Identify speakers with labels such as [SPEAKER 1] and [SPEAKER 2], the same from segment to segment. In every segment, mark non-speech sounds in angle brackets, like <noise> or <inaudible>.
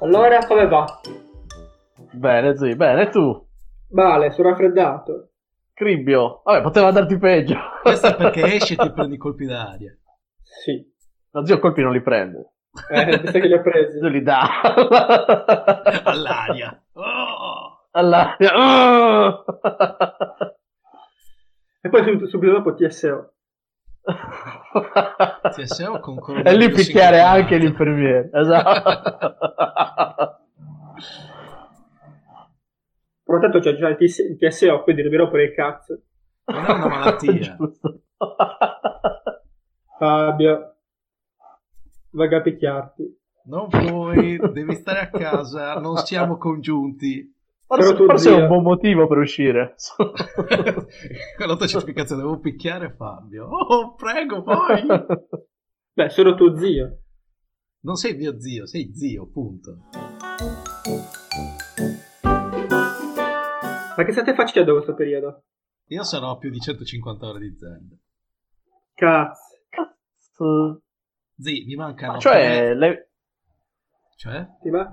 [SPEAKER 1] Allora, come va?
[SPEAKER 2] Bene, zii, bene, tu.
[SPEAKER 1] Male, sono raffreddato.
[SPEAKER 2] Cribbio. Vabbè, poteva andarti peggio. <laughs>
[SPEAKER 3] Questo è perché esci e ti prendi colpi d'aria.
[SPEAKER 1] Sì.
[SPEAKER 2] No, zio colpi non li prende.
[SPEAKER 1] Eh, pensa che li ho presi. <laughs>
[SPEAKER 2] Zio li dà. <laughs>
[SPEAKER 3] All'aria. Oh!
[SPEAKER 2] All'aria. <laughs> Ah!
[SPEAKER 1] E poi subito, subito dopo TSO.
[SPEAKER 3] TSO con
[SPEAKER 2] E lì
[SPEAKER 3] coronavirus
[SPEAKER 2] picchiare
[SPEAKER 3] incontrollato.
[SPEAKER 2] anche l'infermiere. Esatto.
[SPEAKER 1] Però tanto c'è già il, TS- il TSO, quindi dobbiamo pure il cazzo.
[SPEAKER 3] Non è una
[SPEAKER 2] <laughs>
[SPEAKER 3] malattia.
[SPEAKER 2] Giusto.
[SPEAKER 1] Fabio, vaga a picchiarti.
[SPEAKER 3] Non puoi, devi stare a casa, non siamo congiunti.
[SPEAKER 1] <laughs>
[SPEAKER 2] Forse,
[SPEAKER 1] Però tu,
[SPEAKER 2] forse è un
[SPEAKER 1] zio.
[SPEAKER 2] buon motivo per uscire.
[SPEAKER 3] Con l'autocertificazione devo picchiare Fabio. Oh, prego,
[SPEAKER 2] <laughs>
[SPEAKER 3] poi.
[SPEAKER 1] Beh, sono tuo zio.
[SPEAKER 3] Non sei mio zio, sei zio, punto.
[SPEAKER 1] Ma che state facendo in questo periodo?
[SPEAKER 3] Io sarò più di 150 ore di Zend.
[SPEAKER 1] Cazzo.
[SPEAKER 2] Cazzo.
[SPEAKER 3] Zii, mi mancano...
[SPEAKER 2] Ma cioè, le...
[SPEAKER 3] Cioè?
[SPEAKER 1] Ti va?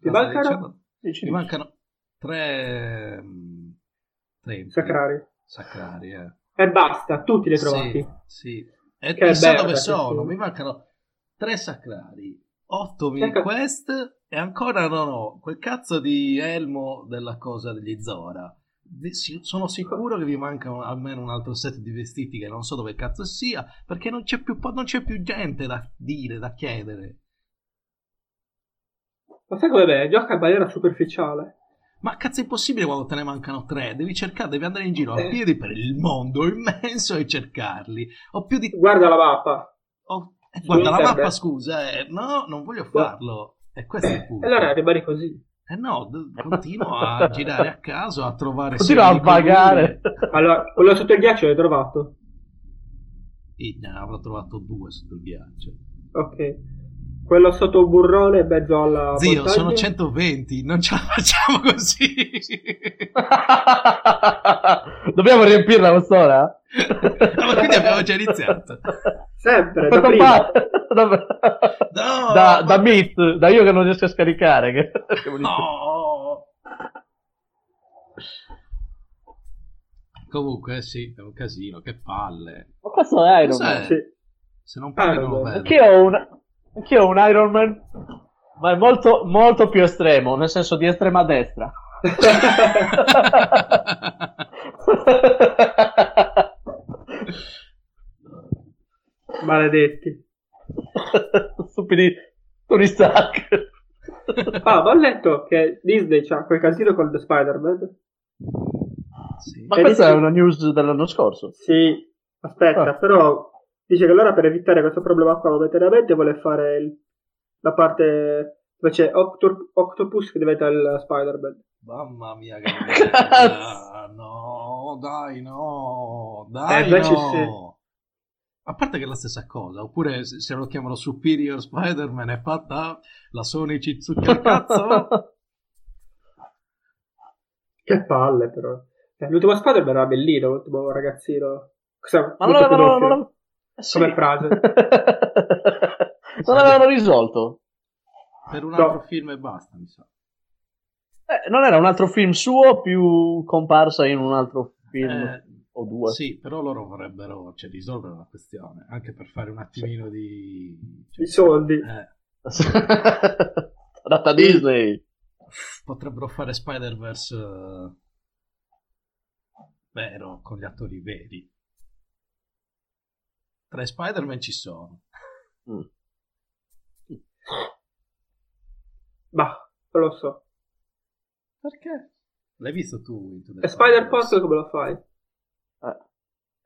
[SPEAKER 1] Ti
[SPEAKER 3] Cosa
[SPEAKER 1] va
[SPEAKER 3] stai
[SPEAKER 1] il caro?
[SPEAKER 3] dicendo?
[SPEAKER 2] dici, dici.
[SPEAKER 3] Mi mancano tre... mm, Tre
[SPEAKER 1] Sacrari.
[SPEAKER 3] Sacrari, eh.
[SPEAKER 1] E basta, tutti li hai trovati.
[SPEAKER 3] Sì, sì. E
[SPEAKER 1] Che
[SPEAKER 3] chissà
[SPEAKER 1] merda
[SPEAKER 3] dove
[SPEAKER 1] che
[SPEAKER 3] sono,
[SPEAKER 1] tu.
[SPEAKER 3] mi mancano tre sacrari, otto mini
[SPEAKER 1] Ecco.
[SPEAKER 3] quest e ancora non ho quel cazzo di elmo della cosa degli Zora. Vi- si- Sono sicuro che vi manca un- almeno un altro set di vestiti che non so dove cazzo sia, perché non c'è più, po- non c'è più gente da dire, da chiedere.
[SPEAKER 1] Ma sai come è? Gioca in maniera superficiale.
[SPEAKER 3] Ma cazzo è impossibile quando te ne mancano tre, devi cercare, devi andare in giro a
[SPEAKER 1] Eh.
[SPEAKER 3] piedi per il mondo immenso e cercarli. Ho più di
[SPEAKER 1] Guarda la mappa.
[SPEAKER 3] Oh, eh, guarda la
[SPEAKER 1] internet.
[SPEAKER 3] mappa, scusa, eh, no, non voglio farlo. E questo è il punto.
[SPEAKER 1] E allora rimani così.
[SPEAKER 3] Eh no, d- continuo
[SPEAKER 2] <laughs>
[SPEAKER 3] a girare a caso, a trovare
[SPEAKER 2] Continua a
[SPEAKER 3] segni comuni.
[SPEAKER 2] vagare.
[SPEAKER 1] Allora, quello sotto il ghiaccio l'hai trovato.
[SPEAKER 3] Ih, ne eh, avrò trovato due sotto il ghiaccio.
[SPEAKER 1] Ok. Quello sotto il burrone in mezzo alla
[SPEAKER 3] Zio,
[SPEAKER 1] montagna.
[SPEAKER 3] sono 120, non ce la facciamo <laughs> così.
[SPEAKER 2] <laughs> Dobbiamo riempirla quest'ora?
[SPEAKER 3] Ah, ma quindi abbiamo già iniziato.
[SPEAKER 1] Sempre, da
[SPEAKER 2] Quanto
[SPEAKER 1] prima.
[SPEAKER 2] fa- <laughs> da,
[SPEAKER 3] No,
[SPEAKER 2] da,
[SPEAKER 3] ma-
[SPEAKER 2] da Meet, da io che non riesco a scaricare. Che...
[SPEAKER 3] No. Comunque, sì, è un casino, che palle.
[SPEAKER 2] Ma questo è Iron
[SPEAKER 3] Cos'è?
[SPEAKER 2] Man.
[SPEAKER 1] Sì.
[SPEAKER 3] Se non parli
[SPEAKER 1] Ah,
[SPEAKER 3] non lo
[SPEAKER 1] vabbè.
[SPEAKER 3] vedo.
[SPEAKER 2] Anch'io ho, un, anch'io ho un Iron Man, ma è molto, molto più estremo, nel senso di estrema destra.
[SPEAKER 1] <laughs> Maledetti.
[SPEAKER 2] <laughs> Stupidi Tony Stark.
[SPEAKER 3] <laughs>
[SPEAKER 1] Ah, ma ho letto che Disney c'ha quel casino con The Spider-Man.
[SPEAKER 3] Sì.
[SPEAKER 2] Ma
[SPEAKER 1] Eh,
[SPEAKER 2] questa è
[SPEAKER 1] dici-
[SPEAKER 2] una news dell'anno scorso.
[SPEAKER 1] Sì. Aspetta,
[SPEAKER 2] Ah.
[SPEAKER 1] però dice che allora per evitare questo problema qua momentaneamente vuole fare il- la parte dove c'è Octor- Octopus che diventa il Spider-Man.
[SPEAKER 3] Mamma
[SPEAKER 1] <laughs>
[SPEAKER 3] mia, che
[SPEAKER 2] Cazzo!
[SPEAKER 3] merda! No, dai, no, dai,
[SPEAKER 1] Eh, invece
[SPEAKER 3] no.
[SPEAKER 1] sì.
[SPEAKER 3] A parte che è la stessa cosa, oppure se se lo chiamano Superior Spider-Man è fatta la Sony ci zucca il
[SPEAKER 1] <laughs>
[SPEAKER 2] <laughs>
[SPEAKER 3] cazzo.
[SPEAKER 1] Che palle, però. Eh, L'ultimo Spider-Man era bellino, l'ultimo ragazzino. Cosa,
[SPEAKER 2] Ma non
[SPEAKER 1] molto
[SPEAKER 2] avevano,
[SPEAKER 1] pedofilo.
[SPEAKER 2] non avevano- eh, sì.
[SPEAKER 1] Come frase.
[SPEAKER 2] <laughs> non avevano risolto.
[SPEAKER 3] Per un
[SPEAKER 1] No.
[SPEAKER 3] altro film e basta, mi sa.
[SPEAKER 2] Eh, non era un altro film suo più comparsa in un altro film
[SPEAKER 3] Eh,
[SPEAKER 2] o due. <laughs>
[SPEAKER 3] sì, però loro vorrebbero cioè, risolvere la questione, anche per fare un attimino di... cioè,
[SPEAKER 1] I soldi.
[SPEAKER 3] eh,
[SPEAKER 2] Data Disney.
[SPEAKER 3] potrebbero fare Spider-Verse eh, vero con gli attori veri. Tre Spider-Man ci sono.
[SPEAKER 2] Mm.
[SPEAKER 1] Ma, non lo so.
[SPEAKER 3] Perché? L'hai visto tu? Into the
[SPEAKER 1] E spider
[SPEAKER 3] Spider-Verse?
[SPEAKER 1] post come lo fai?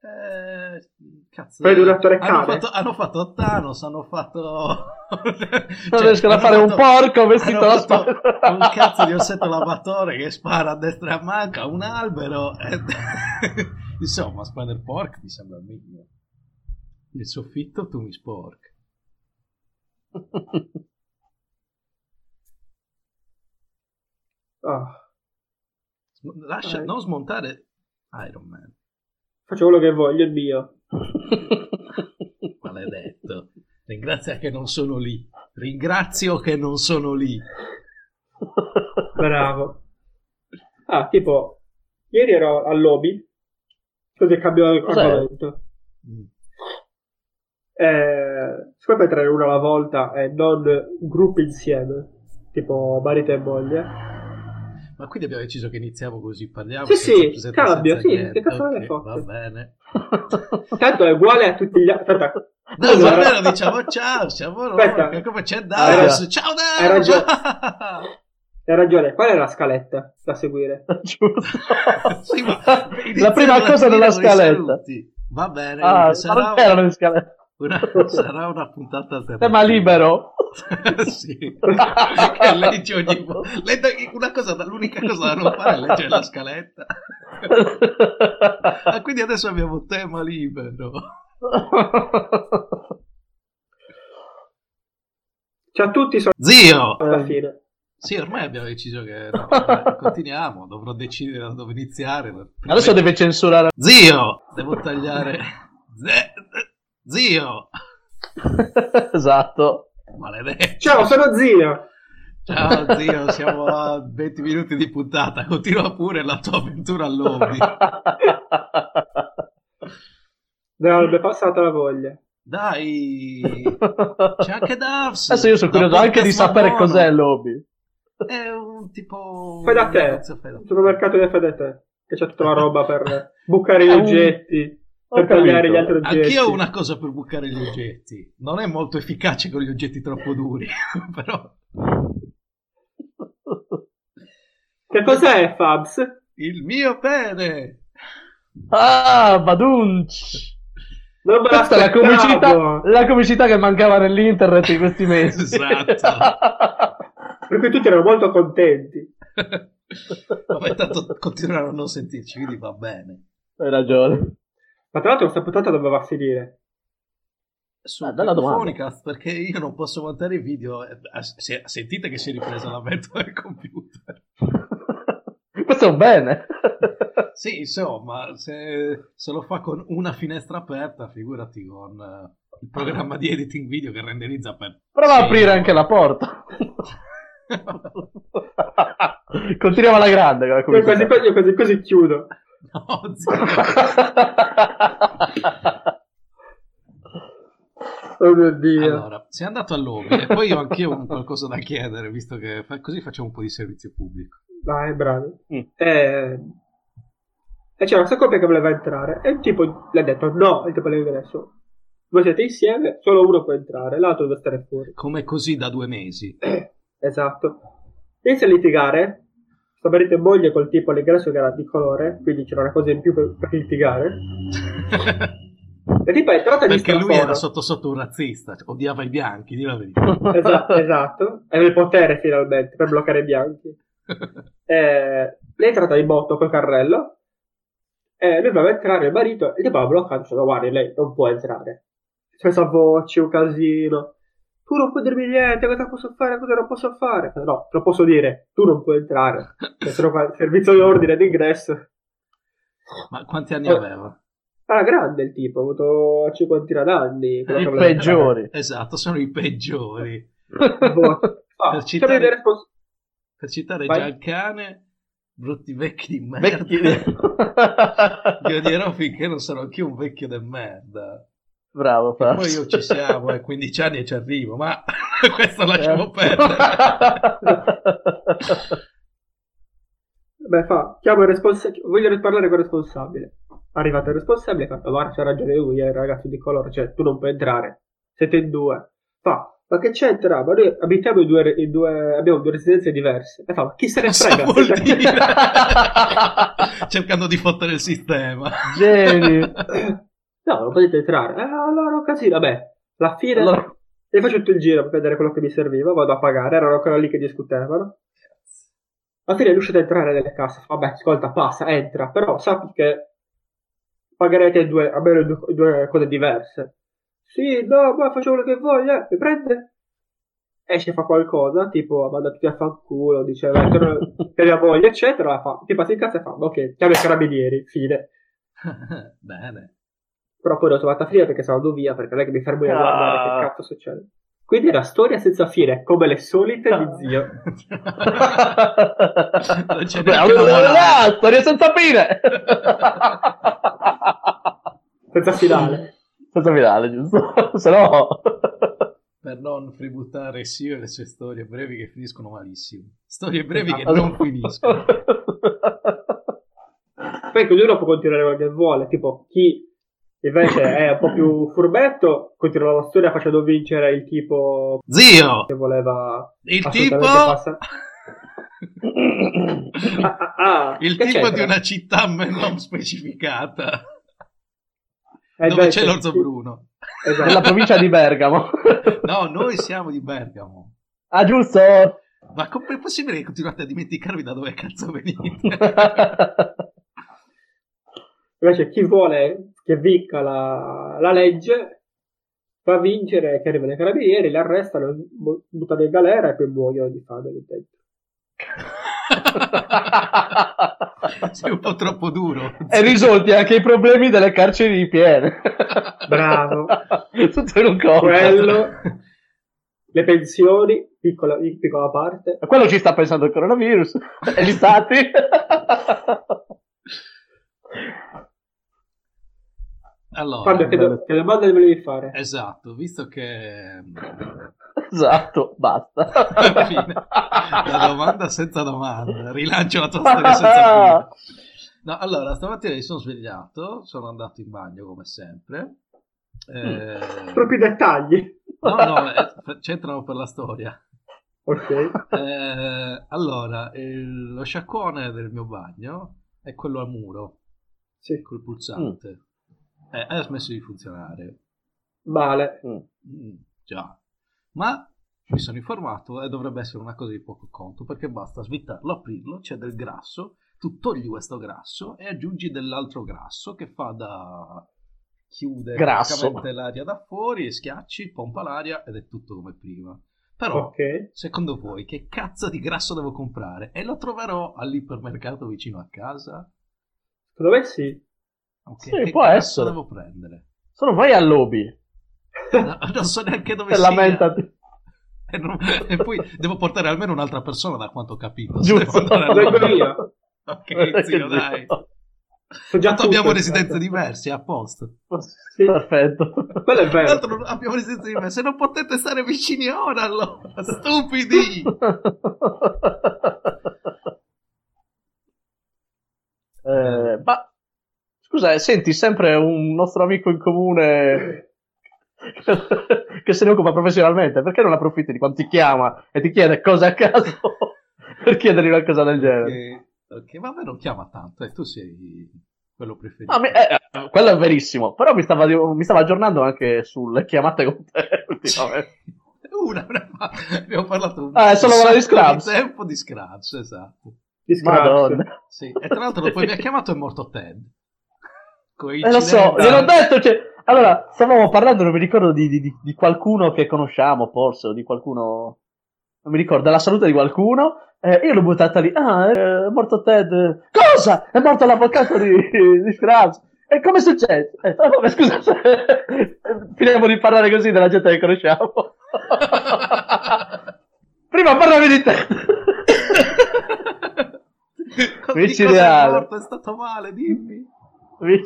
[SPEAKER 3] Eh, cazzo.
[SPEAKER 1] Prendi un attore
[SPEAKER 3] hanno
[SPEAKER 1] cane.
[SPEAKER 3] fatto, hanno fatto Thanos, hanno
[SPEAKER 1] <laughs>
[SPEAKER 3] fatto...
[SPEAKER 2] Non
[SPEAKER 3] Cioè,
[SPEAKER 2] riescono a
[SPEAKER 3] hanno
[SPEAKER 2] fare un
[SPEAKER 3] fatto-
[SPEAKER 2] porco vestito
[SPEAKER 3] hanno
[SPEAKER 2] da
[SPEAKER 3] fatto
[SPEAKER 2] Spider-
[SPEAKER 3] un
[SPEAKER 2] <laughs>
[SPEAKER 3] cazzo di ossetto lavatore che spara a destra e a manca, un albero. e- <laughs> Insomma, Spider Pork mi sembra il meglio. Il soffitto tu mi spork.
[SPEAKER 1] Ah,
[SPEAKER 3] Sm- Lascia,
[SPEAKER 1] Dai.
[SPEAKER 3] non smontare Iron Man,
[SPEAKER 1] faccio quello che voglio, il mio. <laughs>
[SPEAKER 3] maledetto. Ringrazia che non sono lì. Ringrazio che non sono lì.
[SPEAKER 2] <laughs>
[SPEAKER 1] Bravo. Ah, tipo, ieri ero al lobby, così cambiò il
[SPEAKER 2] Cos'è?
[SPEAKER 1] argomento.
[SPEAKER 3] Mm.
[SPEAKER 1] Eh, si può mettere uno alla volta e non gruppi insieme, tipo marito e moglie.
[SPEAKER 3] Ma quindi abbiamo deciso che iniziamo così, parliamo.
[SPEAKER 1] Sì,
[SPEAKER 3] senza
[SPEAKER 1] sì,
[SPEAKER 3] presentazione,
[SPEAKER 1] cambio,
[SPEAKER 3] senza
[SPEAKER 1] sì,
[SPEAKER 3] niente.
[SPEAKER 1] che cazzo me ne
[SPEAKER 3] Ok,
[SPEAKER 1] fotte?
[SPEAKER 3] Va
[SPEAKER 1] <laughs>
[SPEAKER 3] bene.
[SPEAKER 1] Tanto è uguale a tutti gli altri. Aspetta,
[SPEAKER 3] No,
[SPEAKER 1] Allora-
[SPEAKER 3] davvero, diciamo ciao, siamo
[SPEAKER 1] Aspetta.
[SPEAKER 3] noi, come c'è Darius?
[SPEAKER 1] Allora,
[SPEAKER 3] ciao
[SPEAKER 1] hai
[SPEAKER 3] Darius!
[SPEAKER 1] ragione. hai ragione. Qual è la scaletta da seguire?
[SPEAKER 2] <laughs> Giusto.
[SPEAKER 3] <laughs> Sì,
[SPEAKER 1] <laughs>
[SPEAKER 3] ma
[SPEAKER 2] la <laughs>
[SPEAKER 3] iniziamo
[SPEAKER 2] prima cosa
[SPEAKER 3] fine
[SPEAKER 2] della
[SPEAKER 3] coi
[SPEAKER 2] scaletta.
[SPEAKER 3] saluti. Va bene,
[SPEAKER 2] Ah, ma
[SPEAKER 3] Eh, sarà,
[SPEAKER 2] non c'erano le scalette.
[SPEAKER 3] una, <laughs> sarà una
[SPEAKER 1] Eh,
[SPEAKER 3] puntata alternativa.
[SPEAKER 2] Tema Eh,
[SPEAKER 3] <laughs>
[SPEAKER 2] libero. <laughs>
[SPEAKER 3] sì. che leggi ogni vo- leggi- una cosa da- l'unica cosa da non fare è leggere la scaletta. Ah, quindi adesso abbiamo un tema libero.
[SPEAKER 1] Ciao a Cioè, tutti, sono
[SPEAKER 3] Zio!
[SPEAKER 1] alla fine.
[SPEAKER 3] Sì, ormai abbiamo deciso che no, vabbè, continuiamo, dovrò decidere da dove iniziare. Prima-
[SPEAKER 2] Adesso deve censurare. <laughs>
[SPEAKER 3] Zio! Devo tagliare... Ze- Zio!
[SPEAKER 2] esatto.
[SPEAKER 3] Maledetto!
[SPEAKER 1] Ciao, sono zio.
[SPEAKER 3] Ciao zio, siamo a 20 minuti di puntata, continua pure la tua avventura al lobby.
[SPEAKER 2] <laughs>
[SPEAKER 1] No, mi è passata la voglia.
[SPEAKER 3] Dai! C'è anche Davs!
[SPEAKER 2] Adesso io sono
[SPEAKER 3] Da
[SPEAKER 2] curioso anche di
[SPEAKER 3] Podcast
[SPEAKER 2] sapere
[SPEAKER 3] Mammono.
[SPEAKER 2] cos'è il lobby.
[SPEAKER 3] È un tipo...
[SPEAKER 1] Fai da te.
[SPEAKER 3] un negozio fai da
[SPEAKER 1] Il supermercato del FDT, che c'è tutta la roba per bucare gli
[SPEAKER 2] È un-
[SPEAKER 1] oggetti,
[SPEAKER 2] Ho
[SPEAKER 1] per
[SPEAKER 2] capito.
[SPEAKER 1] tagliare gli altri oggetti.
[SPEAKER 3] Anch'io ho una cosa per bucare gli oggetti. Non è molto efficace con gli oggetti troppo duri, <laughs> però
[SPEAKER 1] Che cos'è Fabs?
[SPEAKER 3] il mio pene.
[SPEAKER 2] <laughs> Ah, Badunch!
[SPEAKER 1] Non me
[SPEAKER 2] Questa è la
[SPEAKER 1] l'aspettavo.
[SPEAKER 2] comicità, la comicità che mancava nell'internet in questi mesi. <laughs>
[SPEAKER 3] Esatto.
[SPEAKER 1] Per cui tutti erano molto contenti.
[SPEAKER 3] Vabbè, tanto continueranno a non sentirci, quindi va bene.
[SPEAKER 2] Hai ragione.
[SPEAKER 1] Ma tra l'altro questa puntata doveva finire.
[SPEAKER 3] Su
[SPEAKER 2] Ah, bella domanda.
[SPEAKER 3] Phonicast, perché io non posso mandare i video. eh, eh, se- Sentite che si è ripresa la <laughs> mentola del computer.
[SPEAKER 2] Questo è un bene.
[SPEAKER 3] Sì, insomma, se, se lo fa con una finestra aperta, figurati con eh, il programma di editing video che
[SPEAKER 1] <laughs>
[SPEAKER 3] renderizza per...
[SPEAKER 2] Prova
[SPEAKER 3] sì,
[SPEAKER 2] a aprire
[SPEAKER 3] no.
[SPEAKER 2] anche la porta. Continuiamo alla grande. con la
[SPEAKER 1] Io quasi,
[SPEAKER 2] comicità.
[SPEAKER 1] quasi, io quasi, quasi chiudo.
[SPEAKER 3] No, zio.
[SPEAKER 1] Oh mio Dio.
[SPEAKER 3] <laughs> Allora, sei andato al lobby e poi io anch'io ho qualcosa da chiedere, visto che fa- così facciamo un po' di servizio pubblico.
[SPEAKER 1] Vai, bravi.
[SPEAKER 2] Mm.
[SPEAKER 1] Eh, E c'era questa coppia che voleva entrare e il tipo le ha detto no, il tipo all'ingresso. Voi siete insieme, solo uno può entrare, l'altro deve stare fuori.
[SPEAKER 3] Come così da due mesi.
[SPEAKER 1] <coughs> Esatto. Inizia a litigare. Sto marito e moglie col tipo all'ingresso che era di colore, quindi c'era una cosa in più per, per litigare. E tipo è entrata di
[SPEAKER 3] Perché lui
[SPEAKER 1] straforo.
[SPEAKER 3] era sotto sotto un razzista, cioè, odiava i bianchi, di la
[SPEAKER 1] <laughs>
[SPEAKER 3] verità.
[SPEAKER 1] Esatto, esatto. Aveva il potere finalmente per bloccare i bianchi. Eh, lei è entrata di botto col carrello. Eh, lui doveva entrare il marito e tipo l'ha bloccato. Dicendo, guarda, lei non può entrare. C'è questa voce, un casino. Tu non puoi dirmi niente, cosa posso fare, cosa non posso fare. No, te lo posso dire, tu non puoi entrare. Se sono qua- servizio d'ordine d'ingresso.
[SPEAKER 3] Ma quanti anni
[SPEAKER 1] Eh.
[SPEAKER 3] aveva?
[SPEAKER 1] Era grande il tipo, ha avuto 50 anni. quello
[SPEAKER 2] I
[SPEAKER 1] che voleva entrare.
[SPEAKER 2] peggiori.
[SPEAKER 3] Esatto, sono i peggiori.
[SPEAKER 2] <laughs> Boh.
[SPEAKER 1] Ah,
[SPEAKER 3] Per
[SPEAKER 1] c'erano
[SPEAKER 3] citare-
[SPEAKER 1] dei respons-
[SPEAKER 3] Per citare
[SPEAKER 1] Vai.
[SPEAKER 3] già il cane, brutti vecchi di merda.
[SPEAKER 2] Vecchi.
[SPEAKER 3] <laughs> Io odierò finché non sarò anch'io un vecchio de merda.
[SPEAKER 2] Bravo,
[SPEAKER 3] E
[SPEAKER 2] Fabs.
[SPEAKER 3] poi io ci siamo, ai 15 anni e ci arrivo, ma <laughs> questo
[SPEAKER 2] Eh. <laughs>
[SPEAKER 3] lasciamo perdere.
[SPEAKER 1] Beh, fa, chiamo il responsabile, voglio parlare con il responsabile. Arrivato il responsabile, fa, guarda, c'ha ragione lui, è il ragazzo di colore, cioè, tu non puoi entrare, siete in due. Fa, ma che c'entra? Ma noi abitiamo in due, in due- abbiamo due residenze diverse. E fa, ma chi se ne
[SPEAKER 3] Cosa
[SPEAKER 1] frega? <laughs>
[SPEAKER 3] vuol
[SPEAKER 1] Cioè,
[SPEAKER 3] dire? Cercando di fottere il sistema.
[SPEAKER 2] Geni.
[SPEAKER 1] <coughs> No, non potete entrare. Eh, allora, un casino, vabbè, alla fine...
[SPEAKER 2] Allora,
[SPEAKER 1] E faccio tutto il giro per vedere quello che mi serviva, vado a pagare, erano ancora lì che discutevano. Alla fine riuscite a entrare nelle casse, vabbè, ascolta, passa, entra, però sappi che pagherete due, almeno due, due cose diverse. Sì, no, ma faccio quello che voglio, eh, mi prende. Esce, fa qualcosa, tipo, "Ah, manda tutti a fanculo, dice, "Vai, torna
[SPEAKER 2] <laughs>
[SPEAKER 1] per mia moglie, eccetera, la fa, ti passa in casa e fa, ok, chiama i carabinieri, fine.
[SPEAKER 3] Bene.
[SPEAKER 1] Però poi l'ho trovata a finire perché sono andato via, perché non è che mi fermo io a guardare
[SPEAKER 2] Ah.
[SPEAKER 1] che cazzo succede. Quindi era storia senza fine, come le solite
[SPEAKER 3] Ah.
[SPEAKER 1] di zio.
[SPEAKER 3] non c'è
[SPEAKER 2] Beh,
[SPEAKER 3] neanche la
[SPEAKER 2] allora,
[SPEAKER 3] morale.
[SPEAKER 2] storia senza fine!
[SPEAKER 1] Senza finale.
[SPEAKER 2] senza finale, giusto? <laughs> Se no...
[SPEAKER 3] <laughs> Per non fributtare Sio e le sue storie brevi che finiscono malissimo. Storie brevi
[SPEAKER 2] <laughs>
[SPEAKER 3] che
[SPEAKER 2] Allora-
[SPEAKER 3] non finiscono.
[SPEAKER 1] Poi così uno può continuare quello che vuole, tipo chi invece è un po' più furbetto continua la storia facendo vincere il tipo
[SPEAKER 3] Zio!
[SPEAKER 1] che voleva...
[SPEAKER 3] Il tipo...
[SPEAKER 1] assolutamente
[SPEAKER 3] <laughs>
[SPEAKER 1] passa- Ah, ah, ah,
[SPEAKER 3] Il
[SPEAKER 1] che
[SPEAKER 3] tipo di
[SPEAKER 1] c'entra?
[SPEAKER 3] una città non specificata.
[SPEAKER 1] Eh,
[SPEAKER 3] dove
[SPEAKER 1] beh,
[SPEAKER 3] c'è
[SPEAKER 1] sì,
[SPEAKER 3] l'orzo
[SPEAKER 1] sì,
[SPEAKER 3] bruno.
[SPEAKER 1] Esatto.
[SPEAKER 2] Nella provincia di Bergamo.
[SPEAKER 3] No, noi siamo di Bergamo.
[SPEAKER 2] Ah, giusto?
[SPEAKER 3] <laughs> Ma com'è possibile che continuate a dimenticarvi da dove cazzo venite?
[SPEAKER 1] <laughs> Invece chi vuole che vinca la, la legge fa vincere che arrivano i carabinieri, li arrestano, bu- buttano in galera e poi muoiono di fame lì dentro.
[SPEAKER 3] Sei un po' troppo duro.
[SPEAKER 2] e risolti anche i problemi delle carceri piene.
[SPEAKER 1] <laughs> Bravo.
[SPEAKER 2] <laughs> Tutto in un colpo.
[SPEAKER 1] Quello,
[SPEAKER 3] <laughs>
[SPEAKER 1] le pensioni, piccola, in piccola parte.
[SPEAKER 2] A quello ci sta pensando il coronavirus e gli stati. <laughs>
[SPEAKER 1] Fabio,
[SPEAKER 3] Allora,
[SPEAKER 1] che, do- che domanda le volevi fare?
[SPEAKER 3] esatto, visto che
[SPEAKER 2] esatto, basta.
[SPEAKER 3] alla fine la
[SPEAKER 2] <laughs>
[SPEAKER 3] domanda senza domanda, rilancio la tua storia senza fine. No, allora, stamattina mi sono svegliato, sono andato in bagno come sempre. Eh,
[SPEAKER 1] Troppi
[SPEAKER 3] <laughs>
[SPEAKER 1] dettagli.
[SPEAKER 3] No, no, eh, c'entrano per la storia.
[SPEAKER 1] Ok.
[SPEAKER 3] Eh, allora, il- lo sciacquone del mio bagno è quello a muro,
[SPEAKER 1] Sì,
[SPEAKER 3] col pulsante. Eh, ha smesso di funzionare.
[SPEAKER 1] male.
[SPEAKER 2] Mm.
[SPEAKER 3] Mm, già. Ma mi sono informato e dovrebbe essere una cosa di poco conto, perché basta svittarlo, aprirlo, c'è del grasso, tu togli questo grasso e aggiungi dell'altro grasso che fa da... chiude
[SPEAKER 2] Grasso.
[SPEAKER 3] praticamente l'aria da fuori, schiacci, pompa l'aria ed è tutto come prima.
[SPEAKER 1] Oh.
[SPEAKER 3] Però
[SPEAKER 1] Ok.
[SPEAKER 3] Secondo voi che cazzo di grasso devo comprare? E lo troverò all'ipermercato vicino a casa?
[SPEAKER 1] Secondo me sì.
[SPEAKER 3] Ok,
[SPEAKER 2] Sì,
[SPEAKER 3] che
[SPEAKER 2] può
[SPEAKER 3] grasso
[SPEAKER 2] essere.
[SPEAKER 3] devo prendere?
[SPEAKER 2] Sono vai al lobby.
[SPEAKER 3] No, non so neanche dove
[SPEAKER 2] E
[SPEAKER 3] sia.
[SPEAKER 2] lamentati.
[SPEAKER 3] E, non- e poi devo portare almeno un'altra persona da quanto ho capito. se
[SPEAKER 2] Giusto.
[SPEAKER 3] devo andare
[SPEAKER 1] Vengo
[SPEAKER 3] all'altro.
[SPEAKER 1] io.
[SPEAKER 3] Ok, zio, dai.
[SPEAKER 1] So già tutto,
[SPEAKER 3] Tanto abbiamo
[SPEAKER 1] infatti.
[SPEAKER 3] residenze diverse, a posto.
[SPEAKER 2] Certo.
[SPEAKER 1] Sì.
[SPEAKER 2] Perfetto.
[SPEAKER 1] Quello è vero.
[SPEAKER 3] Tanto non- abbiamo residenze diverse. Non potete stare vicini ora,
[SPEAKER 2] <laughs>
[SPEAKER 3] allora. Stupidi!
[SPEAKER 2] Eh, ma scusa, eh, senti sempre un nostro amico in comune <laughs> che se ne occupa professionalmente, perché non approfitti di quando ti chiama e ti chiede cose a caso <laughs> per chiedergli una cosa del genere?
[SPEAKER 3] Ok, ok, vabbè, non chiama tanto. E tu sei quello preferito.
[SPEAKER 2] Ah, mi- eh, eh, quello è verissimo, però mi stava, mi stava aggiornando anche sulle chiamate con te <laughs> ultimamente.
[SPEAKER 3] eh. Una, una, ma abbiamo parlato un
[SPEAKER 2] Ah, è solo quella di
[SPEAKER 3] sacco
[SPEAKER 2] Scraps.
[SPEAKER 3] di tempo di Scraps, esatto.
[SPEAKER 1] Di scrapsi.
[SPEAKER 2] Madonna.
[SPEAKER 3] Sì. E tra l'altro poi mi ha chiamato è morto Ted.
[SPEAKER 2] Eh, lo so,
[SPEAKER 3] Coincidenza?
[SPEAKER 2] gliel'ho detto. Cioè, allora, stavamo parlando, non mi ricordo di, di- di- di qualcuno che conosciamo, forse, o di qualcuno. Non mi ricordo, della salute di qualcuno. eh, io l'ho buttata lì. Ah, eh, è morto Ted. Cosa? È morto l'avvocato di, <laughs> di Scraps. E come è successo? Eh, ah, vabbè, scusa, <laughs> se- finiamo di parlare così della gente che conosciamo. <laughs>
[SPEAKER 3] <laughs>
[SPEAKER 2] Prima parlavi di te. <laughs>
[SPEAKER 3] Co- di cosa è
[SPEAKER 2] Micidiale.
[SPEAKER 3] morto? È stato male, dimmi. Eh,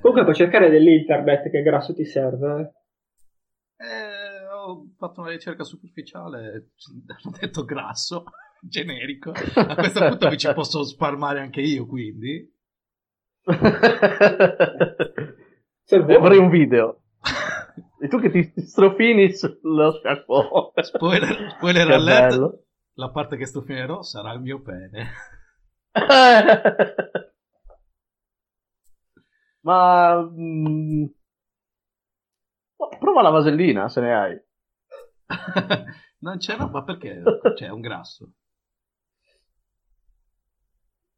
[SPEAKER 1] Comunque puoi cercare dell'internet che grasso ti serve. eh.
[SPEAKER 3] eh, ho fatto una ricerca superficiale, hanno detto grasso, <laughs> generico. A questo punto mi ci posso spalmare anche io, quindi.
[SPEAKER 1] Se
[SPEAKER 2] Eh,
[SPEAKER 1] vuoi.
[SPEAKER 2] vorrei un video. E tu che ti ti strofini sullo sciacquone.
[SPEAKER 3] Spoiler, spoiler
[SPEAKER 2] Che
[SPEAKER 3] alert,
[SPEAKER 2] bello. <laughs>
[SPEAKER 3] la parte che stufinerò sarà il mio pene.
[SPEAKER 2] Ma... mm, no, prova la vasellina se ne hai.
[SPEAKER 3] <laughs> non c'era, ma perché? Cioè, è un grasso.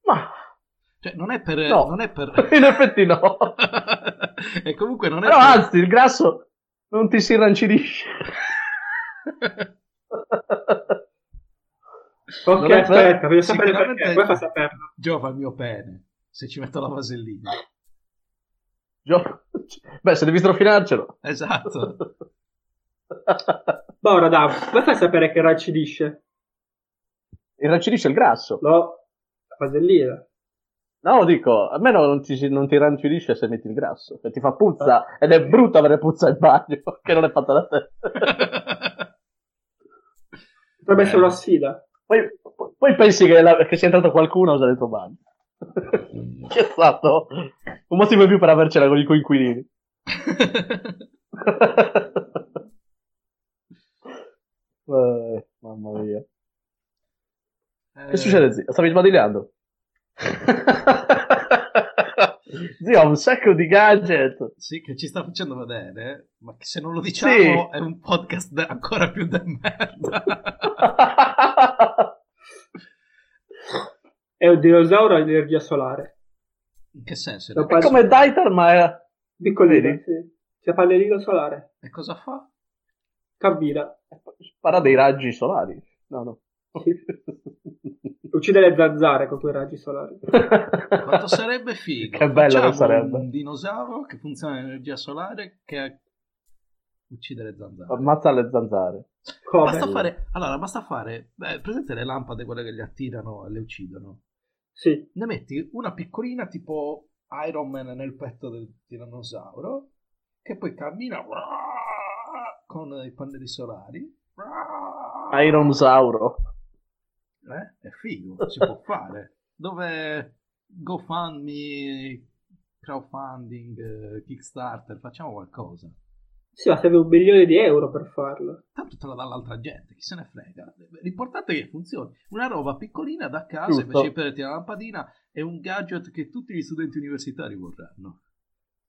[SPEAKER 2] Ma...
[SPEAKER 3] Cioè, non è per...
[SPEAKER 2] No.
[SPEAKER 3] Non è per...
[SPEAKER 2] <laughs>
[SPEAKER 3] <laughs>
[SPEAKER 2] In effetti no.
[SPEAKER 3] e comunque non è
[SPEAKER 2] Però
[SPEAKER 3] per...
[SPEAKER 2] anzi, il grasso non ti si
[SPEAKER 3] <laughs>
[SPEAKER 2] rancidisce.
[SPEAKER 1] Ok,
[SPEAKER 2] Non è vero.
[SPEAKER 1] aspetta, voglio sapere
[SPEAKER 3] Sicuramente-
[SPEAKER 1] perché. Poi fa saperlo.
[SPEAKER 3] Giova il mio pene, se ci metto la vasellina.
[SPEAKER 2] Gio- Beh, se devi strofinarcelo.
[SPEAKER 3] Esatto.
[SPEAKER 2] <laughs>
[SPEAKER 1] Ma ora, Dav, come fai a sapere che raccidisce?
[SPEAKER 2] Il rancidisce il grasso.
[SPEAKER 1] No, la eh. pasellina.
[SPEAKER 2] No, dico, almeno non ti, non ti rancidisce se metti il grasso. Che ti fa puzza. Ed è brutto avere puzza in bagno, <laughs> che non è fatta da te. <laughs>
[SPEAKER 1] Potrebbe
[SPEAKER 3] Eh.
[SPEAKER 1] essere una sfida.
[SPEAKER 2] Poi, poi pensi che, la- che sia entrato qualcuno a usare il tuo <laughs> bagno. che è stato un motivo in più per avercela con i coinquilini. <laughs> Eh, mamma mia. Che
[SPEAKER 3] Eh,
[SPEAKER 2] succede, zio? Stavi <laughs> sbadigliando? zio, ha un sacco di gadget.
[SPEAKER 3] Eh, Sì, che ci sta facendo vedere, ma che se non lo diciamo
[SPEAKER 2] Sì.
[SPEAKER 3] è un podcast da- ancora più da merda.
[SPEAKER 1] È un dinosauro a energia solare.
[SPEAKER 3] In che senso?
[SPEAKER 1] Lo
[SPEAKER 2] È come Daitar, ma è...
[SPEAKER 1] Piccolino,
[SPEAKER 2] Vedi?
[SPEAKER 1] sì. C'è pannellino solare.
[SPEAKER 3] E cosa fa?
[SPEAKER 1] Cammina.
[SPEAKER 2] spara dei raggi solari. No, no.
[SPEAKER 1] Sì. Uccide le zanzare con quei raggi solari.
[SPEAKER 3] Quanto sarebbe figo?
[SPEAKER 2] <laughs> Che bello
[SPEAKER 3] Facciamo
[SPEAKER 2] che sarebbe.
[SPEAKER 3] Un dinosauro che funziona in energia solare che uccide le zanzare.
[SPEAKER 2] Ammazza le zanzare.
[SPEAKER 1] Come?
[SPEAKER 3] Basta fare, allora, basta fare, beh, presente le lampade, quelle che le attirano e le uccidono.
[SPEAKER 1] Sì.
[SPEAKER 3] Ne metti una piccolina tipo Iron Man nel petto del tirannosauro, che poi cammina con i pannelli solari.
[SPEAKER 2] Ironsauro.
[SPEAKER 3] Eh, è
[SPEAKER 1] <laughs>
[SPEAKER 3] figo, si può fare. Dove GoFundMe, crowdfunding, eh, Kickstarter, facciamo qualcosa.
[SPEAKER 1] Sì, ma serve un milione di euro per farlo.
[SPEAKER 3] Tanto te la dà l'altra gente, chi se ne frega. L'importante è che funzioni. Una roba piccolina da casa
[SPEAKER 2] Giusto.
[SPEAKER 3] invece di prenderti la lampadina è un gadget che tutti gli studenti universitari vorranno.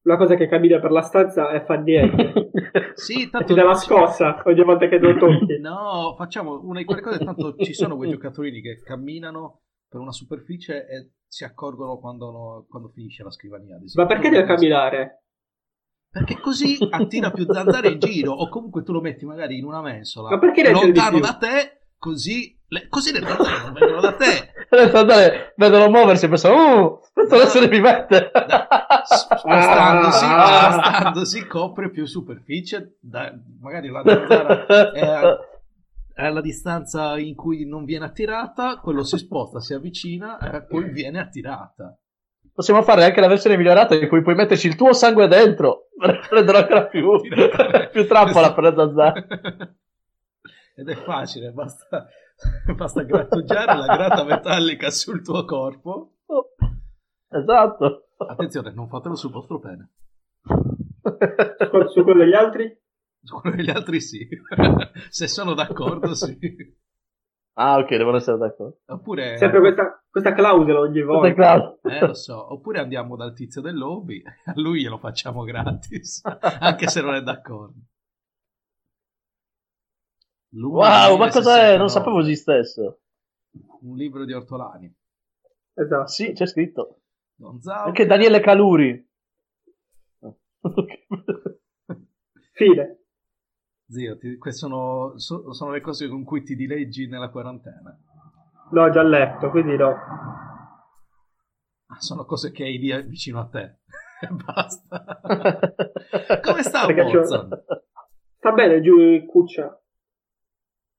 [SPEAKER 1] Una cosa che cammina per la stanza e fa
[SPEAKER 2] <laughs>
[SPEAKER 1] niente.
[SPEAKER 3] Sì,
[SPEAKER 1] E
[SPEAKER 3] tanto
[SPEAKER 1] ti dà la scossa ogni volta che lo tocchi.
[SPEAKER 3] No, facciamo una di quelle cose. Tanto ci sono quei giocatori che camminano per una superficie e si accorgono quando, no- quando finisce la scrivania. ad esempio.
[SPEAKER 1] Ma perché deve camminare?
[SPEAKER 3] Perché così attira più zanzare in giro, o comunque tu lo metti magari in una mensola
[SPEAKER 1] Ma perché ne attiri di
[SPEAKER 3] lontano
[SPEAKER 1] più?
[SPEAKER 3] da te, così le, così le zanzare non vengono da te.
[SPEAKER 2] Adesso andare, vedono muoversi e pensano, uh, questo adesso mi mette.
[SPEAKER 3] Spostandosi,
[SPEAKER 1] Ah.
[SPEAKER 3] spostandosi copre più superficie, da- magari la zanzara è alla distanza in cui non viene attirata, quello si sposta, si avvicina e poi viene attirata.
[SPEAKER 2] Possiamo fare anche la versione migliorata in cui puoi metterci il tuo sangue dentro <laughs> per renderlo ancora più,
[SPEAKER 3] <laughs>
[SPEAKER 2] <laughs> più trappola per le zanzare.
[SPEAKER 3] Ed è facile, basta, <laughs> basta grattugiare la grata metallica sul tuo corpo. <laughs>
[SPEAKER 2] Esatto.
[SPEAKER 3] Attenzione, non fatelo sul vostro pene,
[SPEAKER 1] Su su quello degli altri?
[SPEAKER 3] su quello degli altri sì. <laughs> Se sono d'accordo sì.
[SPEAKER 2] Ah, ok, devono essere d'accordo.
[SPEAKER 3] Oppure...
[SPEAKER 1] Sempre questa, questa clausola ogni
[SPEAKER 2] Questo è
[SPEAKER 1] volta.
[SPEAKER 2] claro.
[SPEAKER 3] <laughs> Eh, lo so. Oppure andiamo dal tizio del lobby, a lui glielo facciamo gratis, <laughs> anche se non è d'accordo. Lungo
[SPEAKER 2] Wow, ma
[SPEAKER 3] 1069,
[SPEAKER 2] cos'è? Non sapevo esistesse.
[SPEAKER 3] Un libro di Ortolani.
[SPEAKER 1] Esatto.
[SPEAKER 2] Ah, Sì, c'è scritto.
[SPEAKER 3] Gonzalo.
[SPEAKER 2] Anche Daniele Caluri.
[SPEAKER 1] Fine.
[SPEAKER 3] Zio, ti- queste sono, so- sono le cose con cui ti dileggi nella quarantena.
[SPEAKER 1] No, già letto, quindi no.
[SPEAKER 3] Ah, Sono cose che hai lì eh, vicino a te. <laughs> Basta. <laughs>
[SPEAKER 2] <laughs>
[SPEAKER 3] Come sta
[SPEAKER 1] Perché c'ho-
[SPEAKER 2] Ecco,
[SPEAKER 3] Watson?
[SPEAKER 1] Sta bene giù in cuccia.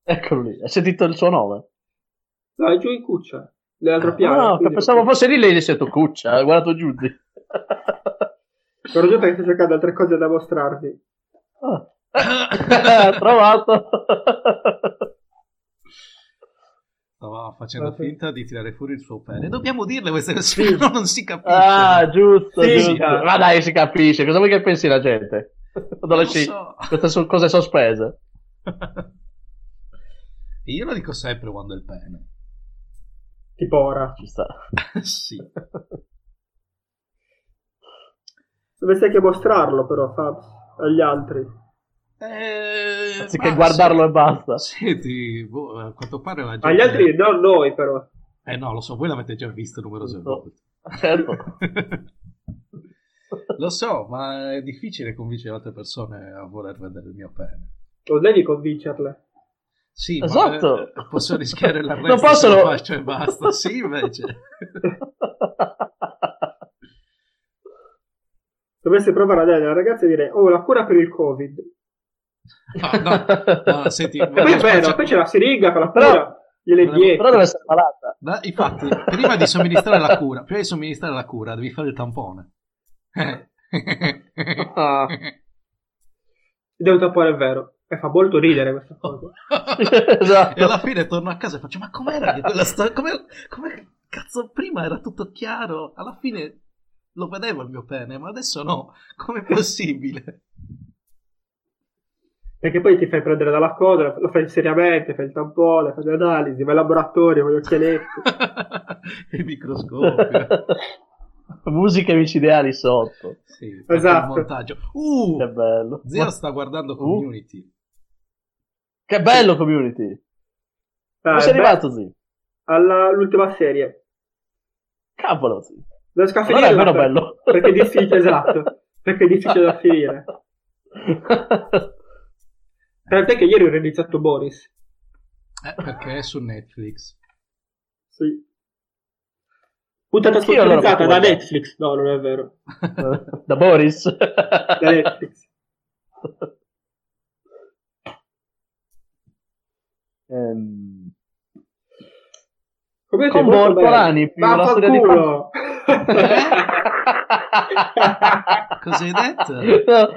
[SPEAKER 2] Eccolo lì, hai ecco sentito il suo nome?
[SPEAKER 1] No, è giù in cuccia. Nell'altro piano.
[SPEAKER 2] Ah, no,
[SPEAKER 1] quindi-
[SPEAKER 2] pensavo fosse lì lei gli ha detto cuccia, ha guardato giù. zio.
[SPEAKER 1] Sono giù perché sto cercando altre cose da mostrarvi.
[SPEAKER 2] Ah. <laughs> Trovato.
[SPEAKER 3] Stava facendo
[SPEAKER 1] Vabbè.
[SPEAKER 3] finta di tirare fuori il suo pene. Dobbiamo dirle queste cose,
[SPEAKER 1] Sì.
[SPEAKER 3] no, non si capisce.
[SPEAKER 2] ah, giusto,
[SPEAKER 1] Sì,
[SPEAKER 2] giusto.
[SPEAKER 1] dai.
[SPEAKER 2] Ma dai, si capisce. Cosa vuoi che pensi la gente? Adolescenti,
[SPEAKER 3] Non so.
[SPEAKER 2] queste sono cose sospese.
[SPEAKER 3] Io lo dico sempre quando è il pene. <laughs>
[SPEAKER 1] Tipo ora.
[SPEAKER 2] Ci sta.
[SPEAKER 3] sì.
[SPEAKER 1] Dovresti anche mostrarlo però, Fabs, agli altri.
[SPEAKER 3] Eh,
[SPEAKER 2] Anziché
[SPEAKER 3] ma
[SPEAKER 2] guardarlo e basta.
[SPEAKER 3] se- Senti, boh, a quanto pare la gente...
[SPEAKER 1] Agli altri non noi però.
[SPEAKER 3] Eh no, lo so, voi l'avete già visto numerose
[SPEAKER 2] Lo so.
[SPEAKER 3] volte.
[SPEAKER 2] Certo.
[SPEAKER 3] lo so, ma è difficile convincere altre persone a voler vedere il mio pene.
[SPEAKER 1] Non devi convincerle.
[SPEAKER 3] Sì, ma
[SPEAKER 2] Esatto.
[SPEAKER 3] eh, posso rischiare l'arresto
[SPEAKER 2] Non posso-
[SPEAKER 3] se lo faccio e basta.
[SPEAKER 2] <laughs>
[SPEAKER 3] Sì, invece.
[SPEAKER 1] dovesse provare a dare alla ragazza e dire oh la cura per il covid
[SPEAKER 3] No, no, no, senti,
[SPEAKER 1] e poi,
[SPEAKER 3] guarda,
[SPEAKER 1] beh, no,
[SPEAKER 3] cioè,
[SPEAKER 1] poi c'è la siringa con la
[SPEAKER 2] Però-
[SPEAKER 1] cura gliele
[SPEAKER 3] Volevo-
[SPEAKER 1] diede
[SPEAKER 2] Però deve essere malata.
[SPEAKER 3] ma infatti, prima di somministrare la cura, prima di somministrare la cura, devi fare il tampone. Eh. Oh.
[SPEAKER 2] Ah.
[SPEAKER 3] <laughs>
[SPEAKER 1] devo tappare il vero e fa molto ridere questa cosa
[SPEAKER 2] Oh. Esatto.
[SPEAKER 3] E alla fine torno a casa e faccio: Ma com'era che quella storia? Come, come cazzo prima era tutto chiaro? Alla fine lo vedevo il mio pene, ma adesso no. Com'è possibile? <laughs>
[SPEAKER 1] perché poi ti fai prendere dalla cosa lo fai seriamente fai il tampone fai le analisi vai al laboratorio con gli occhialetti
[SPEAKER 3] il microscopio.
[SPEAKER 2] <laughs> Musiche micidiali sotto.
[SPEAKER 3] Sì, per
[SPEAKER 1] Esatto.
[SPEAKER 3] il montaggio. Uh,
[SPEAKER 2] Che bello.
[SPEAKER 3] Zero
[SPEAKER 2] Ma-
[SPEAKER 3] sta guardando
[SPEAKER 2] Eh Uh.
[SPEAKER 3] community.
[SPEAKER 2] Che bello community.
[SPEAKER 1] Dai,
[SPEAKER 2] Come sei
[SPEAKER 1] beh,
[SPEAKER 2] arrivato, zio?
[SPEAKER 1] alla- all'ultima serie
[SPEAKER 2] Cavolo, zio.
[SPEAKER 1] non riesco a
[SPEAKER 2] Allora è
[SPEAKER 1] finirla,
[SPEAKER 2] vero
[SPEAKER 1] per-
[SPEAKER 2] bello.
[SPEAKER 1] perché è difficile esatto perché è difficile da finire tant'è che ieri ho iniziato Boris
[SPEAKER 3] Eh, perché è su Netflix.
[SPEAKER 1] Sì. Puntata
[SPEAKER 2] Sì, allora,
[SPEAKER 1] sponsorizzata da
[SPEAKER 2] guarda.
[SPEAKER 1] Netflix. No, non è vero.
[SPEAKER 2] <laughs> da Boris.
[SPEAKER 1] <laughs> Da Netflix.
[SPEAKER 2] Ehm,
[SPEAKER 3] <laughs>
[SPEAKER 1] Come
[SPEAKER 2] <laughs> Con Bor- Polani, più
[SPEAKER 1] Ma
[SPEAKER 2] la storia di
[SPEAKER 1] vaffanculo!
[SPEAKER 2] <laughs>
[SPEAKER 3] Cosa hai detto?
[SPEAKER 2] <laughs>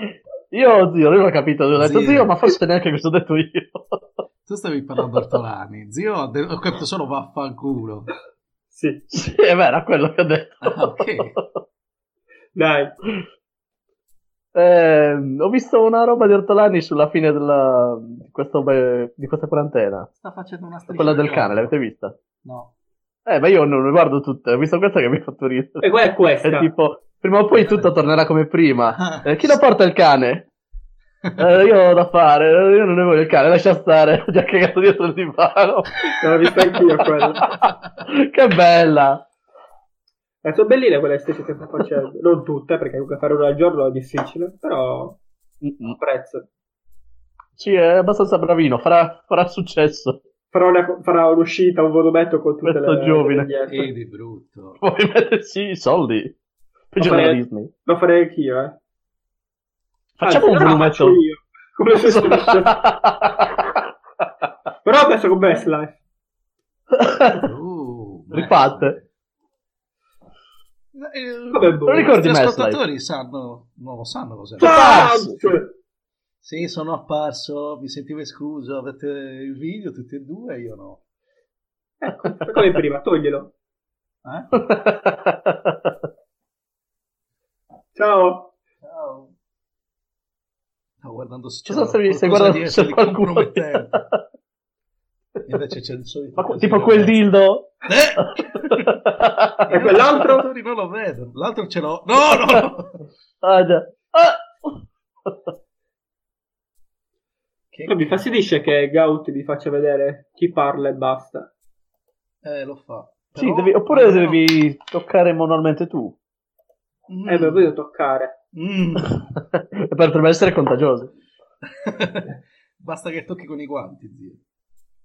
[SPEAKER 2] No, Io, zio, non ho capito. Ho detto,
[SPEAKER 3] Zio.
[SPEAKER 2] zio, ma forse neanche questo ho detto io. <laughs>
[SPEAKER 3] Tu stavi parlando a Ortolani. Zio, ho de- ho capito solo vaffanculo.
[SPEAKER 1] Sì,
[SPEAKER 2] sì, è vero, quello che ho detto.
[SPEAKER 3] Ah, ok.
[SPEAKER 1] dai.
[SPEAKER 2] Ehm, ho visto una roba di Ortolani sulla fine della, di, questo be- di questa quarantena.
[SPEAKER 3] Sta facendo una striscia.
[SPEAKER 2] Quella del
[SPEAKER 3] di
[SPEAKER 2] cane,
[SPEAKER 3] oro.
[SPEAKER 2] l'avete vista?
[SPEAKER 3] <laughs> No.
[SPEAKER 2] Eh, ma io non le guardo tutte. Ho visto questa che mi ha fatto ridere.
[SPEAKER 1] E qual è
[SPEAKER 2] È
[SPEAKER 1] questa?
[SPEAKER 2] tipo, prima o poi tutto tornerà come prima. Eh, chi la porta il cane? Eh, io ho da fare, eh, io non ne voglio il cane, lascia stare, <laughs> ho già cagato dietro il divano. <laughs>
[SPEAKER 1] L'ho vista anch'io quella.
[SPEAKER 2] che bella!
[SPEAKER 1] Eh, sono belline quelle stesse che sta facendo. Non tutte, perché comunque fare una al giorno è difficile, però apprezzo.
[SPEAKER 2] Sì, è abbastanza bravino, farà, farà successo.
[SPEAKER 1] Farà, una, farà un'uscita, un volumetto con tutte
[SPEAKER 2] Questo
[SPEAKER 1] le...
[SPEAKER 2] giovine.
[SPEAKER 1] le vignette.
[SPEAKER 3] E di brutto.
[SPEAKER 2] Vuoi metterci i soldi? Peggio
[SPEAKER 1] Ma
[SPEAKER 2] della
[SPEAKER 1] fare-
[SPEAKER 2] Disney.
[SPEAKER 1] Lo farei anch'io, eh.
[SPEAKER 2] Facciamo
[SPEAKER 1] Anzi,
[SPEAKER 2] un
[SPEAKER 1] allora la
[SPEAKER 2] volumetto.
[SPEAKER 1] faccio io. Come
[SPEAKER 2] <laughs>
[SPEAKER 1] se fosse- Però ho messo con Best Life.
[SPEAKER 3] Uh,
[SPEAKER 2] Rifatte.
[SPEAKER 3] bello. Eh,
[SPEAKER 1] Vabbè, boh.
[SPEAKER 2] Non ricordi
[SPEAKER 3] I
[SPEAKER 2] Mass
[SPEAKER 3] ascoltatori sanno, non lo sanno cos'è.
[SPEAKER 2] Farsi.
[SPEAKER 1] Farsi.
[SPEAKER 3] Sì, sono apparso, mi sentivo escluso, avete il video tutti e due, io no.
[SPEAKER 1] Ecco, come prima, toglielo.
[SPEAKER 3] Eh?
[SPEAKER 1] Ciao.
[SPEAKER 3] Ciao. Stavo guardando se
[SPEAKER 2] Non so se,
[SPEAKER 3] c'era
[SPEAKER 2] mi- se
[SPEAKER 3] qualcosa
[SPEAKER 2] guarda
[SPEAKER 3] di-
[SPEAKER 2] se
[SPEAKER 3] di
[SPEAKER 2] qualcuno...
[SPEAKER 3] compromettente. Invece c'è il solito...
[SPEAKER 2] Ma que- tipo quel dildo.
[SPEAKER 1] E quell'altro?
[SPEAKER 3] L'altro Eh? non lo vedo, l'altro ce l'ho. No, no, no.
[SPEAKER 2] Ah, già. Ah!
[SPEAKER 3] Che-
[SPEAKER 1] Mi fastidisce che Gaut vi faccia vedere chi parla e basta.
[SPEAKER 3] Eh, lo fa.
[SPEAKER 2] Sì,
[SPEAKER 3] Però-
[SPEAKER 2] devi- oppure
[SPEAKER 3] però-
[SPEAKER 2] devi toccare manualmente tu. <laughs>
[SPEAKER 3] Mm.
[SPEAKER 1] Eh, beh, voglio toccare.
[SPEAKER 3] Mm.
[SPEAKER 2] Potrebbe essere contagioso.
[SPEAKER 3] Basta che tocchi con i guanti, zio.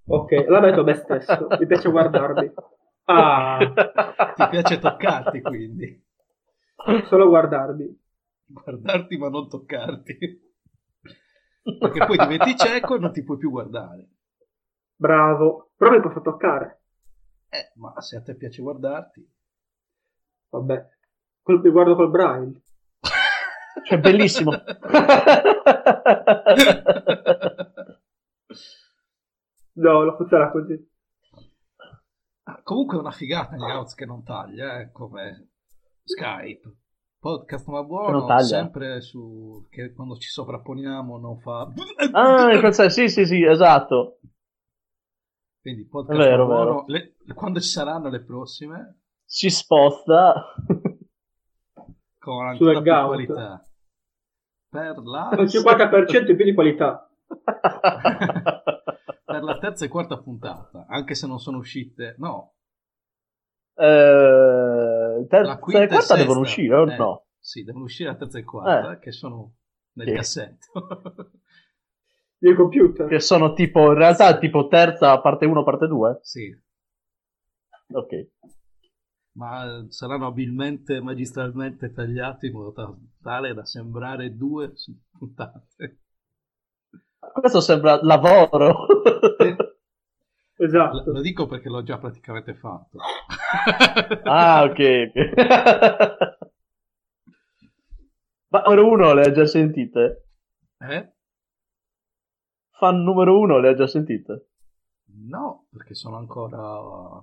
[SPEAKER 1] Ok, Eh, la metto me stesso. Mi piace guardarmi. Ah,
[SPEAKER 3] Ti piace toccarti, quindi.
[SPEAKER 1] solo guardarmi.
[SPEAKER 3] Guardarti ma non toccarti. Perché poi diventi cieco e non ti puoi più guardare.
[SPEAKER 1] Bravo. Però mi posso toccare.
[SPEAKER 3] Eh, ma se a te piace guardarti...
[SPEAKER 1] Vabbè. Col- mi guardo col Braille.
[SPEAKER 2] Cioè,
[SPEAKER 3] <laughs>
[SPEAKER 2] bellissimo.
[SPEAKER 1] No, non funziona così.
[SPEAKER 3] Ah, comunque è una figata Hangouts che non taglia, eh, come Skype. Podcast ma
[SPEAKER 2] Che non
[SPEAKER 3] buono,
[SPEAKER 2] taglia.
[SPEAKER 3] sempre su... che quando ci sovrapponiamo non fa...
[SPEAKER 2] ah, in quel senso, sì, sì, sì, esatto.
[SPEAKER 3] Quindi podcast
[SPEAKER 2] Vero,
[SPEAKER 3] ma buono, le- quando ci saranno le prossime,
[SPEAKER 2] Si sposta.
[SPEAKER 3] con
[SPEAKER 1] Su
[SPEAKER 3] ancora più
[SPEAKER 1] Hangout.
[SPEAKER 3] qualità. Per la...
[SPEAKER 1] Con 50% in più di qualità.
[SPEAKER 3] per la terza e quarta puntata, anche se non sono uscite, no,
[SPEAKER 2] Eh, terza
[SPEAKER 3] la quinta
[SPEAKER 2] e quarta
[SPEAKER 3] sesta.
[SPEAKER 2] devono uscire, o
[SPEAKER 3] Eh,
[SPEAKER 2] no? Eh.
[SPEAKER 3] Sì, devono uscire la terza e quarta, che sono nel
[SPEAKER 2] Sì.
[SPEAKER 3] cassetto. <laughs>
[SPEAKER 1] Del computer.
[SPEAKER 2] Che sono tipo, in realtà, tipo terza, parte 1, parte 2.
[SPEAKER 3] sì,
[SPEAKER 2] Ok.
[SPEAKER 3] ma saranno abilmente, magistralmente tagliati in modo ta- tale da sembrare due puntate.
[SPEAKER 2] Questo sembra lavoro.
[SPEAKER 1] Esatto.
[SPEAKER 3] Lo dico perché l'ho già praticamente fatto.
[SPEAKER 2] <laughs> ah, ok. ok. <laughs> Ma numero uno le ha già sentite?
[SPEAKER 3] <laughs> Eh?
[SPEAKER 2] Fan numero uno le ha già sentite?
[SPEAKER 3] No, perché sono ancora...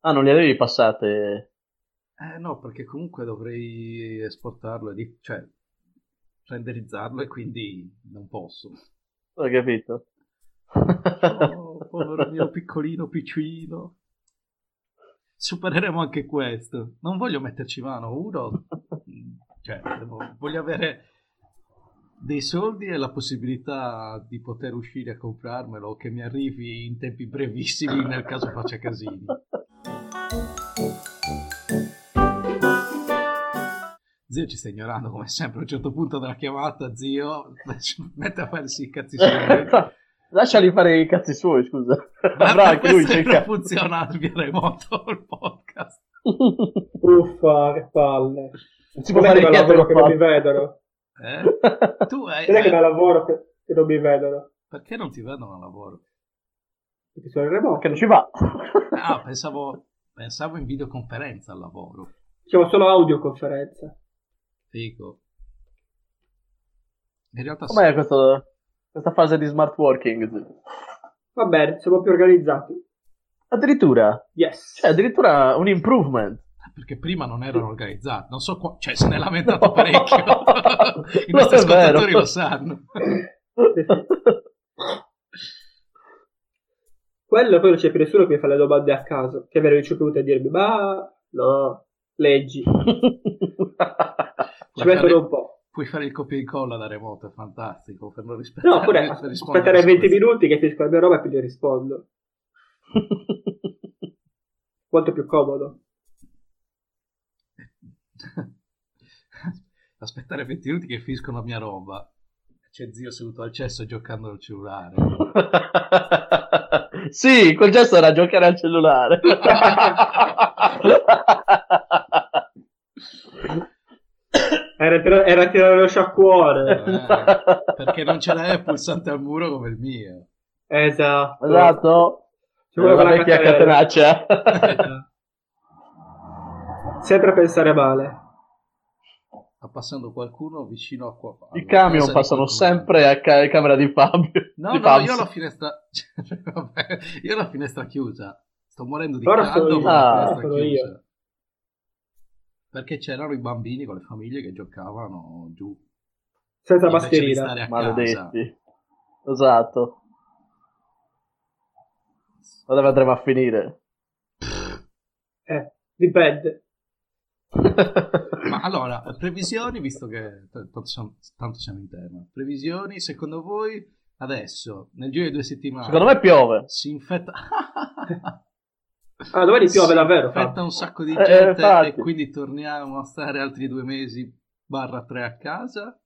[SPEAKER 2] Ah, non le avevi passate?
[SPEAKER 3] Eh no, perché comunque dovrei esportarlo, e di- cioè renderizzarlo e quindi non posso.
[SPEAKER 2] Ho capito.
[SPEAKER 3] Oh, povero mio piccolino piccino. Supereremo anche questo. Non voglio metterci mano, uno. Cioè, devo- voglio avere dei soldi e la possibilità di poter uscire a comprarmelo o che mi arrivi in tempi brevissimi nel caso
[SPEAKER 2] <laughs>
[SPEAKER 3] faccia casini. Zio ci sta ignorando come sempre. A un certo punto della chiamata, zio <laughs> mette a farsi i <laughs> cazzi suoi.
[SPEAKER 2] Lasciali fare i cazzi suoi, scusa.
[SPEAKER 3] <laughs> Ma
[SPEAKER 2] Avrà anche lui
[SPEAKER 3] questo
[SPEAKER 2] cerca-
[SPEAKER 3] non
[SPEAKER 2] <laughs>
[SPEAKER 3] funziona via remoto il podcast.
[SPEAKER 1] Uffa, che palle.
[SPEAKER 2] si può
[SPEAKER 1] Non è
[SPEAKER 2] fare
[SPEAKER 1] che
[SPEAKER 2] il
[SPEAKER 1] da lavoro
[SPEAKER 2] cazzo
[SPEAKER 1] che non mi vedono.
[SPEAKER 3] Eh?
[SPEAKER 2] <laughs>
[SPEAKER 3] Tu hai,
[SPEAKER 1] Non è che
[SPEAKER 3] eh,
[SPEAKER 1] da lavoro che, che non mi vedono.
[SPEAKER 3] perché non ti vedono al lavoro?
[SPEAKER 1] Perché sono in remoto.
[SPEAKER 2] Perché non ci va. <laughs>
[SPEAKER 3] Ah, pensavo, pensavo in videoconferenza al lavoro.
[SPEAKER 1] Facciamo solo audioconferenza.
[SPEAKER 3] Dico. In realtà sì.
[SPEAKER 2] Com'è questo- questa fase di smart working? zio?
[SPEAKER 1] Va bene, siamo più organizzati.
[SPEAKER 2] Addirittura,
[SPEAKER 1] Yes.
[SPEAKER 2] cioè, addirittura un improvement.
[SPEAKER 3] perché prima non erano organizzati. Non so qua, cioè se ne è lamentato parecchio.
[SPEAKER 2] <laughs>
[SPEAKER 1] <laughs>
[SPEAKER 3] <laughs> I
[SPEAKER 2] No,
[SPEAKER 3] nostri
[SPEAKER 2] è vero.
[SPEAKER 3] ascoltatori lo sanno.
[SPEAKER 2] <laughs>
[SPEAKER 1] Quello poi non c'è più nessuno che mi fa le domande a caso, che me le ricevute a dirmi, ma no, leggi. Ci
[SPEAKER 3] Guardare-
[SPEAKER 1] mettono un po'.
[SPEAKER 3] Puoi fare il copia e incolla da remoto, è fantastico. Per non rispettare
[SPEAKER 1] No, oppure
[SPEAKER 3] per rispondere
[SPEAKER 1] aspettare 20 minuti che finisco la mia roba e poi gli rispondo. Molto più comodo.
[SPEAKER 3] <laughs> aspettare 20 minuti che finisco la mia roba. C'è zio seduto al cesso giocando al cellulare.
[SPEAKER 2] <laughs> sì, quel gesto era giocare al cellulare.
[SPEAKER 1] Era, tira- era tirare lo
[SPEAKER 3] <laughs>
[SPEAKER 1] sciacquone.
[SPEAKER 3] Eh, perché non ce l'hai il pulsante al muro come il
[SPEAKER 1] <laughs>
[SPEAKER 3] mio.
[SPEAKER 1] Esatto.
[SPEAKER 2] Esatto.
[SPEAKER 1] Ci
[SPEAKER 3] Eh,
[SPEAKER 1] vuole
[SPEAKER 2] Una
[SPEAKER 1] quella
[SPEAKER 2] vecchia
[SPEAKER 1] catenella.
[SPEAKER 2] catenaccia.
[SPEAKER 3] <laughs>
[SPEAKER 1] Sempre a pensare male.
[SPEAKER 3] Sta passando qualcuno vicino a qua.
[SPEAKER 2] I
[SPEAKER 3] alla casa
[SPEAKER 2] camion
[SPEAKER 3] di
[SPEAKER 2] passano
[SPEAKER 3] qualcuno.
[SPEAKER 2] sempre a ca- camera di Fabio.
[SPEAKER 3] No,
[SPEAKER 2] di
[SPEAKER 3] no,
[SPEAKER 2] Fabs.
[SPEAKER 3] io ho la finestra. <laughs> Vabbè, io ho la finestra chiusa. Sto morendo di
[SPEAKER 1] Ora sono
[SPEAKER 3] caldo
[SPEAKER 1] io.
[SPEAKER 3] con la
[SPEAKER 2] Ah,
[SPEAKER 3] finestra
[SPEAKER 1] sono
[SPEAKER 3] chiusa.
[SPEAKER 1] io.
[SPEAKER 3] Perché c'erano i bambini con le famiglie che giocavano giù.
[SPEAKER 1] Senza
[SPEAKER 3] invece di
[SPEAKER 1] mascherina.
[SPEAKER 3] stare a casa.
[SPEAKER 2] Maledetti. Esatto. Ma dove andremo a finire?
[SPEAKER 1] Eh, dipende.
[SPEAKER 3] Ma allora, previsioni, visto che t- tanto siamo, tanto siamo in tema, previsioni, secondo voi adesso, nel giro di due settimane,
[SPEAKER 2] Secondo me piove.
[SPEAKER 3] si infetta... <laughs>
[SPEAKER 1] Ah, domani piove davvero,
[SPEAKER 3] Si infetta
[SPEAKER 1] Fabio.
[SPEAKER 3] un sacco di
[SPEAKER 2] Eh,
[SPEAKER 3] gente
[SPEAKER 2] infatti.
[SPEAKER 3] e quindi torniamo a stare altri due mesi, barra tre a casa?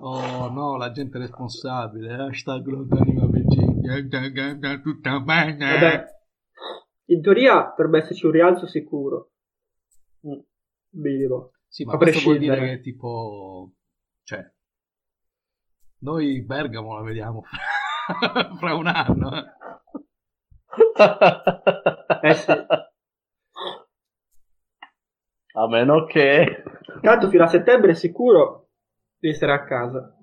[SPEAKER 3] Oh no, la gente responsabile, hashtag l'organima vicini, tutto bene.
[SPEAKER 1] Vabbè. In teoria dovrebbe esserci un rialzo sicuro.
[SPEAKER 2] Mm.
[SPEAKER 1] Minimo.
[SPEAKER 3] Sì, ma
[SPEAKER 1] A
[SPEAKER 3] questo vuol dire
[SPEAKER 1] prescindere.
[SPEAKER 3] che tipo... Cioè... Noi Bergamo la vediamo <laughs> fra, fra un anno. eh.
[SPEAKER 1] Eh sì.
[SPEAKER 2] A meno che...
[SPEAKER 1] Tanto fino a settembre è sicuro di stare a casa.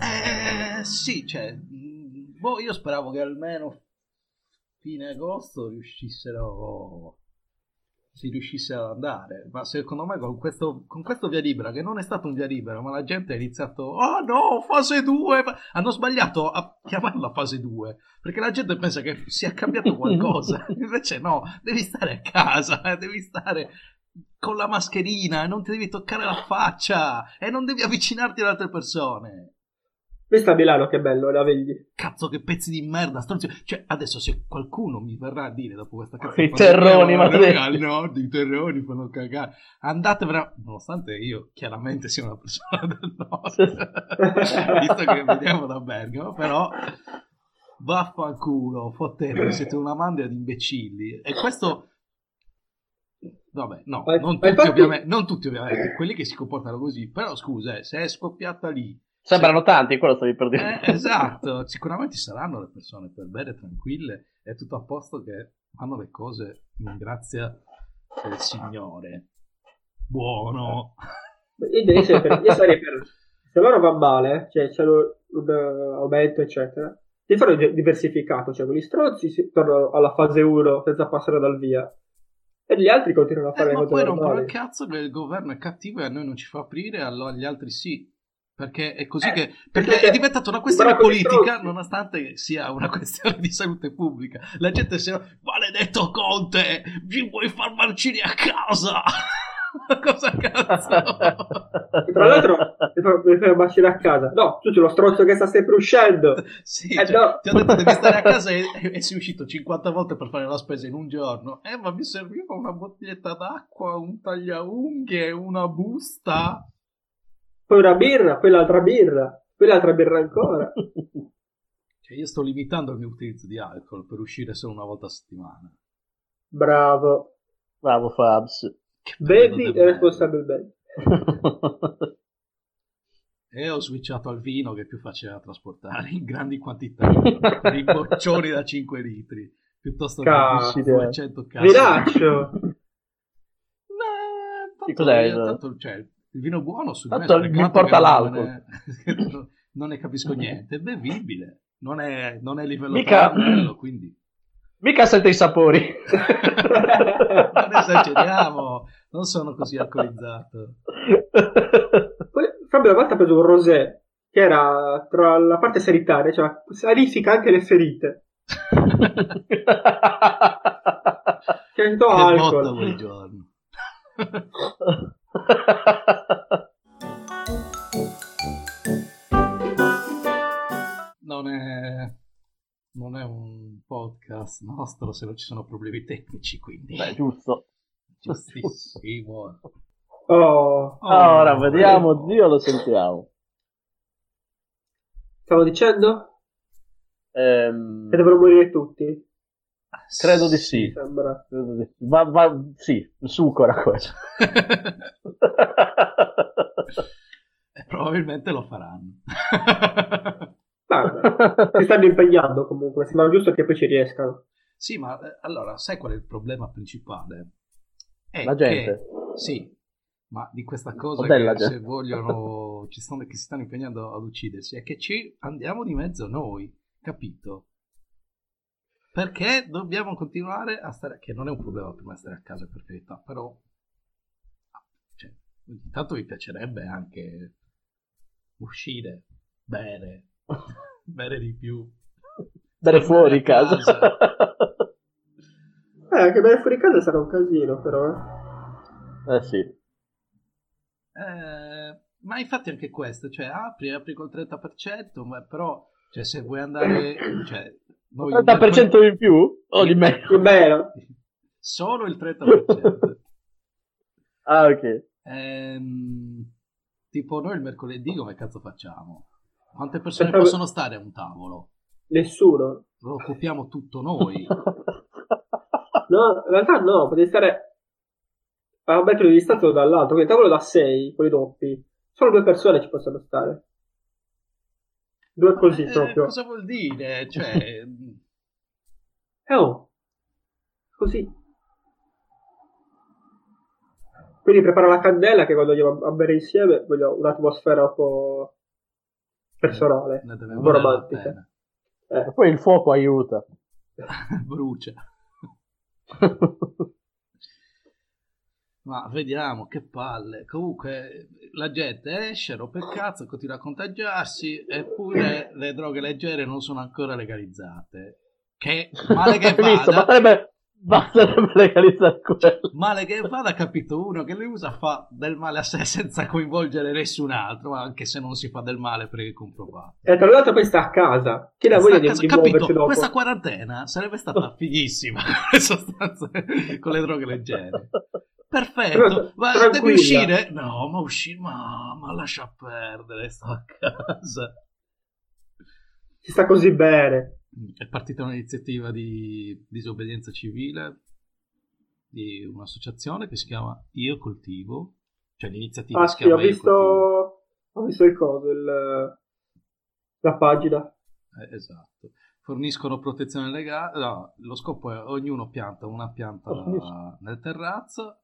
[SPEAKER 3] Eh, sì, cioè... mh, Boh, io speravo che almeno fine agosto riuscissero... Si riuscisse ad andare, ma secondo me con questo, con questo via libera, che non è stato un via libera, ma la gente ha iniziato, oh no, fase 2, hanno sbagliato a chiamarla fase 2, perché la gente pensa che sia cambiato qualcosa, invece no, devi stare a casa, eh, devi stare con la mascherina, non ti devi toccare la faccia e non devi avvicinarti ad altre persone.
[SPEAKER 1] Questa a Milano che bello, la vegli.
[SPEAKER 3] Cazzo, che pezzi di merda, stronzi. Cioè, adesso se qualcuno mi verrà a dire dopo questa cazzo
[SPEAKER 2] I
[SPEAKER 3] di pandemia,
[SPEAKER 2] terroni,
[SPEAKER 3] "Ma
[SPEAKER 2] ma
[SPEAKER 3] noi
[SPEAKER 2] te-
[SPEAKER 3] al nord, i terroni fanno cagare. Andatevene, nonostante io chiaramente sia una <laughs> persona del nord, visto che veniamo da Bergamo, però Vaffanculo, fottete, siete una mandria di imbecilli. E questo... Vabbè, no,
[SPEAKER 1] Ma-
[SPEAKER 3] non
[SPEAKER 1] ma
[SPEAKER 3] tutti,
[SPEAKER 1] infatti-
[SPEAKER 3] ovviamente, non tutti ovviamente, quelli che si comportano così, però scusa, eh, se è scoppiata lì,
[SPEAKER 2] Sembrano tanti, quello stavi per dire.
[SPEAKER 1] <laughs>
[SPEAKER 2] <laughs>
[SPEAKER 3] eh, esatto, sicuramente ci saranno le persone per bene, tranquille, è tutto a posto che fanno le cose in grazia del Signore. Buono.
[SPEAKER 1] Io, direi sempre- io sarei per... Se loro va male, cioè c'è lo- un eh, aumento, eccetera, di fare di- diversificato, cioè quelli strozzi si tornano alla fase 1 senza passare dal via e gli altri continuano a fare
[SPEAKER 3] Eh,
[SPEAKER 1] le
[SPEAKER 3] ma
[SPEAKER 1] cose
[SPEAKER 3] poi rompono
[SPEAKER 1] normali.
[SPEAKER 3] il cazzo che il governo è cattivo e a noi non ci fa aprire, allo- agli altri sì. Perché è così che. Perché
[SPEAKER 1] Eh, perché
[SPEAKER 3] è diventata una questione
[SPEAKER 1] braccoli
[SPEAKER 3] politica,
[SPEAKER 1] troppi.
[SPEAKER 3] nonostante sia una <laughs> questione di salute pubblica. La gente si. Maledetto Conte, ci vuoi far marcire a casa? <laughs> Cosa cazzo?
[SPEAKER 1] Tra l'altro- Mi fa- Mi fai bacino a casa. No, tu c'è lo strozzo che sta sempre uscendo.
[SPEAKER 3] Sì,
[SPEAKER 1] Eh,
[SPEAKER 3] cioè,
[SPEAKER 1] no.
[SPEAKER 3] ti ho detto devi stare
[SPEAKER 1] <laughs>
[SPEAKER 3] a casa e, e sei uscito 50 volte per fare la spesa in un giorno. Eh, ma mi serviva una bottiglietta d'acqua, un tagliaunghie, una busta.
[SPEAKER 1] Poi una birra, poi l'altra birra, poi l'altra birra ancora.
[SPEAKER 3] Cioè, io sto limitando il mio utilizzo di alcol per uscire solo una volta a settimana.
[SPEAKER 1] Bravo.
[SPEAKER 2] Bravo
[SPEAKER 3] <laughs>
[SPEAKER 2] Fabs.
[SPEAKER 3] Che
[SPEAKER 1] Bevi
[SPEAKER 3] periodo
[SPEAKER 1] e
[SPEAKER 3] del
[SPEAKER 1] responsabilmente.
[SPEAKER 3] bello. E ho switchato al vino che è più facile da trasportare <laughs> in grandi quantità, dei boccioni da 5 litri, piuttosto che
[SPEAKER 1] Cazzo.
[SPEAKER 3] 200 cazzo.
[SPEAKER 1] Viraccio.
[SPEAKER 3] Eh, tanto-
[SPEAKER 2] Che cos'è il-
[SPEAKER 3] tanto, cioè, il vino buono su
[SPEAKER 2] Tanto
[SPEAKER 3] me,
[SPEAKER 2] mi
[SPEAKER 3] peccato
[SPEAKER 2] porta
[SPEAKER 3] che
[SPEAKER 2] l'alcol.
[SPEAKER 3] <laughs> Non ne, non ne
[SPEAKER 2] <laughs>
[SPEAKER 3] capisco niente, è bevibile, non è, non è livello
[SPEAKER 2] Mica-
[SPEAKER 3] tavernello, quindi...
[SPEAKER 2] <laughs> Mica sente i sapori. <laughs>
[SPEAKER 3] Non esageriamo, non sono così alcolizzato.
[SPEAKER 1] Poi, Fabio una volta ha preso un rosé che era tra la parte sanitaria, cioè sanifica anche le ferite. Che ha detto "Oh,
[SPEAKER 3] Che botta
[SPEAKER 1] alcol.
[SPEAKER 3] quel giorno. <laughs> Non è, non è un podcast nostro se non ci sono problemi tecnici, quindi
[SPEAKER 2] Beh, giusto.
[SPEAKER 3] <laughs> giustissimo.
[SPEAKER 1] Oh,
[SPEAKER 2] Ora
[SPEAKER 3] ecco.
[SPEAKER 2] vediamo, Dio lo sentiamo.
[SPEAKER 1] stavo dicendo
[SPEAKER 2] Ehm,
[SPEAKER 1] che devono morire tutti.
[SPEAKER 2] credo di
[SPEAKER 3] <laughs>
[SPEAKER 2] sì.
[SPEAKER 1] Mi sembra.
[SPEAKER 2] Credo di sì. Ma, ma sì, il succo era
[SPEAKER 3] <laughs>
[SPEAKER 2] questo.
[SPEAKER 3] E <laughs> probabilmente lo faranno.
[SPEAKER 1] Guarda, si stanno impegnando comunque, sembra giusto che poi ci riescano.
[SPEAKER 3] <laughs> sì, ma eh, allora, sai qual è il problema principale? È
[SPEAKER 2] La gente.
[SPEAKER 3] che- sì, ma di questa cosa
[SPEAKER 2] O della
[SPEAKER 3] che se
[SPEAKER 2] gente.
[SPEAKER 3] vogliono, ci stanno, che si stanno impegnando ad uccidersi, è che ci andiamo di mezzo noi, capito? Perché dobbiamo continuare a stare, che non è un problema per me stare a casa per carità, però cioè, ogni tanto mi piacerebbe anche uscire, bere, <laughs> bere di più.
[SPEAKER 2] Dare fuori
[SPEAKER 3] Andare a
[SPEAKER 2] casa.
[SPEAKER 1] Eh, anche bene fuori casa sarà un casino però. eh.
[SPEAKER 2] <laughs> eh sì.
[SPEAKER 3] Eh, ma infatti anche questo, cioè apri, apri col 30%, ma però cioè, se vuoi andare...
[SPEAKER 1] <coughs>
[SPEAKER 3] Cioè, noi-
[SPEAKER 2] 30% in più o di meno?
[SPEAKER 1] Che bello.
[SPEAKER 3] Solo il 30%.
[SPEAKER 2] Ah, ok.
[SPEAKER 3] Ehm, tipo noi il mercoledì come cazzo facciamo? Quante persone
[SPEAKER 1] Perché-
[SPEAKER 3] possono stare a un tavolo?
[SPEAKER 1] Nessuno.
[SPEAKER 3] Lo occupiamo tutto noi.
[SPEAKER 1] No, in realtà no, potevi stare a un metro di distanza l'uno dall'altro, quindi il tavolo da 6, quelli doppi, solo due persone ci possono stare. Due <laughs> così
[SPEAKER 3] Eh,
[SPEAKER 1] proprio.
[SPEAKER 3] Cosa vuol dire?
[SPEAKER 1] <laughs>
[SPEAKER 3] Cioè,
[SPEAKER 1] Eh oh, così. Quindi prepara la candela che quando andiamo a bere insieme voglio un'atmosfera un po' personale.
[SPEAKER 3] ne deve
[SPEAKER 1] Un po'
[SPEAKER 3] valere la
[SPEAKER 1] romantica.
[SPEAKER 3] pena.
[SPEAKER 1] Eh,
[SPEAKER 2] <laughs> Poi il fuoco aiuta.
[SPEAKER 3] <laughs> Brucia. Ma vediamo che palle. Comunque la gente esce, rompe il cazzo, continua a contagiarsi, eppure le droghe leggere non sono ancora legalizzate. Che
[SPEAKER 1] <laughs>
[SPEAKER 3] male
[SPEAKER 2] <laughs>
[SPEAKER 3] che
[SPEAKER 2] Hai visto?
[SPEAKER 3] vada,
[SPEAKER 2] Basterebbe, basterebbe <laughs> legalizzare quello.
[SPEAKER 3] male che vada, ha capito uno che le usa fa del male a sé senza coinvolgere nessun altro, anche se non si fa del male perché è comprovato.
[SPEAKER 1] E tra l'altro poi sta a casa. Chi la
[SPEAKER 3] Sta
[SPEAKER 1] voglia
[SPEAKER 3] a
[SPEAKER 1] di,
[SPEAKER 3] casa-
[SPEAKER 1] di muoversi
[SPEAKER 3] capito,
[SPEAKER 1] dopo?
[SPEAKER 3] questa quarantena sarebbe
[SPEAKER 1] <laughs>
[SPEAKER 3] stata fighissima <laughs> con le sostanze, con le droghe leggere. Perfetto,
[SPEAKER 1] Però,
[SPEAKER 3] ma
[SPEAKER 1] tranquilla.
[SPEAKER 3] devi uscire? No, ma uscire, ma, ma <laughs> lascia perdere, sto a casa.
[SPEAKER 1] Si sta così bene.
[SPEAKER 3] È partita un'iniziativa di disobbedienza civile di un'associazione che si chiama Io Coltivo, cioè l'iniziativa
[SPEAKER 1] Ah
[SPEAKER 3] si
[SPEAKER 1] sì, ho
[SPEAKER 3] chiama Io Coltivo.
[SPEAKER 1] visto, ho visto il coso, il- la pagina.
[SPEAKER 3] Eh, esatto. Forniscono protezione legale. no, lo scopo è ognuno pianta una pianta
[SPEAKER 1] Fornisce.
[SPEAKER 3] nel terrazzo.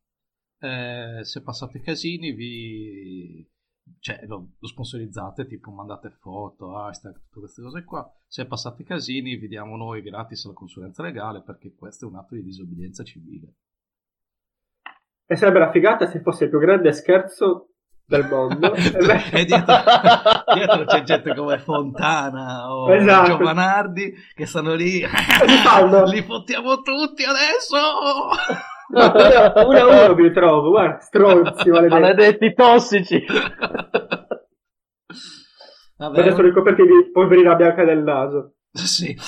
[SPEAKER 3] eh, se passate casini, vi cioè, lo, lo sponsorizzate, tipo mandate foto, hashtag, tutte queste cose qua. Se passate casini, vi diamo noi gratis la consulenza legale perché questo è un atto di disobbedienza civile.
[SPEAKER 1] E sarebbe la figata se fosse il più grande scherzo del
[SPEAKER 2] <laughs>
[SPEAKER 1] mondo. E beh,
[SPEAKER 3] E dietro, dietro c'è gente come Fontana o
[SPEAKER 1] Esatto.
[SPEAKER 3] Giovanardi che stanno lì.
[SPEAKER 1] li fanno.
[SPEAKER 3] <laughs>
[SPEAKER 1] <laughs>
[SPEAKER 3] Li fottiamo tutti adesso!
[SPEAKER 1] Uno a uno mi trovo, guarda,
[SPEAKER 2] <laughs>
[SPEAKER 1] stronzi, maledetti.
[SPEAKER 2] Maledetti tossici.
[SPEAKER 3] Vabbè,
[SPEAKER 1] Adesso ricoperti di polverina bianca del naso.
[SPEAKER 3] <laughs> sì. <laughs>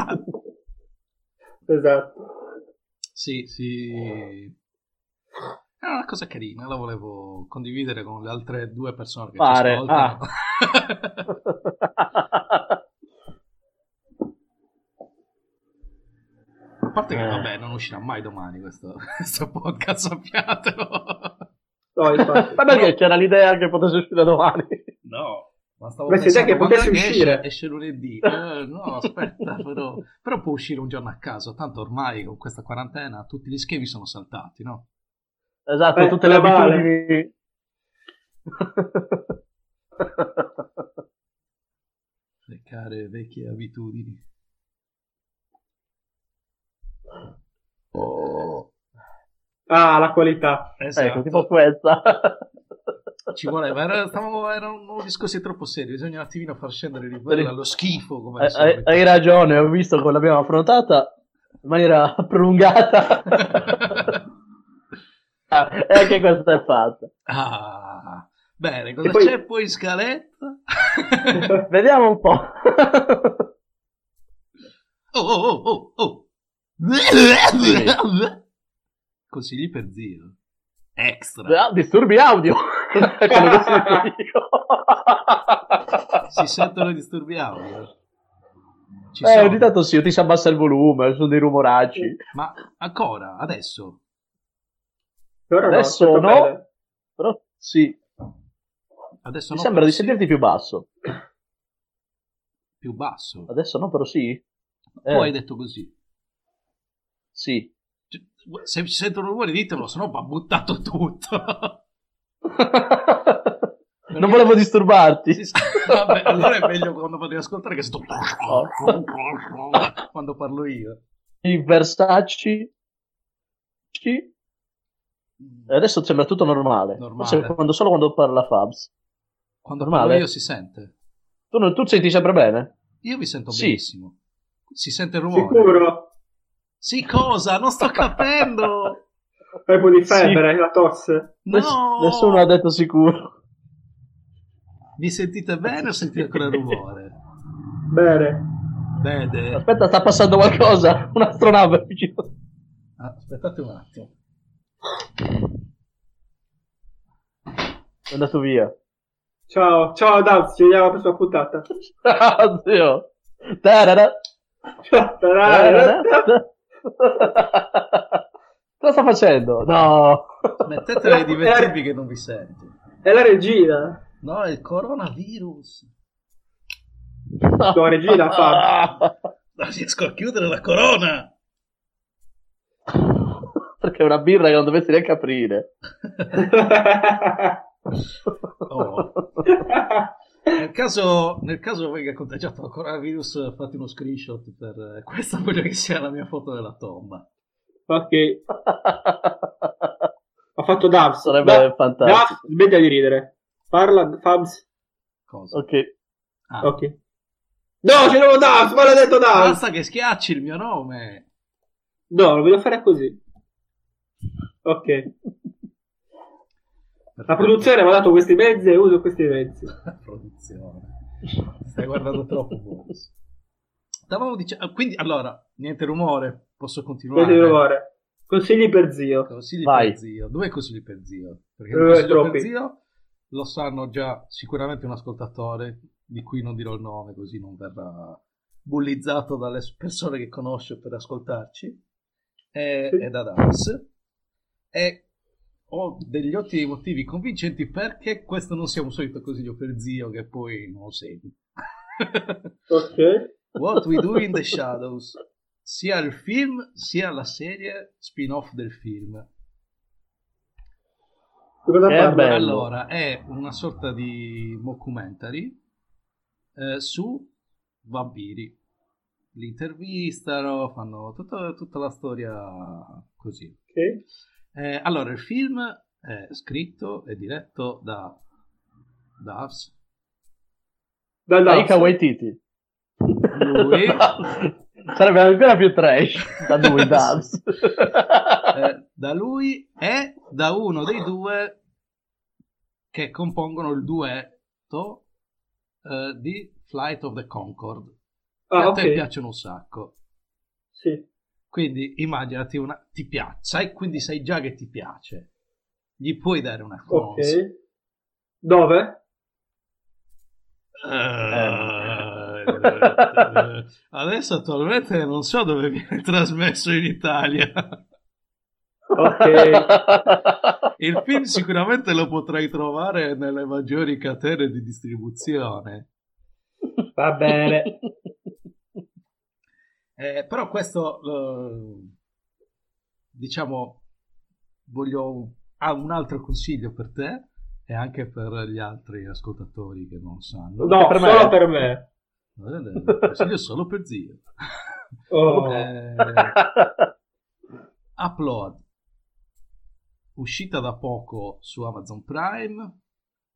[SPEAKER 3] Ah!
[SPEAKER 1] Esatto.
[SPEAKER 3] sì, sì. Era una cosa carina, la volevo condividere con le altre due persone che ci
[SPEAKER 2] Pare,
[SPEAKER 3] <laughs>
[SPEAKER 2] ah.
[SPEAKER 3] ascoltano. A parte che,
[SPEAKER 2] Eh.
[SPEAKER 3] vabbè, non uscirà mai domani questo, <laughs> questo podcast, sappiatelo.
[SPEAKER 1] No, infatti.
[SPEAKER 2] Ma perché c'era l'idea che potesse uscire domani?
[SPEAKER 3] No, ma stavo
[SPEAKER 1] Ma c'è
[SPEAKER 3] pensando
[SPEAKER 1] te che
[SPEAKER 3] quando
[SPEAKER 1] potessi
[SPEAKER 3] è esce?
[SPEAKER 1] uscire. <laughs>
[SPEAKER 3] Esce, lunedì. Eh, no, aspetta, però, però può uscire un giorno a caso. Tanto ormai con questa quarantena tutti gli schemi sono saltati, no?
[SPEAKER 2] Esatto,
[SPEAKER 1] Eh,
[SPEAKER 2] tutte le
[SPEAKER 1] meno male.
[SPEAKER 2] abitudini.
[SPEAKER 3] Le care vecchie abitudini. Oh,
[SPEAKER 1] Ah, la qualità.
[SPEAKER 2] Ecco, tipo questa.
[SPEAKER 3] Esatto.
[SPEAKER 2] Eh,
[SPEAKER 3] Ci voleva, era, stavamo, erano discorsi troppo seri, bisogna un attimino far scendere il livello allo schifo come al
[SPEAKER 2] Eh, Hai,
[SPEAKER 3] solito.
[SPEAKER 2] hai ragione, ho visto come l'abbiamo affrontata in maniera
[SPEAKER 3] <laughs>
[SPEAKER 2] prolungata. Ah, e anche questa è fatta.
[SPEAKER 3] <laughs> Ah, bene, cosa
[SPEAKER 1] E poi-
[SPEAKER 3] c'è poi in scaletta? <laughs>
[SPEAKER 2] Vediamo un po'.
[SPEAKER 3] Oh, oh, oh, oh, oh. Consigli per zio. Extra.
[SPEAKER 2] Ah, disturbi
[SPEAKER 3] <laughs>
[SPEAKER 2] audio. Quello che sono io.
[SPEAKER 3] Si sentono i disturbi audio. Ci
[SPEAKER 2] Eh,
[SPEAKER 3] sono.
[SPEAKER 2] ogni tanto sì, ti si abbassa il volume, sono dei rumoracci.
[SPEAKER 3] Ma ancora, adesso.
[SPEAKER 1] Ora no,
[SPEAKER 2] Adesso
[SPEAKER 1] tutto
[SPEAKER 2] no.
[SPEAKER 1] bene.
[SPEAKER 2] Però sì,
[SPEAKER 3] Adesso
[SPEAKER 2] mi
[SPEAKER 3] no,
[SPEAKER 2] sembra di
[SPEAKER 3] sì,
[SPEAKER 2] sentirti più basso.
[SPEAKER 3] più basso.
[SPEAKER 2] Adesso no, però sì. Eh,
[SPEAKER 3] Poi hai detto così. <laughs>
[SPEAKER 2] sì.
[SPEAKER 3] Cioè, Se ci sentono rumori ditelo, sennò va buttato tutto.
[SPEAKER 2] non volevo disturbarti.
[SPEAKER 3] Sì, sì. Vabbè, allora è meglio quando vado ad ascoltare che sto quando parlo io.
[SPEAKER 2] I Versace. Ci- Adesso sembra tutto normale.
[SPEAKER 3] Normale.
[SPEAKER 2] Forse quando- solo quando parla Fabs.
[SPEAKER 3] Quando
[SPEAKER 2] normale.
[SPEAKER 3] parlo io si sente.
[SPEAKER 2] Tu, non- tu senti sempre bene?
[SPEAKER 3] Io vi sento
[SPEAKER 2] Sì.
[SPEAKER 3] benissimo. Si sente il rumore.
[SPEAKER 1] Sicuro?
[SPEAKER 3] Sì, cosa? Non sto capendo.
[SPEAKER 1] Hai un po' di
[SPEAKER 2] Sì.
[SPEAKER 1] febbre, la tosse.
[SPEAKER 2] Ness-
[SPEAKER 3] No.
[SPEAKER 2] nessuno ha detto sicuro.
[SPEAKER 3] Mi sentite bene o sentite ancora il rumore?
[SPEAKER 1] Bene.
[SPEAKER 3] Vede?
[SPEAKER 2] Aspetta, sta passando qualcosa. Un'astronave vicino.
[SPEAKER 3] Ah, aspettate un attimo.
[SPEAKER 2] È andato via.
[SPEAKER 1] Ciao, ciao Dams, ci vediamo alla prossima puntata.
[SPEAKER 2] Ciao, zio. Tarara.
[SPEAKER 1] Ah,
[SPEAKER 2] Eh,
[SPEAKER 1] Eh,
[SPEAKER 2] Tarara. <laughs> Cosa sta facendo? No.
[SPEAKER 3] Smettetela di divertirvi che non vi sento.
[SPEAKER 1] È la regina.
[SPEAKER 3] No, è il coronavirus.
[SPEAKER 1] No, regina,
[SPEAKER 3] Non Ah, riesco a chiudere la corona.
[SPEAKER 2] <laughs> Perché è una birra che non dovresti neanche aprire.
[SPEAKER 3] Oh. Nel caso, nel caso venga contagiato dal coronavirus, fate uno screenshot per eh, questa voglio che sia la mia foto della tomba.
[SPEAKER 1] <laughs> ok, ha fatto Dams.
[SPEAKER 2] <laughs> Sarebbe
[SPEAKER 1] Da-
[SPEAKER 2] fantastico.
[SPEAKER 1] Dams, smettila di ridere. Parla, Fabs.
[SPEAKER 3] Cosa?
[SPEAKER 2] Ok.
[SPEAKER 3] Ah,
[SPEAKER 1] Ok. No, c'è nuovo Dams, maledetto Dams.
[SPEAKER 3] Basta che schiacci il mio nome.
[SPEAKER 1] No, lo voglio fare così. Ok. La produzione mi ha dato questi mezzi e uso questi mezzi.
[SPEAKER 3] <laughs> La produzione. Stai guardando troppo Boris. Stavamo dicendo... Quindi, allora, niente rumore. Posso continuare?
[SPEAKER 1] Vedi il rumore. Consigli per zio.
[SPEAKER 3] Consigli
[SPEAKER 2] Vai.
[SPEAKER 3] per zio. Due consigli per zio. Perché
[SPEAKER 1] Eh,
[SPEAKER 3] il consiglio
[SPEAKER 1] troppi.
[SPEAKER 3] per zio lo sanno già sicuramente un ascoltatore di cui non dirò il nome così non verrà bullizzato dalle persone che conosce per ascoltarci e,
[SPEAKER 1] Sì.
[SPEAKER 3] e da Dams e ho degli ottimi motivi convincenti perché questo non sia un solito consiglio per zio che poi non lo segui.
[SPEAKER 1] Ok.
[SPEAKER 3] <laughs> What We Do in the Shadows, sia il film sia la serie spin-off del film.
[SPEAKER 1] Di cosa
[SPEAKER 2] Eh,
[SPEAKER 1] parla?
[SPEAKER 2] beh. Bello.
[SPEAKER 3] Allora, è una sorta di mockumentary eh, su vampiri. Li intervistano, fanno tutta, tutta la storia così.
[SPEAKER 1] Ok.
[SPEAKER 3] Eh, allora, il film è scritto e diretto da Davs,
[SPEAKER 1] Dal
[SPEAKER 2] Taika
[SPEAKER 1] Dams.
[SPEAKER 2] Waititi.
[SPEAKER 1] <laughs>
[SPEAKER 3] lui,
[SPEAKER 2] <laughs> Sarebbe ancora più trash da due Dubs.
[SPEAKER 3] eh, da lui e da uno dei due che compongono il duetto eh, di Flight of the Concord.
[SPEAKER 1] Ah,
[SPEAKER 3] a
[SPEAKER 1] ok.
[SPEAKER 3] te piacciono un sacco.
[SPEAKER 1] Sì.
[SPEAKER 3] Quindi immaginati una ti piaccia e quindi sai già che ti piace. Gli puoi dare una
[SPEAKER 1] Ok.
[SPEAKER 3] cosa.
[SPEAKER 1] Dove?
[SPEAKER 3] Eh, eh, adesso attualmente non so dove viene trasmesso in Italia.
[SPEAKER 1] Ok.
[SPEAKER 3] Il film sicuramente lo potrai trovare nelle maggiori catene di distribuzione.
[SPEAKER 1] Va bene.
[SPEAKER 3] Eh, però questo, eh, diciamo, voglio un, ah, un altro consiglio per te e anche per gli altri ascoltatori che non lo sanno.
[SPEAKER 1] <laughs> No,
[SPEAKER 2] per me.
[SPEAKER 1] solo per me.
[SPEAKER 3] Eh, eh, consiglio solo per zio.
[SPEAKER 1] Oh.
[SPEAKER 3] Eh, Upload, uscita da poco su Amazon Prime,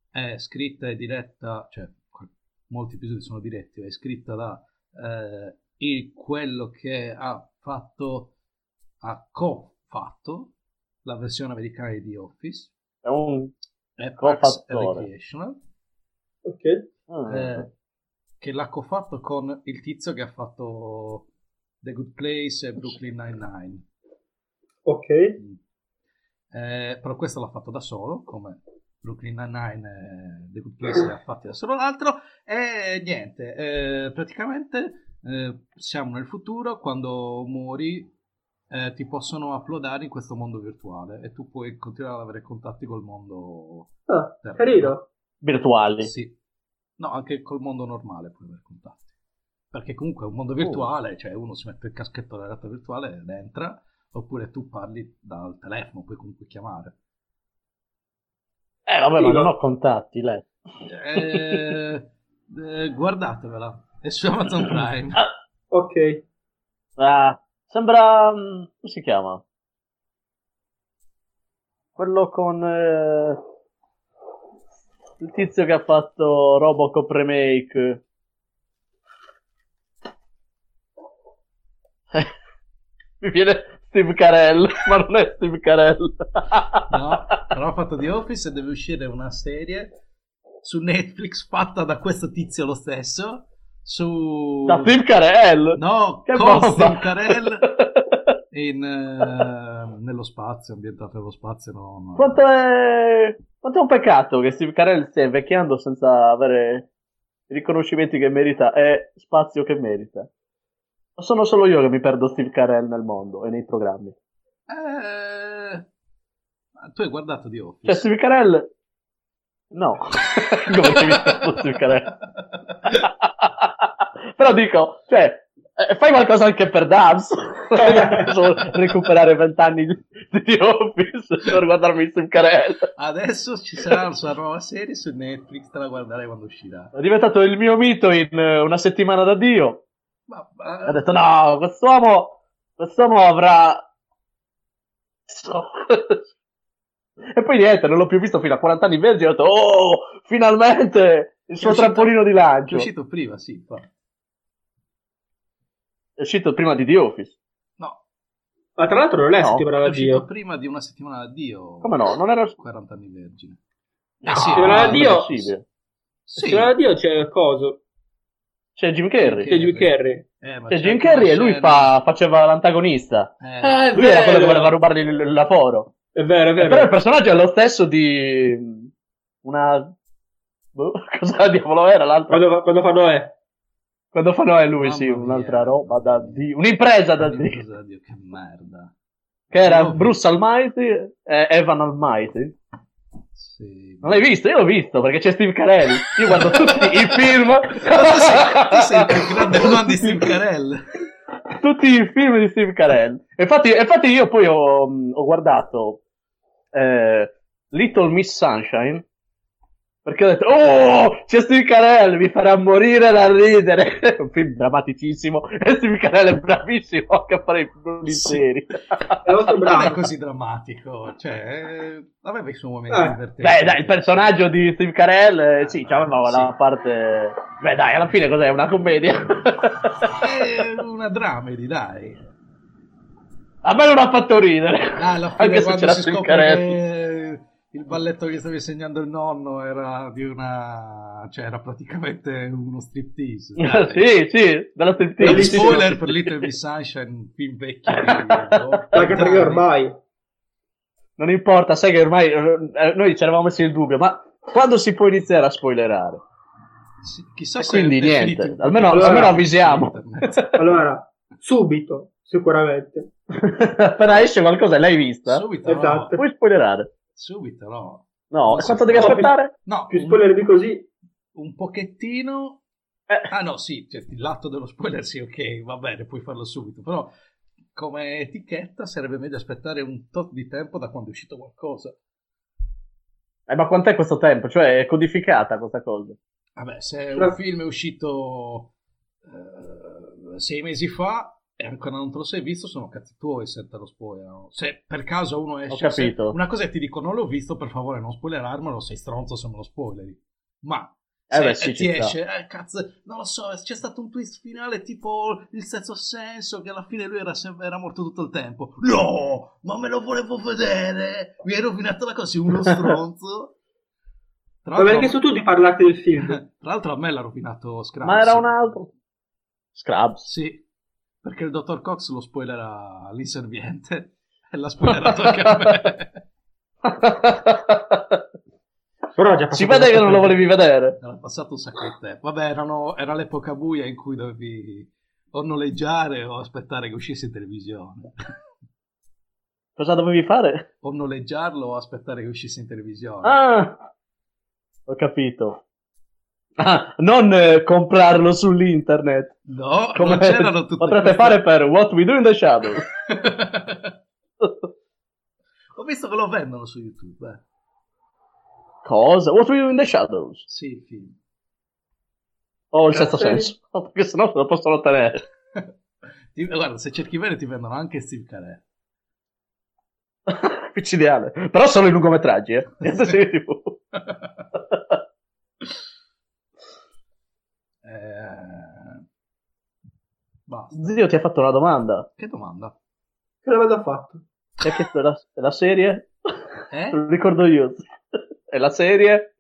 [SPEAKER 3] è scritta e diretta, cioè qual- molti episodi sono diretti, è scritta da eh, il- quello che ha fatto, ha co-fatto la versione americana di The Office,
[SPEAKER 2] È un...
[SPEAKER 3] è Parks and
[SPEAKER 2] Co-fattore.
[SPEAKER 3] Recreational,
[SPEAKER 1] Ok.
[SPEAKER 2] mm,
[SPEAKER 3] eh, che l'ha co-fatto con il tizio che ha fatto The Good Place e Brooklyn Nine-Nine.
[SPEAKER 1] Ok.
[SPEAKER 3] Eh, però questo l'ha fatto da solo, come Brooklyn Nine-Nine e The Good Place l'ha fatti da solo l'altro, e niente, eh, praticamente eh, siamo nel futuro, quando muori eh, ti possono uploadare in questo mondo virtuale e tu puoi continuare ad avere contatti col mondo
[SPEAKER 1] Ah,
[SPEAKER 3] terreno.
[SPEAKER 1] carino.
[SPEAKER 2] Virtuali.
[SPEAKER 3] Sì. No, anche col mondo normale puoi avere contatti. Perché comunque è un mondo virtuale, cioè uno si mette il caschetto della realtà virtuale ed entra, oppure tu parli dal telefono, puoi comunque chiamare.
[SPEAKER 2] Eh, vabbè, ma
[SPEAKER 1] Sì,
[SPEAKER 2] non
[SPEAKER 1] no.
[SPEAKER 2] ho contatti, lei.
[SPEAKER 3] Eh, eh, guardatevela, è su Amazon Prime.
[SPEAKER 2] Ah,
[SPEAKER 1] Ok.
[SPEAKER 2] ah, sembra... mm, come si chiama? Quello con... eh, il tizio che ha fatto Robocop Remake. <laughs> Eh, Mi viene Steve Carell, <laughs> ma non è Steve Carell.
[SPEAKER 3] No, però ha fatto The Office e deve uscire una serie su Netflix fatta da questo tizio lo stesso. Su...
[SPEAKER 2] <laughs> Da Steve Carell!
[SPEAKER 3] No,
[SPEAKER 2] Che
[SPEAKER 3] con
[SPEAKER 2] bomba! <laughs>
[SPEAKER 3] Steve Carell in, eh, nello spazio, ambientato nello spazio. No, no.
[SPEAKER 2] Quanto è... Quanto è un peccato che Steve Carell stia invecchiando senza avere i riconoscimenti che merita e spazio che merita. O sono solo io che mi perdo Steve Carell nel mondo e nei programmi?
[SPEAKER 3] Eh, ma tu hai guardato The Office?
[SPEAKER 2] Cioè, Steve Carell... No. <laughs> Cioè, Come che mi perdo Steve Carell? <laughs>
[SPEAKER 3] <laughs>
[SPEAKER 2] Però dico, cioè, eh, fai qualcosa anche per Dubs. <laughs> Solo recuperare vent'anni di, di The Office per guardarmi Steve Carell.
[SPEAKER 3] Adesso ci sarà la sua nuova serie su Netflix, te la guarderai quando uscirà.
[SPEAKER 2] È diventato il mio mito in eh, una settimana da Dio.
[SPEAKER 3] Ma, ma-
[SPEAKER 2] Ha detto no, quest'uomo, quest'uomo avrà... <laughs> e poi niente, non l'ho più visto fino a 40 anni vergine, ho detto oh, finalmente il suo
[SPEAKER 3] È uscito-
[SPEAKER 2] trampolino di
[SPEAKER 3] Che
[SPEAKER 2] lancio.
[SPEAKER 3] è uscito prima, sì. fa.
[SPEAKER 2] È uscito prima di The Office.
[SPEAKER 3] No,
[SPEAKER 1] Ma Ah, tra l'altro non è
[SPEAKER 2] No,
[SPEAKER 3] è
[SPEAKER 1] settimana
[SPEAKER 3] uscito
[SPEAKER 1] Dio.
[SPEAKER 3] prima di una settimana addio.
[SPEAKER 2] Come no? Non era...
[SPEAKER 3] 40 anni vergine. Eh
[SPEAKER 2] No,
[SPEAKER 3] sì,
[SPEAKER 1] Settimana
[SPEAKER 2] non è
[SPEAKER 1] addio.
[SPEAKER 2] possibile. Eh,
[SPEAKER 3] Sì.
[SPEAKER 1] Settimana Dio c'è il coso.
[SPEAKER 2] C'è Jim Carrey.
[SPEAKER 1] C'è Jim Carrey.
[SPEAKER 3] Eh, ma
[SPEAKER 2] C'è
[SPEAKER 3] c'è
[SPEAKER 2] Jim
[SPEAKER 3] anche
[SPEAKER 2] Carrey
[SPEAKER 3] una
[SPEAKER 2] e lui
[SPEAKER 3] scena-
[SPEAKER 2] fa- faceva l'antagonista.
[SPEAKER 3] Eh,
[SPEAKER 2] Lui era quello che voleva rubargli il, il lavoro.
[SPEAKER 1] È vero, è
[SPEAKER 2] Eh, però il
[SPEAKER 1] vero.
[SPEAKER 2] personaggio è lo stesso di... una... boh, <laughs> cosa diavolo era l'altro? <laughs>
[SPEAKER 1] Quando, fa- quando fanno E.
[SPEAKER 2] Quando fanno è lui, sì,
[SPEAKER 3] Mamma mia.
[SPEAKER 2] un'altra roba da Dio. Un'impresa da Dio.
[SPEAKER 3] Cosa, Dio, che merda.
[SPEAKER 2] Che era
[SPEAKER 3] No.
[SPEAKER 2] Bruce Almighty e Evan Almighty.
[SPEAKER 3] Sì.
[SPEAKER 2] Non l'hai visto? Io l'ho visto perché c'è Steve Carell. Io guardo tutti i
[SPEAKER 3] <laughs>
[SPEAKER 2] film.
[SPEAKER 3] Tu sei, tu sei il
[SPEAKER 2] <laughs>
[SPEAKER 3] più grande fan di Steve Carell.
[SPEAKER 2] tutti i film di Steve Carell. Infatti, infatti io poi ho, ho guardato eh, Little Miss Sunshine perché ho detto, oh, c'è Steve Carell, mi farà morire da ridere. <laughs> È un film drammaticissimo e Steve Carell è bravissimo anche a fare i polizeri.
[SPEAKER 1] È
[SPEAKER 2] <laughs>
[SPEAKER 1] molto
[SPEAKER 3] Non è
[SPEAKER 1] bravo.
[SPEAKER 3] così drammatico, cioè, eh, aveva i suoi momenti
[SPEAKER 1] Eh.
[SPEAKER 3] divertenti.
[SPEAKER 2] Beh, dai, il personaggio di Steve Carell, eh, sì,
[SPEAKER 3] Ah,
[SPEAKER 2] c'aveva la
[SPEAKER 3] sì.
[SPEAKER 2] parte... Beh, dai, alla fine cos'è? Una
[SPEAKER 3] <laughs>
[SPEAKER 2] commedia?
[SPEAKER 3] È una dramedy, dai.
[SPEAKER 2] a me non ha fatto ridere.
[SPEAKER 3] Ah, alla fine
[SPEAKER 2] Anche se
[SPEAKER 3] quando
[SPEAKER 2] c'era
[SPEAKER 3] si
[SPEAKER 2] Steve
[SPEAKER 3] scopre
[SPEAKER 2] Carell.
[SPEAKER 3] che il balletto che stava insegnando il nonno era di una... cioè, era praticamente uno striptease. dai.
[SPEAKER 2] <laughs> Ah, sì, sì, della
[SPEAKER 3] Quindi,
[SPEAKER 1] Bellissimo.
[SPEAKER 3] spoiler per Little Miss Sunshine, un
[SPEAKER 2] <laughs>
[SPEAKER 3] film vecchio. di-
[SPEAKER 1] Anche perché
[SPEAKER 3] dai.
[SPEAKER 1] ormai...
[SPEAKER 2] Non importa, sai che ormai eh, noi ci eravamo messi il dubbio, ma quando si può iniziare a spoilerare?
[SPEAKER 3] Ah, Sì, Chissà
[SPEAKER 2] E
[SPEAKER 3] se
[SPEAKER 2] quindi
[SPEAKER 3] è definito
[SPEAKER 2] niente,
[SPEAKER 3] un-
[SPEAKER 2] almeno-
[SPEAKER 1] Allora-
[SPEAKER 2] almeno avvisiamo.
[SPEAKER 3] su internet.
[SPEAKER 1] Allora, subito, sicuramente.
[SPEAKER 2] <laughs> Appena esce qualcosa e l'hai vista,
[SPEAKER 3] Subito no.
[SPEAKER 1] Esatto.
[SPEAKER 2] puoi spoilerare.
[SPEAKER 3] Subito no.
[SPEAKER 2] No, e quanto devi
[SPEAKER 1] No,
[SPEAKER 2] aspettare?
[SPEAKER 3] No,
[SPEAKER 1] Più
[SPEAKER 3] un,
[SPEAKER 1] spoiler di così,
[SPEAKER 3] un pochettino...
[SPEAKER 2] Eh.
[SPEAKER 3] Ah no, sì, cioè, il lato dello spoiler sì, ok, va bene, puoi farlo subito, però come etichetta sarebbe meglio aspettare un tot di tempo da quando è uscito qualcosa.
[SPEAKER 2] Eh, ma quant'è questo tempo? Cioè, è codificata questa cosa.
[SPEAKER 3] Vabbè, se un
[SPEAKER 1] Però-
[SPEAKER 3] film è uscito eh, sei mesi fa e ancora non te lo sei visto, sono cazzi tuoi se te lo spoilerano. Se per caso uno esce... se-
[SPEAKER 2] capito.
[SPEAKER 3] Una cosa è ti dico non l'ho visto, per favore non spoilerarmelo, sei stronzo se me lo spoileri. Ma...
[SPEAKER 2] Eh
[SPEAKER 3] se
[SPEAKER 2] beh, sì,
[SPEAKER 3] ti
[SPEAKER 2] ci sta.
[SPEAKER 3] esce, eh, cazzo, non lo so, c'è stato un twist finale tipo il senso senso che alla fine lui era, sem- era morto tutto il tempo. No, ma me lo volevo vedere! Mi hai rovinato la cosa, sei
[SPEAKER 2] <laughs>
[SPEAKER 3] uno stronzo. Tra
[SPEAKER 1] va bene
[SPEAKER 3] l'altro-
[SPEAKER 1] che sono tu di parlarti del
[SPEAKER 2] <laughs>
[SPEAKER 1] film.
[SPEAKER 3] tra l'altro a me l'ha rovinato Scrubs.
[SPEAKER 2] Ma era un altro. Scrubs.
[SPEAKER 3] Sì, perché il dottor Cox lo spoilerà all'inserviente <laughs> e l'ha spoilerato anche
[SPEAKER 2] <laughs>
[SPEAKER 3] a me.
[SPEAKER 1] Però è già
[SPEAKER 2] si
[SPEAKER 1] passato
[SPEAKER 2] vede che non lo
[SPEAKER 1] abbastanza
[SPEAKER 2] volevi vedere.
[SPEAKER 3] Era passato un sacco di tempo. Vabbè, erano- era l'epoca buia in cui dovevi o noleggiare o aspettare che uscisse
[SPEAKER 2] <laughs>
[SPEAKER 3] in televisione.
[SPEAKER 2] Cosa dovevi fare?
[SPEAKER 3] O noleggiarlo o aspettare che uscisse in televisione.
[SPEAKER 2] Ah, ho capito. Ah, non eh, comprarlo sull'internet.
[SPEAKER 3] no,
[SPEAKER 2] Come
[SPEAKER 3] non c'erano tutte
[SPEAKER 2] potrete
[SPEAKER 3] queste-
[SPEAKER 2] fare per What We Do in the Shadow.
[SPEAKER 3] <laughs> Ho visto che lo vendono su YouTube. Eh.
[SPEAKER 2] Cosa? What We Do in the Shadows?
[SPEAKER 3] Sì, il film. <laughs>
[SPEAKER 2] Oh, il
[SPEAKER 1] Cazzo,
[SPEAKER 2] sesto senso. <laughs> No, Perché sennò se lo possono <laughs> tenere.
[SPEAKER 3] Ti- Guarda, se cerchi bene ti vendono anche Steve Carell.
[SPEAKER 2] Micidiale. Però solo i lungometraggi,
[SPEAKER 3] <laughs>
[SPEAKER 2] eh. Niente serie TV.
[SPEAKER 3] Eh, basta.
[SPEAKER 2] Zio ti ha fatto una domanda.
[SPEAKER 3] Che domanda?
[SPEAKER 1] Che domanda ha fatto?
[SPEAKER 2] Ti ha chiesto la, la serie?
[SPEAKER 3] Eh?
[SPEAKER 2] Te lo ricordo io. È la serie?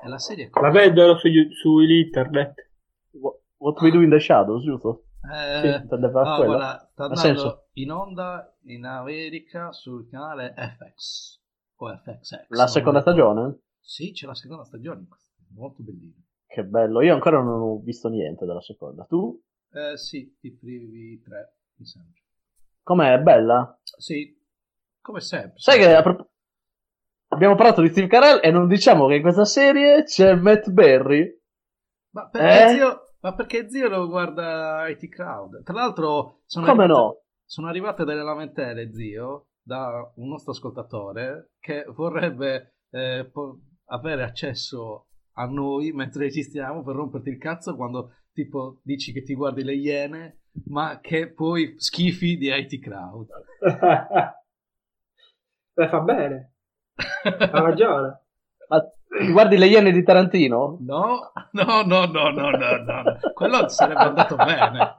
[SPEAKER 3] È la serie
[SPEAKER 1] La
[SPEAKER 3] cosa?
[SPEAKER 1] vedono su, su
[SPEAKER 2] <laughs>
[SPEAKER 1] internet.
[SPEAKER 2] Wha- What We Do in the Shadows, giusto?
[SPEAKER 3] Eh,
[SPEAKER 2] Sì, intendeva
[SPEAKER 3] no,
[SPEAKER 2] quella.
[SPEAKER 3] guarda, sta
[SPEAKER 2] Ha
[SPEAKER 3] andando
[SPEAKER 2] senso.
[SPEAKER 3] in onda in America sul canale FX o FXX.
[SPEAKER 2] La
[SPEAKER 3] non
[SPEAKER 2] seconda
[SPEAKER 3] ricordo.
[SPEAKER 2] stagione?
[SPEAKER 3] Sì, c'è la seconda stagione, molto bellina.
[SPEAKER 2] Che bello. Io ancora non ho visto niente della seconda. Tu?
[SPEAKER 3] Eh, sì, i primi tre, mi sembra.
[SPEAKER 2] Com'è? È bella?
[SPEAKER 3] Sì, come sempre.
[SPEAKER 2] Sai che a prop- abbiamo parlato di Steve Carell e non diciamo che in questa serie c'è Matt Berry.
[SPEAKER 3] Ma perché,
[SPEAKER 2] Eh?
[SPEAKER 3] zio, ma perché zio lo guarda IT Crowd? Tra l'altro, sono
[SPEAKER 2] Come
[SPEAKER 3] arrivate-
[SPEAKER 2] no?
[SPEAKER 3] sono arrivate delle lamentele, zio, da un nostro ascoltatore che vorrebbe eh, po- avere accesso a noi mentre registriamo per romperti il cazzo quando tipo dici che ti guardi le iene, ma che poi schifi di IT Crowd.
[SPEAKER 1] Beh, Eh, fa bene, ha ragione.
[SPEAKER 2] Ma ti guardi le Iene di Tarantino?
[SPEAKER 3] <laughs> No, no, no, no, no, no, no. Quello sarebbe
[SPEAKER 2] <laughs>
[SPEAKER 3] andato bene.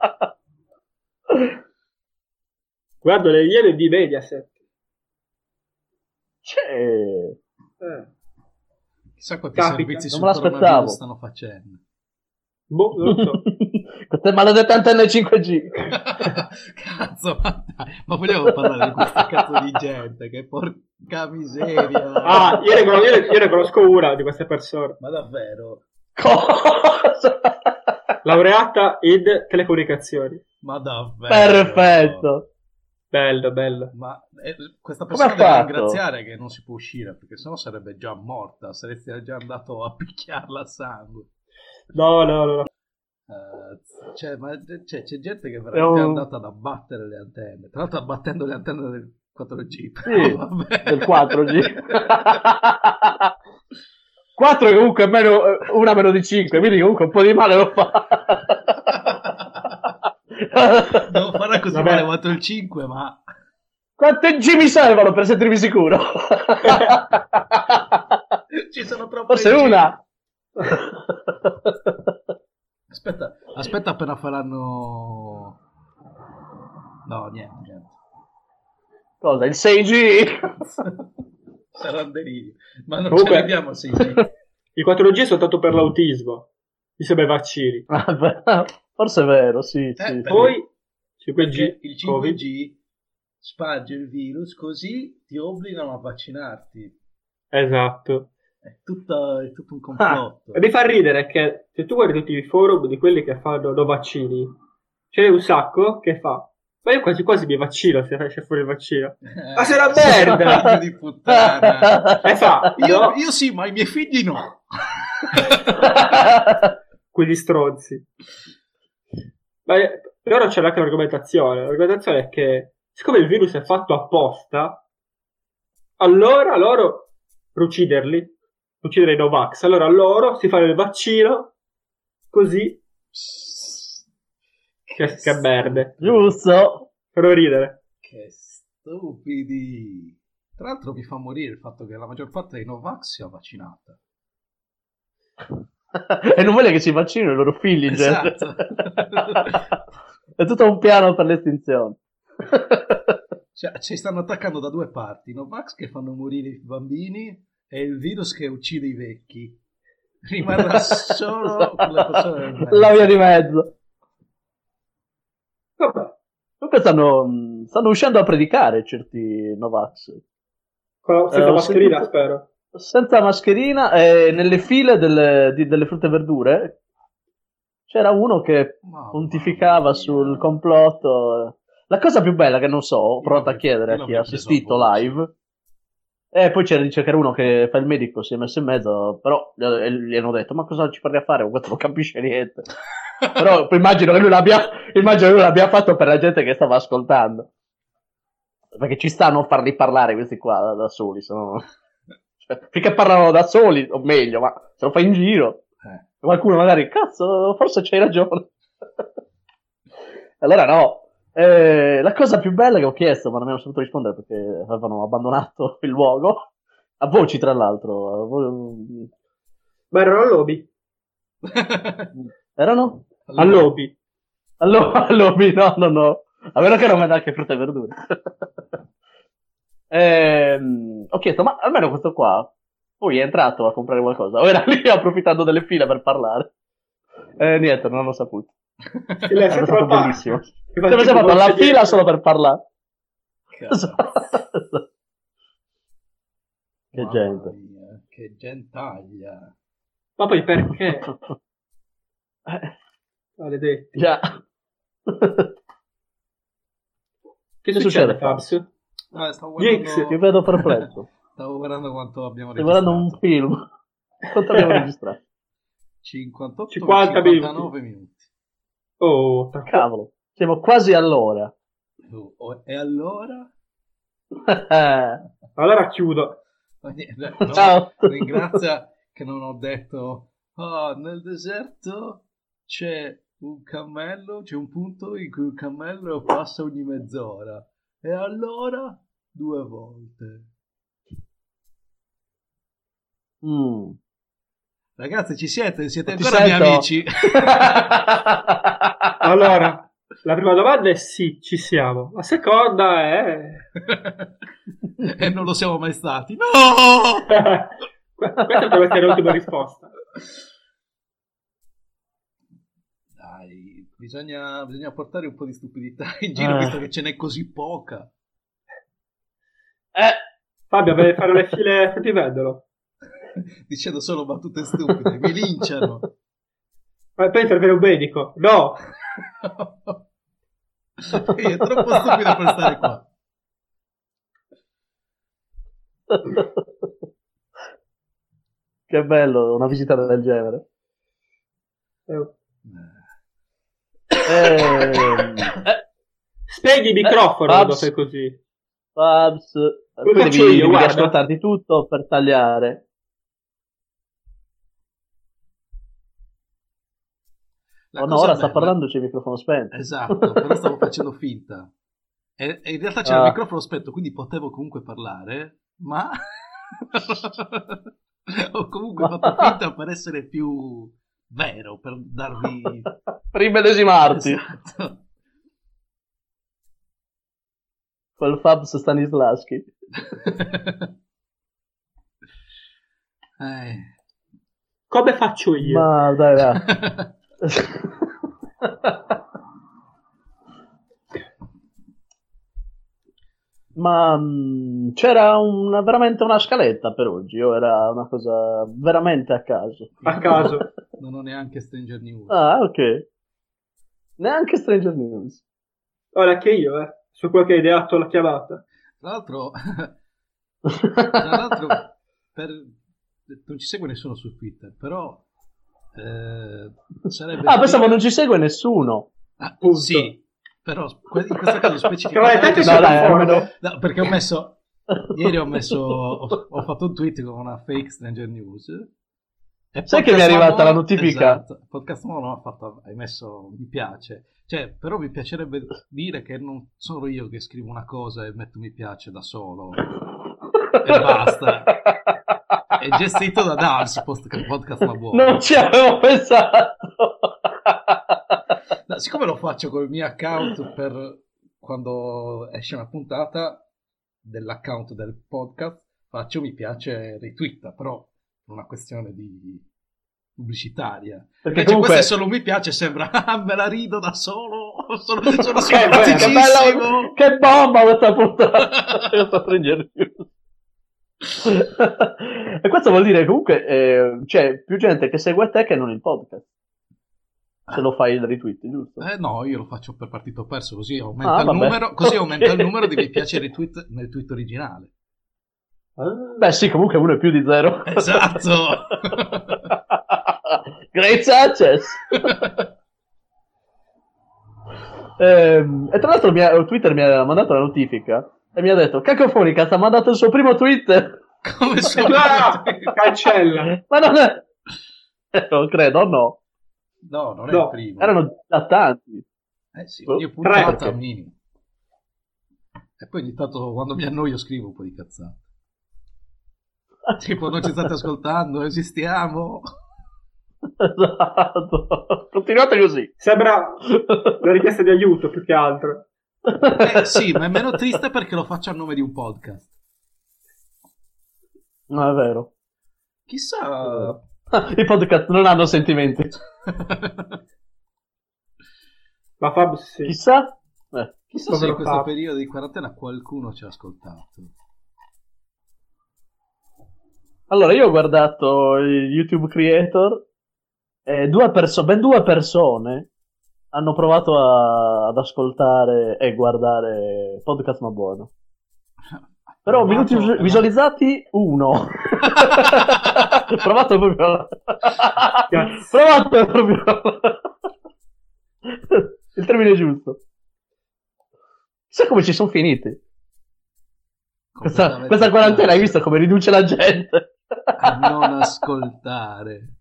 [SPEAKER 1] Guardo le iene di Mediaset.
[SPEAKER 2] C'è...
[SPEAKER 1] Eh.
[SPEAKER 3] Chissà quanti
[SPEAKER 1] Capita,
[SPEAKER 3] servizi
[SPEAKER 2] non
[SPEAKER 3] sul
[SPEAKER 2] me l'aspettavo.
[SPEAKER 3] coronavirus stanno facendo.
[SPEAKER 1] Boh, non lo
[SPEAKER 2] <laughs>
[SPEAKER 1] so.
[SPEAKER 2] Queste maledette antenne 5G.
[SPEAKER 3] cazzo, ma, dai, ma vogliamo parlare di questa cazzo di gente che porca miseria.
[SPEAKER 1] Ah, io ne, conosco, io ne- io ne conosco una di queste persone.
[SPEAKER 3] Ma davvero?
[SPEAKER 2] Cosa?
[SPEAKER 1] laureata in telecomunicazioni.
[SPEAKER 3] Ma davvero.
[SPEAKER 2] Perfetto.
[SPEAKER 1] Bello, bello.
[SPEAKER 3] Ma eh, questa
[SPEAKER 2] Come
[SPEAKER 3] persona
[SPEAKER 2] ha
[SPEAKER 3] deve
[SPEAKER 2] fatto?
[SPEAKER 3] ringraziare che non si può uscire perché sennò sarebbe già morta, saresti già andato a picchiarla a sangue.
[SPEAKER 1] No, no, no. no.
[SPEAKER 3] Eh, cioè, ma c'è- c'è, c'è gente che è veramente
[SPEAKER 2] È un-
[SPEAKER 3] andata ad abbattere le antenne. Tra l'altro, abbattendo le antenne del 4G.
[SPEAKER 2] Sì,
[SPEAKER 3] <laughs> vabbè.
[SPEAKER 2] Del 4G. <laughs> 4 comunque è meno, eh, una meno di 5, quindi comunque un po' di male lo fa.
[SPEAKER 3] <laughs> non farà così
[SPEAKER 1] Vabbè.
[SPEAKER 3] male quanto il 5, ma
[SPEAKER 2] Quante G mi servono per sentirmi
[SPEAKER 3] <laughs>
[SPEAKER 2] sicuro?
[SPEAKER 3] ci sono troppe.
[SPEAKER 2] Forse
[SPEAKER 3] G.
[SPEAKER 2] una.
[SPEAKER 3] Aspetta, aspetta appena faranno. No, niente, niente.
[SPEAKER 2] Cosa? Il 6G?
[SPEAKER 3] <laughs> Saranno delirio. Ma non
[SPEAKER 1] Comunque-
[SPEAKER 3] ce l'abbiamo, sì.
[SPEAKER 1] <laughs>
[SPEAKER 3] sì.
[SPEAKER 1] Il 4G è soltanto per l'autismo, insieme ai vaccini.
[SPEAKER 2] Vabbè, Forse è vero, sì.
[SPEAKER 3] Eh,
[SPEAKER 2] sì.
[SPEAKER 3] beh.
[SPEAKER 2] <laughs>
[SPEAKER 1] Poi 5G,
[SPEAKER 3] Perché il 5G
[SPEAKER 1] Covid.
[SPEAKER 3] sparge il virus, così ti obbligano a vaccinarti.
[SPEAKER 1] Esatto.
[SPEAKER 3] È, tutta- è tutto un complotto.
[SPEAKER 1] E mi fa ridere che se tu guardi tutti i forum di quelli che fanno no vaccini, c'è un sacco che fa. Ma io quasi quasi mi vaccino se esce fuori il vaccino.
[SPEAKER 3] Eh,
[SPEAKER 1] Ma sei
[SPEAKER 3] <laughs>
[SPEAKER 1] una merda!
[SPEAKER 3] figlio
[SPEAKER 1] <laughs>
[SPEAKER 3] di puttana!
[SPEAKER 1] E fa,
[SPEAKER 3] Io,
[SPEAKER 1] no,
[SPEAKER 3] io sì, ma i miei figli no.
[SPEAKER 1] quegli stronzi. Ma eh, loro c'è anche l'argomentazione. L'argomentazione è che siccome il virus è fatto apposta, allora loro per ucciderli, uccidere i Novax, allora loro si fanno il vaccino così <laughs> che, che merde.
[SPEAKER 2] Giusto.
[SPEAKER 1] Fanno ridere.
[SPEAKER 3] Che stupidi. Tra l'altro mi fa morire il fatto che la maggior parte dei Novax sia vaccinata.
[SPEAKER 2] <laughs> E non voglio che si vaccinino i loro figli, in genere.
[SPEAKER 3] Esatto.
[SPEAKER 2] <laughs> È tutto un piano per l'estinzione.
[SPEAKER 3] Cioè, ci stanno attaccando da due parti. I Novax che fanno morire i bambini e il virus che uccide i vecchi.
[SPEAKER 2] <laughs>
[SPEAKER 3] Rimarrà solo quella persona del mezzo.
[SPEAKER 2] La via di mezzo.
[SPEAKER 1] Vabbè,
[SPEAKER 2] Comunque stanno, mh, stanno uscendo a predicare certi Novax.
[SPEAKER 1] con la- senza
[SPEAKER 2] Eh, ho
[SPEAKER 1] mascherina
[SPEAKER 2] sentito-
[SPEAKER 1] spero.
[SPEAKER 2] Senza mascherina e nelle file delle, di- delle frutte e verdure c'era uno che
[SPEAKER 3] Mamma
[SPEAKER 2] pontificava
[SPEAKER 3] mia.
[SPEAKER 2] sul complotto. La cosa più bella che non so, ho provato a
[SPEAKER 3] l'avrei-
[SPEAKER 2] chiedere
[SPEAKER 3] io
[SPEAKER 2] a chi
[SPEAKER 3] l'avrei
[SPEAKER 2] ha
[SPEAKER 3] preso
[SPEAKER 2] assistito
[SPEAKER 3] a voce.
[SPEAKER 2] live. E poi c'era dice che era uno che fa il medico, si è messo in mezzo, però eh, gli hanno detto "Ma cosa ci parli a fare? Questo non capisce
[SPEAKER 3] <laughs>
[SPEAKER 2] niente". però immagino che lui l'abbia immagino che lui l'abbia fatto per la gente che stava ascoltando. Perché ci sta a non farli parlare questi qua da, da soli, se no- <laughs> cioè, finché parlano da soli, o meglio, ma se lo fai in giro,
[SPEAKER 3] Eh.
[SPEAKER 2] qualcuno magari, cazzo, forse c'hai ragione. <laughs> allora no. Eh, la cosa più bella che ho chiesto, ma non mi hanno saputo rispondere perché avevano abbandonato <laughs> il luogo, a voci tra l'altro, a vo-
[SPEAKER 1] Ma erano all'obi.
[SPEAKER 2] erano?
[SPEAKER 1] All'obi.
[SPEAKER 2] <laughs> Allora, allora, no, no, no. A meno che non mi dà anche frutta e verdura. <laughs> Ehm, ho chieto, ma almeno questo qua, poi è entrato a comprare qualcosa, o era <laughs> lì approfittando delle file per parlare? Eh, niente, non l'ho saputo.
[SPEAKER 1] L'hai
[SPEAKER 2] È stato bellissimo.
[SPEAKER 1] Ti
[SPEAKER 2] Abbiamo
[SPEAKER 1] tipo
[SPEAKER 2] fatto la
[SPEAKER 1] borse
[SPEAKER 2] fila
[SPEAKER 1] dietro.
[SPEAKER 2] solo per parlare.
[SPEAKER 3] Cazzo.
[SPEAKER 2] <laughs> che
[SPEAKER 3] Mamma
[SPEAKER 2] gente.
[SPEAKER 3] mia, che gentaglia.
[SPEAKER 1] Ma poi perché? Maledetti.
[SPEAKER 2] Già.
[SPEAKER 1] Che,
[SPEAKER 2] Che
[SPEAKER 1] succede,
[SPEAKER 2] succede,
[SPEAKER 1] Fabs?
[SPEAKER 3] Ah, stavo
[SPEAKER 1] Yikes,
[SPEAKER 2] Ti
[SPEAKER 3] guardando,
[SPEAKER 2] vedo perplesso.
[SPEAKER 3] stavo guardando quanto abbiamo
[SPEAKER 2] Stai guardando un
[SPEAKER 3] registrato.
[SPEAKER 2] film. Quanto abbiamo registrato?
[SPEAKER 3] 58
[SPEAKER 1] 50 minuti.
[SPEAKER 3] 59 minuti.
[SPEAKER 1] Oh, tra-
[SPEAKER 2] Cavolo, siamo quasi all'ora. <laughs>
[SPEAKER 3] Oh, oh, E allora? <laughs>
[SPEAKER 1] allora chiudo.
[SPEAKER 3] Ma niente, no,
[SPEAKER 2] Ciao.
[SPEAKER 3] Ringrazia che non ho detto "Ah, nel deserto c'è un cammello, c'è un punto in cui un cammello passa ogni mezz'ora. E allora due volte.
[SPEAKER 2] Mm.
[SPEAKER 3] Ragazzi, ci siete? Siete
[SPEAKER 2] Ti
[SPEAKER 3] ancora miei
[SPEAKER 2] sento.
[SPEAKER 3] amici? <laughs>
[SPEAKER 1] Allora, la prima domanda è sì, ci siamo. La seconda è...
[SPEAKER 2] <laughs>
[SPEAKER 3] e non lo siamo mai stati. No!
[SPEAKER 1] Que- Questa deve essere l'ultima risposta.
[SPEAKER 3] Dai, bisogna, bisogna portare un po' di stupidità in giro,
[SPEAKER 2] Eh.
[SPEAKER 3] visto che ce n'è così poca.
[SPEAKER 2] Eh,
[SPEAKER 1] Fabio, per fare le file fruttivendolo.
[SPEAKER 2] <laughs>
[SPEAKER 3] Dicendo solo battute stupide, mi linciano.
[SPEAKER 1] Eh, Peter ve lo medico. No,
[SPEAKER 3] Ehi, è troppo stupido per stare qua.
[SPEAKER 2] che bello una visita del genere.
[SPEAKER 1] Eh,
[SPEAKER 2] Ehm, eh,
[SPEAKER 1] spegni il microfono quando
[SPEAKER 2] Babs.
[SPEAKER 1] fai così.
[SPEAKER 2] Babs, qui devi,
[SPEAKER 1] faccio io,
[SPEAKER 2] devi
[SPEAKER 1] guarda.
[SPEAKER 2] ascoltarti tutto per tagliare.
[SPEAKER 3] La
[SPEAKER 2] Oh no,
[SPEAKER 3] Eh, cosa
[SPEAKER 2] ora sta
[SPEAKER 3] bella-
[SPEAKER 2] parlando c'è il microfono spento.
[SPEAKER 3] Esatto, però
[SPEAKER 2] <laughs>
[SPEAKER 3] stavo facendo finta. E, e in realtà c'era
[SPEAKER 2] Ah.
[SPEAKER 3] il microfono spento, quindi potevo comunque parlare, ma <laughs> ho comunque
[SPEAKER 2] <laughs>
[SPEAKER 3] fatto finta per essere più vero, per darvi...
[SPEAKER 2] per immedesimarti.
[SPEAKER 3] Esatto. <laughs>
[SPEAKER 2] Quel Fabs Stanislaschi.
[SPEAKER 3] Eh.
[SPEAKER 1] Come faccio io?
[SPEAKER 2] Ma dai,
[SPEAKER 1] <laughs>
[SPEAKER 2] dai. Ma mh, c'era una- veramente una scaletta per oggi, o era una cosa veramente a caso?
[SPEAKER 1] A caso.
[SPEAKER 3] <laughs> Non ho neanche Stranger News.
[SPEAKER 2] Ah, ok. Neanche Stranger News.
[SPEAKER 1] Ora che io, eh, su quello che hai ideato la chiamata.
[SPEAKER 3] Tra l'altro, <laughs> tra
[SPEAKER 2] <laughs>
[SPEAKER 3] l'altro per- non ci segue nessuno su Twitter, però eh, sarebbe...
[SPEAKER 2] ah, pensavo non ci segue nessuno.
[SPEAKER 3] Ah,
[SPEAKER 1] Punto.
[SPEAKER 3] sì, però que- in questo caso specifico...
[SPEAKER 1] Tra le tante
[SPEAKER 2] No,
[SPEAKER 1] sono
[SPEAKER 2] dai,
[SPEAKER 1] d'accordo.
[SPEAKER 3] No, perché ho messo... Ieri ho messo... Ho, ho fatto un tweet con una fake Stranger News. E
[SPEAKER 2] Sai che mi è
[SPEAKER 3] Podcast
[SPEAKER 2] arrivata
[SPEAKER 3] Mono-
[SPEAKER 2] la notifica?
[SPEAKER 3] Esatto, Podcast Mono ha fatto, hai messo mi piace. Cioè, però mi piacerebbe dire che non sono io che scrivo una cosa e metto mi piace da solo.
[SPEAKER 2] e
[SPEAKER 3] basta. È gestito da Dars, post- podcast ma buono.
[SPEAKER 2] Non ci avevo pensato.
[SPEAKER 3] No, siccome lo faccio col mio account per quando esce una puntata dell'account del podcast, faccio mi piace retweet, però è una questione di pubblicitaria.
[SPEAKER 2] Perché
[SPEAKER 3] Invece
[SPEAKER 2] comunque...
[SPEAKER 3] questo è solo mi piace, sembra <laughs> "Ah, me la rido da solo, <laughs> sono, sono
[SPEAKER 1] Che bello,
[SPEAKER 2] Cazzo, che, bella,
[SPEAKER 3] simpaticissimo.
[SPEAKER 2] che bomba questa puntata <laughs> questa Stranger News. e questo vuol dire comunque eh, c'è più gente che segue te che non il podcast se lo fai il retweet giusto?
[SPEAKER 3] Eh, no, io lo faccio per partito perso, così aumenta,
[SPEAKER 2] Ah,
[SPEAKER 3] il,
[SPEAKER 2] vabbè.
[SPEAKER 3] numero, così aumenta il
[SPEAKER 2] Ok.
[SPEAKER 3] numero di mi piace retweet nel tweet originale. <laughs>
[SPEAKER 2] beh sì comunque uno è più di zero
[SPEAKER 3] Esatto.
[SPEAKER 2] <laughs> great
[SPEAKER 3] <laughs>
[SPEAKER 2] success Ehm, e tra l'altro mi ha- Twitter mi ha mandato la notifica e mi ha detto cacofonica ti ha mandato il suo primo tweet
[SPEAKER 3] Come
[SPEAKER 1] <laughs>
[SPEAKER 3] sono
[SPEAKER 1] No, cancella.
[SPEAKER 2] ma non è <laughs> Eh, non credo no
[SPEAKER 3] No, non è
[SPEAKER 1] No,
[SPEAKER 3] il primo.
[SPEAKER 2] erano da tanti <laughs>
[SPEAKER 3] Eh sì,
[SPEAKER 2] Oh,
[SPEAKER 3] ogni puntata
[SPEAKER 2] tre.
[SPEAKER 3] minimo. E poi ogni tanto quando mi annoio scrivo un po' di cazzate.
[SPEAKER 2] <laughs>
[SPEAKER 3] Tipo, non ci state ascoltando, esistiamo. <laughs>
[SPEAKER 2] esatto continuate così
[SPEAKER 1] Sembra una richiesta di aiuto più che altro.
[SPEAKER 3] Eh sì, ma è meno triste perché lo faccio a nome di un podcast.
[SPEAKER 2] no è vero
[SPEAKER 3] Chissà...
[SPEAKER 2] <laughs> i podcast non hanno sentimenti
[SPEAKER 1] Ma Fab sì.
[SPEAKER 2] chissà Eh,
[SPEAKER 3] Chissà se in
[SPEAKER 1] Povero
[SPEAKER 3] questo
[SPEAKER 1] Fab.
[SPEAKER 3] periodo di quarantena qualcuno ci ha ascoltato.
[SPEAKER 2] allora io ho guardato il YouTube Creator e due perso- ben due persone hanno provato a- ad ascoltare e guardare podcast ma buono però minuti
[SPEAKER 3] Provato-
[SPEAKER 2] visu- visualizzati uno provato proprio
[SPEAKER 1] Cazzo.
[SPEAKER 2] provato proprio il termine giusto sai come ci sono finiti questa,
[SPEAKER 3] Completamente
[SPEAKER 2] questa quarantena hai
[SPEAKER 3] triste.
[SPEAKER 2] visto come riduce la gente
[SPEAKER 3] A non ascoltare.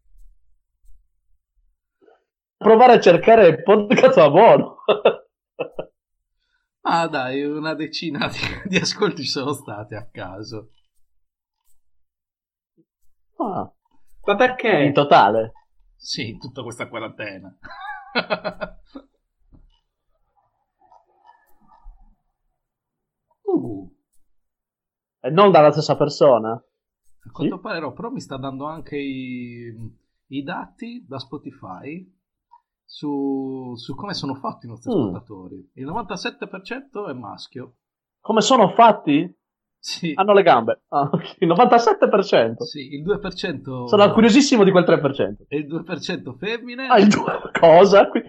[SPEAKER 2] provare a cercare il podcast ma buono
[SPEAKER 3] Ah dai, una decina di, di ascolti ci sono stati a caso.
[SPEAKER 2] Ah,
[SPEAKER 1] Ma perché?
[SPEAKER 2] in totale
[SPEAKER 3] Sì, in tutta questa quarantena. <laughs> uh,
[SPEAKER 2] e non dalla stessa persona
[SPEAKER 3] a quanto pare no, però mi sta dando anche i, i dati da Spotify su, su come sono fatti i nostri
[SPEAKER 2] Mm.
[SPEAKER 3] ascoltatori. Il 97% è maschio.
[SPEAKER 2] come sono fatti
[SPEAKER 3] Sì,
[SPEAKER 2] Hanno le gambe. Ah, ok, 97%.
[SPEAKER 3] sì, il 2%...
[SPEAKER 2] Sono curiosissimo di quel 3%.
[SPEAKER 3] E il 2% femmine,
[SPEAKER 2] Ah, il due- cosa? Qui-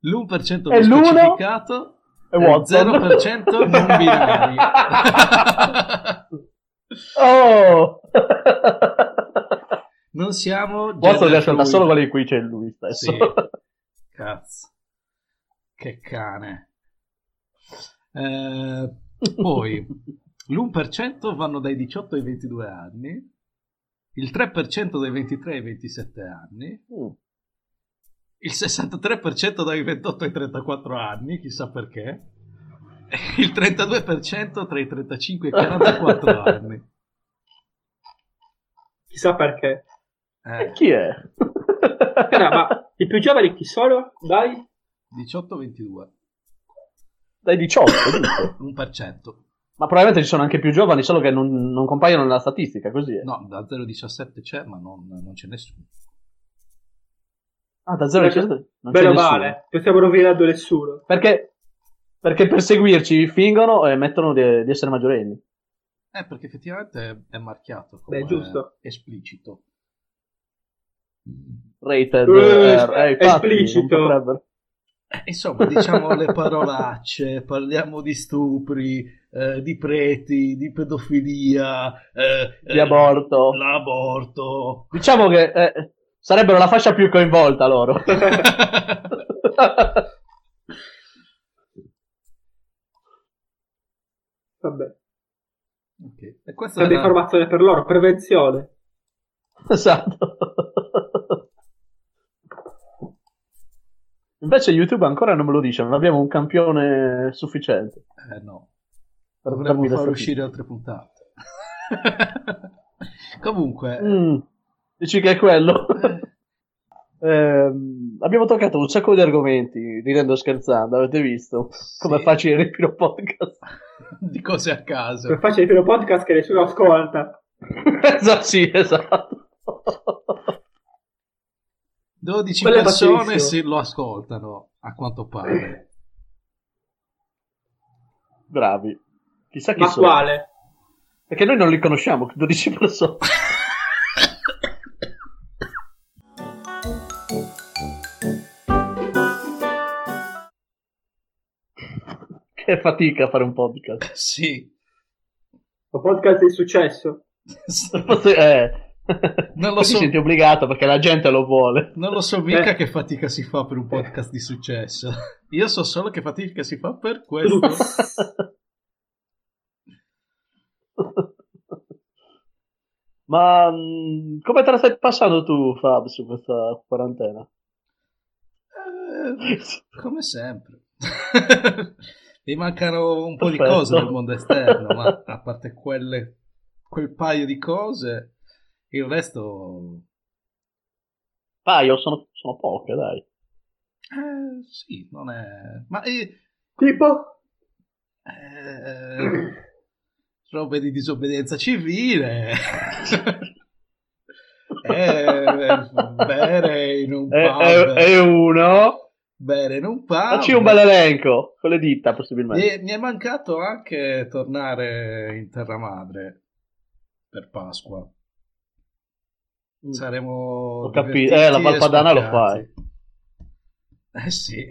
[SPEAKER 3] l'1%
[SPEAKER 2] E
[SPEAKER 3] non
[SPEAKER 2] l'uno?
[SPEAKER 3] specificato,
[SPEAKER 2] E
[SPEAKER 1] Eh,
[SPEAKER 3] e
[SPEAKER 2] Watson.
[SPEAKER 3] 0%
[SPEAKER 2] <laughs>
[SPEAKER 3] non binari. <laughs>
[SPEAKER 1] <laughs>
[SPEAKER 2] Oh!
[SPEAKER 3] non siamo...
[SPEAKER 2] Watson
[SPEAKER 3] gender
[SPEAKER 2] riesce da
[SPEAKER 3] fluid.
[SPEAKER 2] solo quelli in cui c'è lui stesso. <laughs>
[SPEAKER 3] Sì. Cazzo. Che cane. Eh, poi l'1% vanno dai 18 ai 22 anni, il 3% dai 23 ai 27 anni,
[SPEAKER 2] Mm.
[SPEAKER 3] il 63% dai 28 ai 34 anni, chissà perché, e il 32% tra i 35 e i 44 anni.
[SPEAKER 1] Chissà perché.
[SPEAKER 2] E
[SPEAKER 3] Eh,
[SPEAKER 2] chi è?
[SPEAKER 1] Cara, ma i più giovani chi sono? Dai.
[SPEAKER 3] 18-22,
[SPEAKER 2] <laughs> Dai 18, dico.
[SPEAKER 3] 1%.
[SPEAKER 2] Ma probabilmente ci sono anche più giovani, solo che non, non compaiono nella statistica, così è.
[SPEAKER 3] No, da 0-17 c'è, ma non, non c'è nessuno.
[SPEAKER 2] Ah, da 0 a 17 non c'è
[SPEAKER 1] Bene o
[SPEAKER 2] nessuno.
[SPEAKER 1] male, non stiamo rovinando nessuno.
[SPEAKER 2] Perché, perché per seguirci fingono e mettono di, di essere maggiorenni.
[SPEAKER 3] Eh, perché effettivamente è, è marchiato come
[SPEAKER 1] Beh, giusto.
[SPEAKER 3] esplicito.
[SPEAKER 2] Rated,
[SPEAKER 1] Eh,
[SPEAKER 2] R, eh, infatti,
[SPEAKER 1] esplicito.
[SPEAKER 2] non potrebbero.
[SPEAKER 3] Eh, Insomma, diciamo
[SPEAKER 2] <laughs>
[SPEAKER 3] le parolacce, parliamo di stupri, eh, di preti, di pedofilia, eh,
[SPEAKER 2] Di
[SPEAKER 3] eh,
[SPEAKER 2] aborto. <laughs>
[SPEAKER 3] l'aborto.
[SPEAKER 2] Diciamo che eh, sarebbero la fascia più coinvolta loro.
[SPEAKER 3] <laughs>
[SPEAKER 1] Vabbè,
[SPEAKER 3] Ok, E questa
[SPEAKER 1] tanta
[SPEAKER 3] era-
[SPEAKER 1] informazione per loro, prevenzione.
[SPEAKER 2] esatto. Invece YouTube ancora non me lo dice, non abbiamo un campione sufficiente.
[SPEAKER 3] Eh, no,
[SPEAKER 2] per
[SPEAKER 3] dovremmo
[SPEAKER 2] darmi le
[SPEAKER 3] far
[SPEAKER 2] statistiche.
[SPEAKER 3] uscire altre puntate. <laughs> Comunque,
[SPEAKER 2] Mm, dici che è
[SPEAKER 3] <laughs>
[SPEAKER 2] quello.
[SPEAKER 3] eh,
[SPEAKER 2] Ehm, abbiamo toccato un sacco di argomenti, ridendo e scherzando, avete visto? Come è
[SPEAKER 3] sì,
[SPEAKER 2] facile riempire un podcast. <laughs>
[SPEAKER 3] <laughs> di cose a
[SPEAKER 1] Per
[SPEAKER 3] caso.
[SPEAKER 1] faccia il primo podcast che nessuno ascolta.
[SPEAKER 2] esatto, sì, esatto.
[SPEAKER 3] 12
[SPEAKER 1] Quello è
[SPEAKER 3] persone
[SPEAKER 1] facilissimo.
[SPEAKER 3] se lo ascoltano, a quanto pare.
[SPEAKER 2] Bravi. Chissà chi
[SPEAKER 1] Ma
[SPEAKER 2] sono.
[SPEAKER 1] quale?
[SPEAKER 2] Perché noi non li conosciamo, 12 persone. <laughs> che fatica fare un podcast.
[SPEAKER 3] <laughs> Sì,
[SPEAKER 1] Un podcast di successo.
[SPEAKER 2] Forse- eh.
[SPEAKER 3] <laughs> Non lo
[SPEAKER 2] Qui ti
[SPEAKER 3] so.
[SPEAKER 2] senti obbligato perché la gente lo
[SPEAKER 3] <laughs>
[SPEAKER 2] vuole.
[SPEAKER 3] non lo so mica
[SPEAKER 1] Eh.
[SPEAKER 3] che fatica si fa per un podcast di successo. Io so solo che fatica si fa per questo.
[SPEAKER 2] Ma mh, come te la stai passando tu, Fab, su questa quarantena? <laughs>
[SPEAKER 3] Eh, come sempre. <laughs> Mi mancano un po' di
[SPEAKER 2] Perfetto.
[SPEAKER 3] cose del mondo esterno, ma a parte quelle, quel paio di cose, il resto...
[SPEAKER 2] Paio, sono, sono poche, dai.
[SPEAKER 3] eh, sì, non è... Ma eh,
[SPEAKER 1] Tipo?
[SPEAKER 3] eh, robe di disobbedienza civile. <laughs> <laughs> Eh, bere in un pub.
[SPEAKER 2] E, e- e uno.
[SPEAKER 3] Bene, non parlo.
[SPEAKER 2] Facci un bel elenco, con le dita,
[SPEAKER 3] Mi
[SPEAKER 2] possibilmente.
[SPEAKER 3] è, mi è mancato anche tornare in terra madre per Pasqua.
[SPEAKER 2] Mm.
[SPEAKER 3] Saremo.
[SPEAKER 2] Ho capito.
[SPEAKER 3] divertiti
[SPEAKER 2] Eh, la
[SPEAKER 3] e
[SPEAKER 2] Valpadana lo
[SPEAKER 3] spaccati. Eh sì.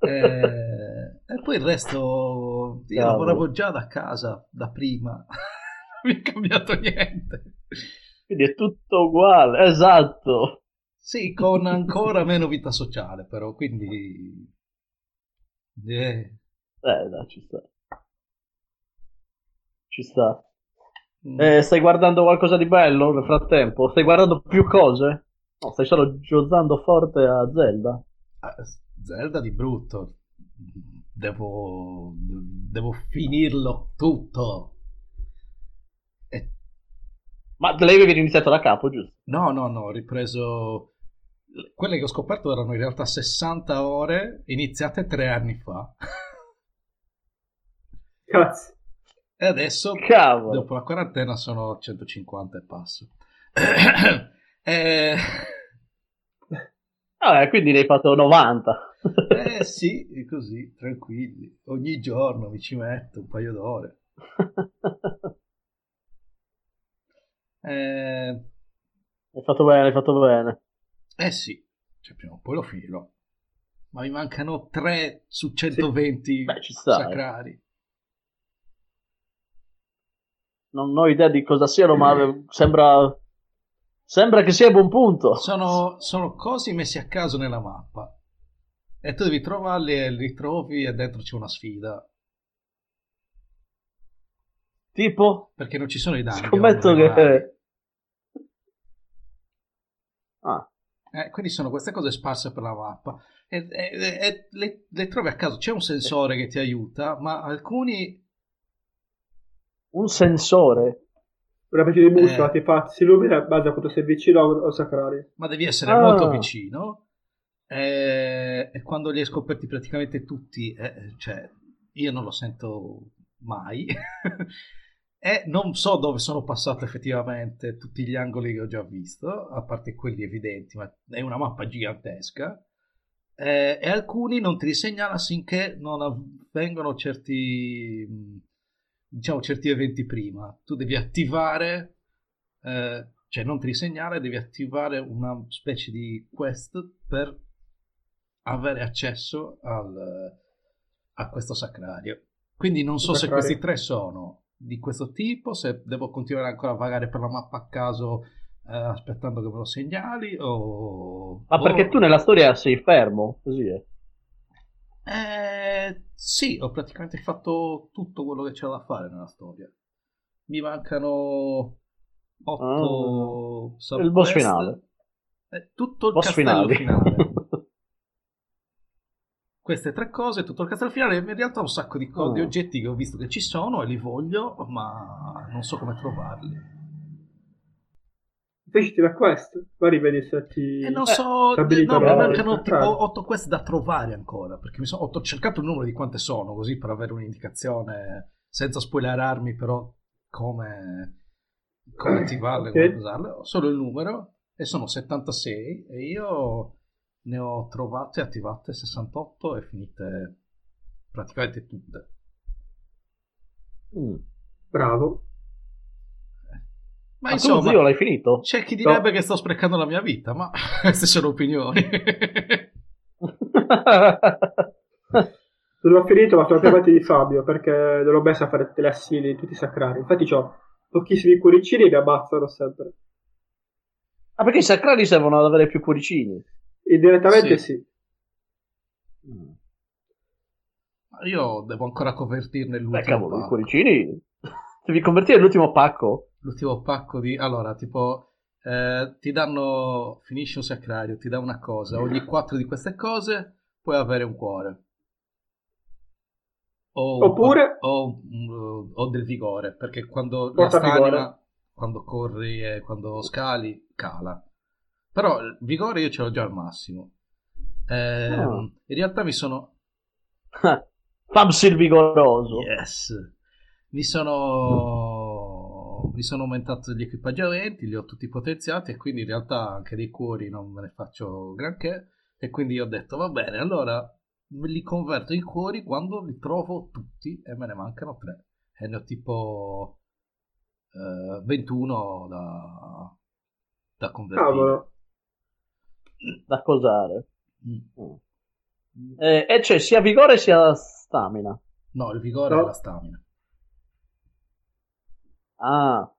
[SPEAKER 3] Eh, e poi il resto. Io
[SPEAKER 2] Cavolo.
[SPEAKER 3] lavoravo già da casa da prima. <laughs> non mi è cambiato niente.
[SPEAKER 2] <laughs> Quindi è tutto uguale, esatto.
[SPEAKER 3] Sì, con ancora meno vita sociale, però quindi. Eh,
[SPEAKER 2] Eh, dai, ci sta. Ci sta.
[SPEAKER 3] mm.
[SPEAKER 2] Eh, stai guardando qualcosa di bello nel frattempo? Stai guardando più cose? No, stai solo giozzando forte a Zelda.
[SPEAKER 3] Ah, Zelda di brutto. Devo, devo finirlo tutto. E-
[SPEAKER 2] Ma lei avevi iniziato da capo, giusto?
[SPEAKER 3] no, no, no, ho ripreso. Quelle che ho scoperto erano in realtà 60 ore iniziate tre anni fa. <laughs>
[SPEAKER 1] Cazzo.
[SPEAKER 3] E adesso,
[SPEAKER 2] Cavolo!
[SPEAKER 3] dopo la quarantena, sono 150 e passo. <coughs> Eh,
[SPEAKER 2] Ah, eh, quindi ne hai fatto 90.
[SPEAKER 3] Eh sì, è così, tranquilli. Ogni giorno mi ci metto un paio d'ore. Eh,
[SPEAKER 2] <laughs> Hai fatto bene, hai fatto bene.
[SPEAKER 3] eh sì, cioè, prima o poi lo finirò. Ma mi mancano 3 su 120
[SPEAKER 2] Beh, ci sta.
[SPEAKER 3] sacrari.
[SPEAKER 2] Non ho idea di cosa siano,
[SPEAKER 3] Eh.
[SPEAKER 2] ma sembra. Sembra che sia buon punto.
[SPEAKER 3] Sono, sono cose messe a caso nella mappa. E tu devi trovarli e li trovi e dentro c'è una sfida.
[SPEAKER 2] Tipo,
[SPEAKER 3] Perché non ci sono i danni.
[SPEAKER 2] scommetto
[SPEAKER 3] onorari.
[SPEAKER 2] che. Ah,
[SPEAKER 3] Eh, quindi sono queste cose sparse per la mappa e, e- e- e le, le trovi a caso. C'è un sensore che ti aiuta, ma alcuni
[SPEAKER 2] un sensore.
[SPEAKER 1] Una specie di bussola
[SPEAKER 3] Eh.
[SPEAKER 1] ti fa, si illumina in base a quanto sei vicino o- o sacrari.
[SPEAKER 3] ma devi essere
[SPEAKER 2] Ah.
[SPEAKER 3] molto vicino. eh, E, quando li hai scoperti praticamente tutti, eh, cioè, io non lo sento mai. <laughs> e non so dove sono passato effettivamente tutti gli angoli che ho già visto, a parte quelli evidenti, ma è una mappa gigantesca. Eh, e alcuni non ti li segnala finché non avvengono certi, mh, diciamo, certi eventi prima. Tu devi attivare, eh, cioè non ti li segnala, devi attivare una specie di quest per avere accesso al- eh, a questo sacrario. Quindi non so se
[SPEAKER 1] Sacrario.
[SPEAKER 3] questi tre sono di questo tipo, se devo continuare ancora a vagare per la mappa a caso eh, aspettando che me lo segnali o... boh.
[SPEAKER 2] Ma perché
[SPEAKER 3] o-
[SPEAKER 2] tu nella storia sei fermo? Così è.
[SPEAKER 3] eh, sì, ho praticamente fatto tutto quello che c'era da fare nella storia. Mi mancano 8
[SPEAKER 2] Ah. Il boss finale.
[SPEAKER 3] Eh, tutto il
[SPEAKER 2] Boss
[SPEAKER 3] castello
[SPEAKER 2] finale.
[SPEAKER 3] finale. Queste tre cose, tutto il castello finale, in realtà un sacco di, co- di
[SPEAKER 2] Ah.
[SPEAKER 3] oggetti che ho visto che ci sono e li voglio, ma non so come trovarli.
[SPEAKER 1] Invece ti da quest, poi vedi se ti...
[SPEAKER 3] E non
[SPEAKER 2] Eh,
[SPEAKER 3] so, Eh, no, mi
[SPEAKER 1] stabilito
[SPEAKER 2] allora,
[SPEAKER 3] mancano
[SPEAKER 1] per
[SPEAKER 3] tipo
[SPEAKER 1] fare.
[SPEAKER 3] 8 quest da trovare ancora, perché mi sono, ho cercato il numero di quante sono, così per avere un'indicazione, senza spoilerarmi però come, come attivarle,
[SPEAKER 1] ok.
[SPEAKER 3] come usarle, ho solo il numero e sono 76 e io ne ho trovate, attivate 68 e finite praticamente tutte.
[SPEAKER 2] <laughs> Mm.
[SPEAKER 1] Bravo.
[SPEAKER 3] Ma
[SPEAKER 2] Ma Ah, tu,
[SPEAKER 3] insomma,
[SPEAKER 2] zio, l'hai finito? <laughs>
[SPEAKER 3] c'è chi direbbe che sto sprecando la mia vita, ma <laughs> queste sono opinioni. <laughs>
[SPEAKER 1] Non l'ho finito,
[SPEAKER 2] <laughs>
[SPEAKER 1] ma sono più avanti di Fabio, perché non ho messo a fare tutte le assili in tutti i sacrari. Infatti ho pochissimi cuoricini e mi ammazzano sempre.
[SPEAKER 2] Ah, perché i sacrari servono ad avere più cuoricini.
[SPEAKER 1] Indirettamente
[SPEAKER 3] Sì.
[SPEAKER 1] sì.
[SPEAKER 3] Mm. Io devo ancora convertirne
[SPEAKER 2] Beh,
[SPEAKER 3] l'ultimo
[SPEAKER 2] cavolo, i
[SPEAKER 3] pacco.
[SPEAKER 2] cuoricini. <laughs> Devi convertire l'ultimo pacco. <laughs>
[SPEAKER 3] L'ultimo pacco di... Allora, tipo, eh, ti danno... Finisci un sacrario, ti dà una cosa. Ogni quattro di queste cose puoi avere un cuore. O un-
[SPEAKER 1] Oppure-
[SPEAKER 3] O, un- mm, o del vigore, perché quando la
[SPEAKER 1] Porta vigore.
[SPEAKER 3] stamina, quando corri e quando scali, cala. Però il vigore io ce l'ho già al massimo. Ehm,
[SPEAKER 2] Ah.
[SPEAKER 3] In realtà mi sono...
[SPEAKER 2] Famsi il vigoroso.
[SPEAKER 1] Esatto.
[SPEAKER 3] Yes. Mi sono, mi sono aumentato gli equipaggiamenti, li ho tutti potenziati e quindi in realtà anche dei cuori non me ne faccio granché. E quindi ho detto va bene, allora me li converto in cuori quando li trovo tutti e me ne mancano tre. E ne ho tipo eh, 21 da, da convertire.
[SPEAKER 1] Cavolo.
[SPEAKER 2] Da cosare.
[SPEAKER 3] Mm.
[SPEAKER 2] Eh, e c'è sia vigore sia stamina.
[SPEAKER 3] No, il vigore
[SPEAKER 1] No.
[SPEAKER 3] è la stamina.
[SPEAKER 2] Ah,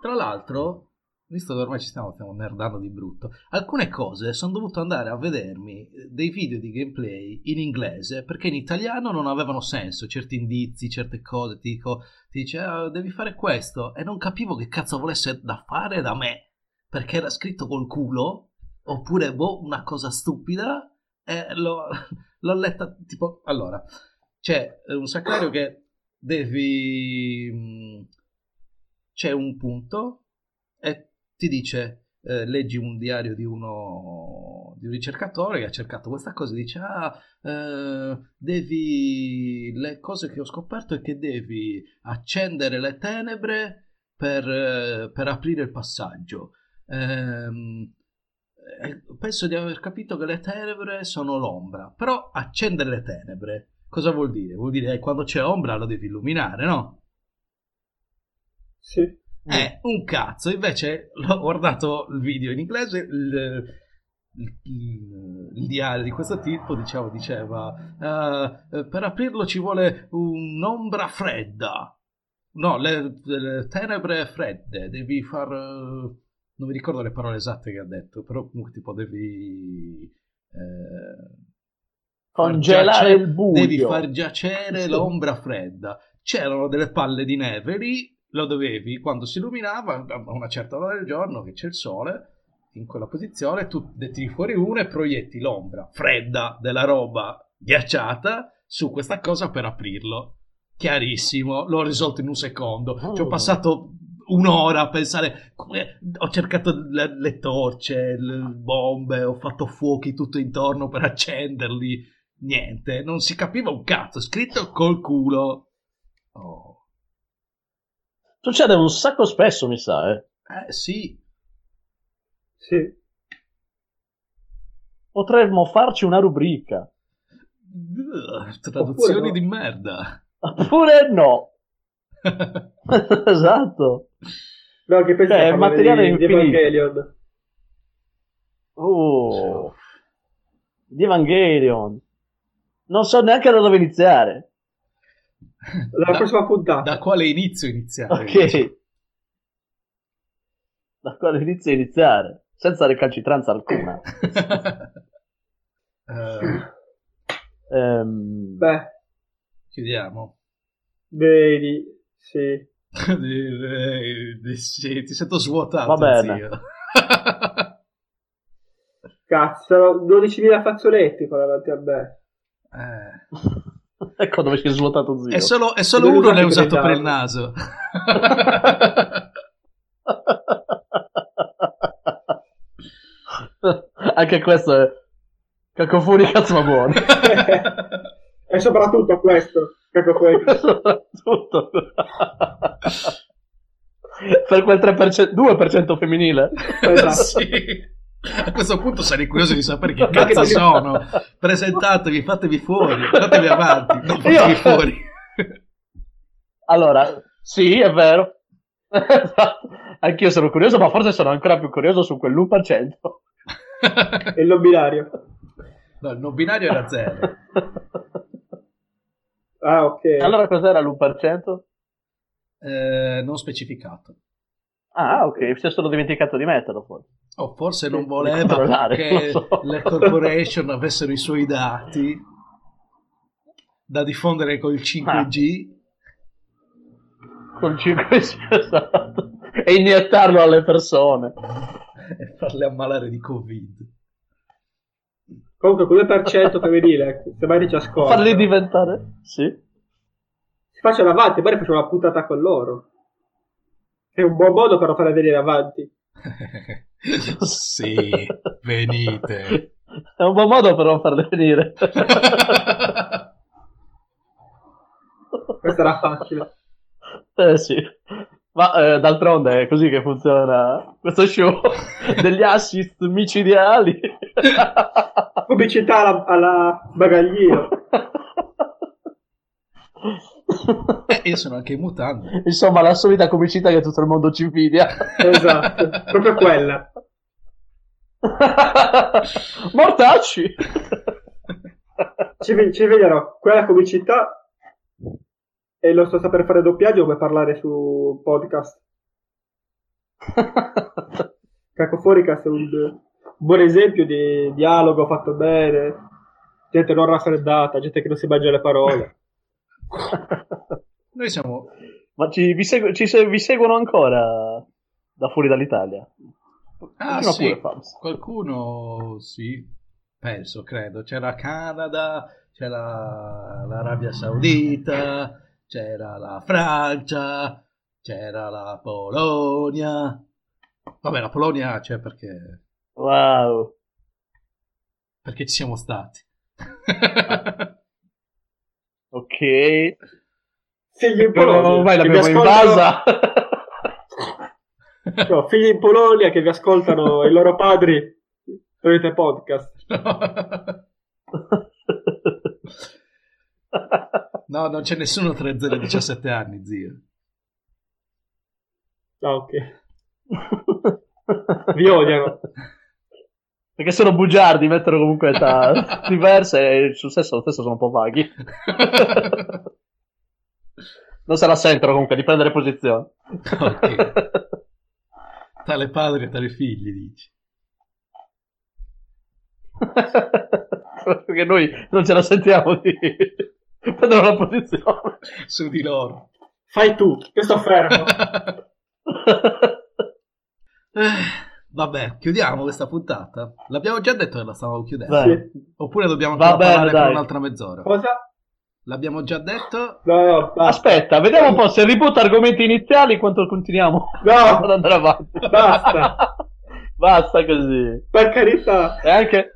[SPEAKER 3] Tra l'altro, visto che ormai ci stiamo, stiamo nerdando di brutto, alcune cose sono dovuto andare a vedermi eh, dei video di gameplay in inglese perché in italiano non avevano senso certi indizi, certe cose. Ti, dico, ti dice, "Ah, devi fare questo, e non capivo che cazzo volesse da fare da me perché era scritto col culo oppure boh, una cosa stupida. E l'ho, <laughs> l'ho letta tipo allora c'è eh, un sacrario che devi mh, c'è un punto e ti dice eh, leggi un diario di uno di un ricercatore che ha cercato questa cosa e dice ah eh, devi le cose che ho scoperto è che devi accendere le tenebre per, eh, per aprire il passaggio Ehm, eh, penso di aver capito che le tenebre sono l'ombra, però accendere le tenebre cosa vuol dire? Vuol dire che quando c'è ombra lo devi illuminare, no?
[SPEAKER 1] Sì.
[SPEAKER 3] Eh, un cazzo, invece l'ho guardato il video in inglese, il, il- il- il diario di questo tipo diciamo, diceva "Ah, eh, per aprirlo ci vuole un'ombra fredda. No, le, le tenebre fredde, devi far... eh, Non mi ricordo le parole esatte che ha detto, però comunque tipo devi... eh,
[SPEAKER 2] Congelare
[SPEAKER 3] giacere-
[SPEAKER 2] il buio.
[SPEAKER 3] devi far giacere
[SPEAKER 2] Sì.
[SPEAKER 3] l'ombra fredda. C'erano delle palle di neve lì, lo dovevi quando si illuminava a una certa ora del giorno che c'è il sole in quella posizione, tu ne tiri fuori una e proietti l'ombra fredda della roba ghiacciata su questa cosa per aprirlo. Chiarissimo, l'ho risolto in un secondo. Ci ho
[SPEAKER 2] Oh.
[SPEAKER 3] passato un'ora a pensare, come- ho cercato le, le torce, le bombe, ho fatto fuochi tutto intorno per accenderli niente, non si capiva un cazzo, scritto col culo. Oh.
[SPEAKER 2] Succede un sacco spesso, mi sa, eh.
[SPEAKER 3] Eh sì,
[SPEAKER 1] Sì.
[SPEAKER 2] Potremmo farci una rubrica. <laughs>
[SPEAKER 3] Ugh, traduzioni
[SPEAKER 1] Oppure no.
[SPEAKER 3] di merda. <laughs>
[SPEAKER 2] Oppure no. <laughs> esatto.
[SPEAKER 1] No, che pensi
[SPEAKER 2] Beh,
[SPEAKER 1] a
[SPEAKER 2] il
[SPEAKER 1] parlare
[SPEAKER 2] materiale è
[SPEAKER 1] di, di
[SPEAKER 2] infinito.
[SPEAKER 1] Evangelion?
[SPEAKER 2] Oh. Di Evangelion. Non so neanche da dove iniziare.
[SPEAKER 1] La
[SPEAKER 3] Da-
[SPEAKER 1] prossima puntata.
[SPEAKER 3] Da quale inizio iniziare?
[SPEAKER 2] Ok. <laughs> Da quale inizio iniziare? Senza recalcitranza alcuna.
[SPEAKER 3] <laughs> Eh,
[SPEAKER 2] Ehm,
[SPEAKER 1] Beh,
[SPEAKER 3] chiudiamo. <laughs>
[SPEAKER 1] vedi, sì.
[SPEAKER 3] Eh, sì, Ti sento svuotato,
[SPEAKER 2] Va bene. <laughs>
[SPEAKER 3] zio.
[SPEAKER 1] Cazzo, erano 12.000 fazzoletti qua davanti a me.
[SPEAKER 3] Eh,
[SPEAKER 2] <laughs> ecco dove si è svuotato zio.
[SPEAKER 3] È solo, è solo
[SPEAKER 1] Dove
[SPEAKER 3] uno
[SPEAKER 1] usate
[SPEAKER 3] l'hai
[SPEAKER 1] per
[SPEAKER 3] usato
[SPEAKER 1] le
[SPEAKER 3] per il
[SPEAKER 1] gambe?
[SPEAKER 3] naso.
[SPEAKER 2] <laughs> Anche questo è cacofonica ma buono.
[SPEAKER 3] <laughs>
[SPEAKER 1] E soprattutto questo, ecco questo.
[SPEAKER 2] Soprattutto. per quel 3%, 2% femminile. <laughs>
[SPEAKER 1] Esatto.
[SPEAKER 3] Sì. A questo punto sarei curioso di sapere che cazzo sono. Presentatevi, fatevi fuori, fatevi avanti,
[SPEAKER 2] <laughs>
[SPEAKER 3] non fatevi
[SPEAKER 2] Io-
[SPEAKER 3] fuori. <laughs>
[SPEAKER 2] Allora, sì, è vero. Esatto. Anch'io sono curioso, ma forse sono ancora più curioso su quell'1%.
[SPEAKER 1] E il lobbinario.
[SPEAKER 3] No, il non binario era zero.
[SPEAKER 1] Ah, ok.
[SPEAKER 2] Allora cos'era l'1%?
[SPEAKER 3] Eh, non specificato.
[SPEAKER 2] Ah, ok, si è solo dimenticato di metterlo fuori.
[SPEAKER 3] O forse non
[SPEAKER 2] Sì, da
[SPEAKER 3] voleva
[SPEAKER 2] controllare, non
[SPEAKER 3] che
[SPEAKER 2] so.
[SPEAKER 3] le corporation avessero i suoi dati da diffondere col 5G.
[SPEAKER 2] Col <laughs> 5 esatto. E iniettarlo alle persone. Ah.
[SPEAKER 3] e farle ammalare di
[SPEAKER 2] <laughs>
[SPEAKER 3] covid
[SPEAKER 1] Comunque, quel 2% femminile, se mai ci ascolta.
[SPEAKER 2] Farli diventare... Sì.
[SPEAKER 1] Si faccia l'avanti, poi faccio una puntata con loro. È un buon modo per farla venire avanti.
[SPEAKER 2] <laughs>
[SPEAKER 3] sì venite
[SPEAKER 2] È un buon modo per non farle venire.
[SPEAKER 1] Questa era facile.
[SPEAKER 2] Eh sì. Ma eh, d'altronde è così che funziona questo show degli assist micidiali.
[SPEAKER 1] Pubblicità alla, alla
[SPEAKER 2] <laughs>
[SPEAKER 1] bagaglino.
[SPEAKER 3] Eh, io sono anche in mutande
[SPEAKER 2] Insomma, la solita comicità che tutto il mondo ci invidia. <laughs>
[SPEAKER 1] Esatto, proprio quella.
[SPEAKER 2] Mortacci!
[SPEAKER 1] Ci, ve- ci vedono quella comicità e lo so saper fare doppiaggio come parlare su podcast. Cacofonica è un buon esempio di dialogo fatto bene, gente non raffreddata, gente che non si mangia le parole.
[SPEAKER 3] noi siamo
[SPEAKER 2] <laughs> Ma ci, vi, segu- ci se- vi seguono ancora da fuori dall'Italia?
[SPEAKER 3] ah
[SPEAKER 2] Continua
[SPEAKER 3] sì
[SPEAKER 2] pure, Fabs.
[SPEAKER 3] qualcuno sì penso credo c'era Canada c'era l'Arabia Saudita c'era la Francia c'era la Polonia vabbè la Polonia c'è perché
[SPEAKER 2] Wow.
[SPEAKER 3] perché ci siamo stati <laughs>
[SPEAKER 2] Ok.
[SPEAKER 1] Figli in Polonia,
[SPEAKER 2] Ormai
[SPEAKER 1] che vi
[SPEAKER 2] l'abbiamo
[SPEAKER 1] ascoltano-
[SPEAKER 2] invasa. <laughs>
[SPEAKER 1] no, figli in Polonia che vi ascoltano i loro padri Dovete podcast.
[SPEAKER 3] <laughs>
[SPEAKER 2] <laughs>
[SPEAKER 3] No, non c'è nessuno tra 0 e 17 anni, zio. <laughs>
[SPEAKER 1] Ah, ok.
[SPEAKER 2] <laughs>
[SPEAKER 1] Vi odiano.
[SPEAKER 2] Perché sono bugiardi, mettono comunque
[SPEAKER 1] <laughs>
[SPEAKER 2] età diverse e sul sesso lo stesso sono un po' vaghi. Non se la sentono comunque di prendere posizione.
[SPEAKER 3] ok. Tale padre e tale figli, dici.
[SPEAKER 2] <laughs> Perché noi non ce la sentiamo di prendere
[SPEAKER 1] <laughs>
[SPEAKER 2] una posizione.
[SPEAKER 3] Su di loro.
[SPEAKER 1] Fai tu, che sto fermo.
[SPEAKER 3] Eh, Vabbè, chiudiamo questa puntata. L'abbiamo già detto che la stavamo chiudendo.
[SPEAKER 2] Dai.
[SPEAKER 1] Sì.
[SPEAKER 3] Oppure dobbiamo ancora
[SPEAKER 2] Va bene,
[SPEAKER 3] parlare per
[SPEAKER 2] dai.
[SPEAKER 3] un'altra mezz'ora.
[SPEAKER 1] Cosa?
[SPEAKER 3] L'abbiamo
[SPEAKER 2] <laughs>
[SPEAKER 3] già detto.
[SPEAKER 1] No, no, basta.
[SPEAKER 2] Aspetta, vediamo un po' se ributta argomenti iniziali quanto continuiamo ad
[SPEAKER 1] No,
[SPEAKER 2] andare avanti.
[SPEAKER 1] Basta.
[SPEAKER 2] <laughs> Basta così.
[SPEAKER 1] per carità.
[SPEAKER 2] E anche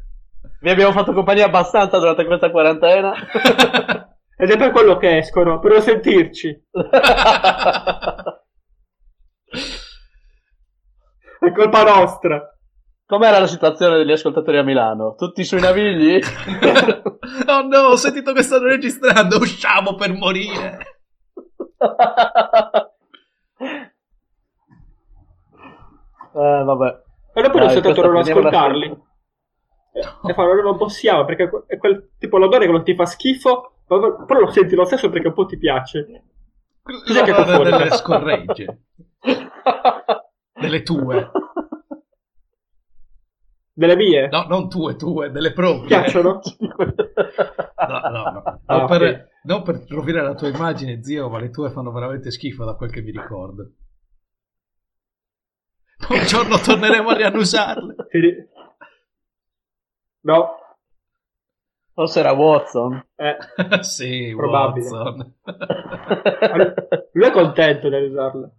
[SPEAKER 2] vi abbiamo fatto compagnia abbastanza durante questa quarantena.
[SPEAKER 3] <laughs>
[SPEAKER 1] Ed è per quello che escono, per non sentirci. È colpa nostra.
[SPEAKER 2] Com'era la situazione degli ascoltatori a Milano? Tutti sui
[SPEAKER 3] <laughs> Eh,
[SPEAKER 2] navigli?
[SPEAKER 3] oh no, ho sentito che stanno registrando. Usciamo per morire.
[SPEAKER 2] eh, vabbè.
[SPEAKER 1] E dopo non
[SPEAKER 2] Dai,
[SPEAKER 1] soltanto
[SPEAKER 2] questa
[SPEAKER 1] non
[SPEAKER 2] prendiamola-
[SPEAKER 1] ascoltarli. E fa, "No, non possiamo, perché è quel tipo l'odore che non ti fa schifo, ma- però lo senti lo stesso perché un po' ti piace. Cos'è che
[SPEAKER 3] L'ora
[SPEAKER 1] confondi?
[SPEAKER 2] <laughs>
[SPEAKER 3] delle scorregge. Delle tue.
[SPEAKER 1] Delle mie.
[SPEAKER 3] No, non tue, tue, delle
[SPEAKER 2] <laughs>
[SPEAKER 3] proprie.
[SPEAKER 1] Piacciono?
[SPEAKER 3] No, no, no. Non,
[SPEAKER 1] Ah,
[SPEAKER 3] per,
[SPEAKER 1] ok.
[SPEAKER 3] non per rovinare la tua immagine, zio, ma le tue fanno veramente schifo da quel che
[SPEAKER 2] <laughs>
[SPEAKER 3] mi ricordo. Un giorno torneremo a riannusarle.
[SPEAKER 1] Ti ri- No,
[SPEAKER 2] Forse era
[SPEAKER 3] <laughs>
[SPEAKER 2] Watson.
[SPEAKER 1] eh,
[SPEAKER 3] sì,
[SPEAKER 1] Probabile.
[SPEAKER 3] Watson.
[SPEAKER 1] lui è contento di usarle.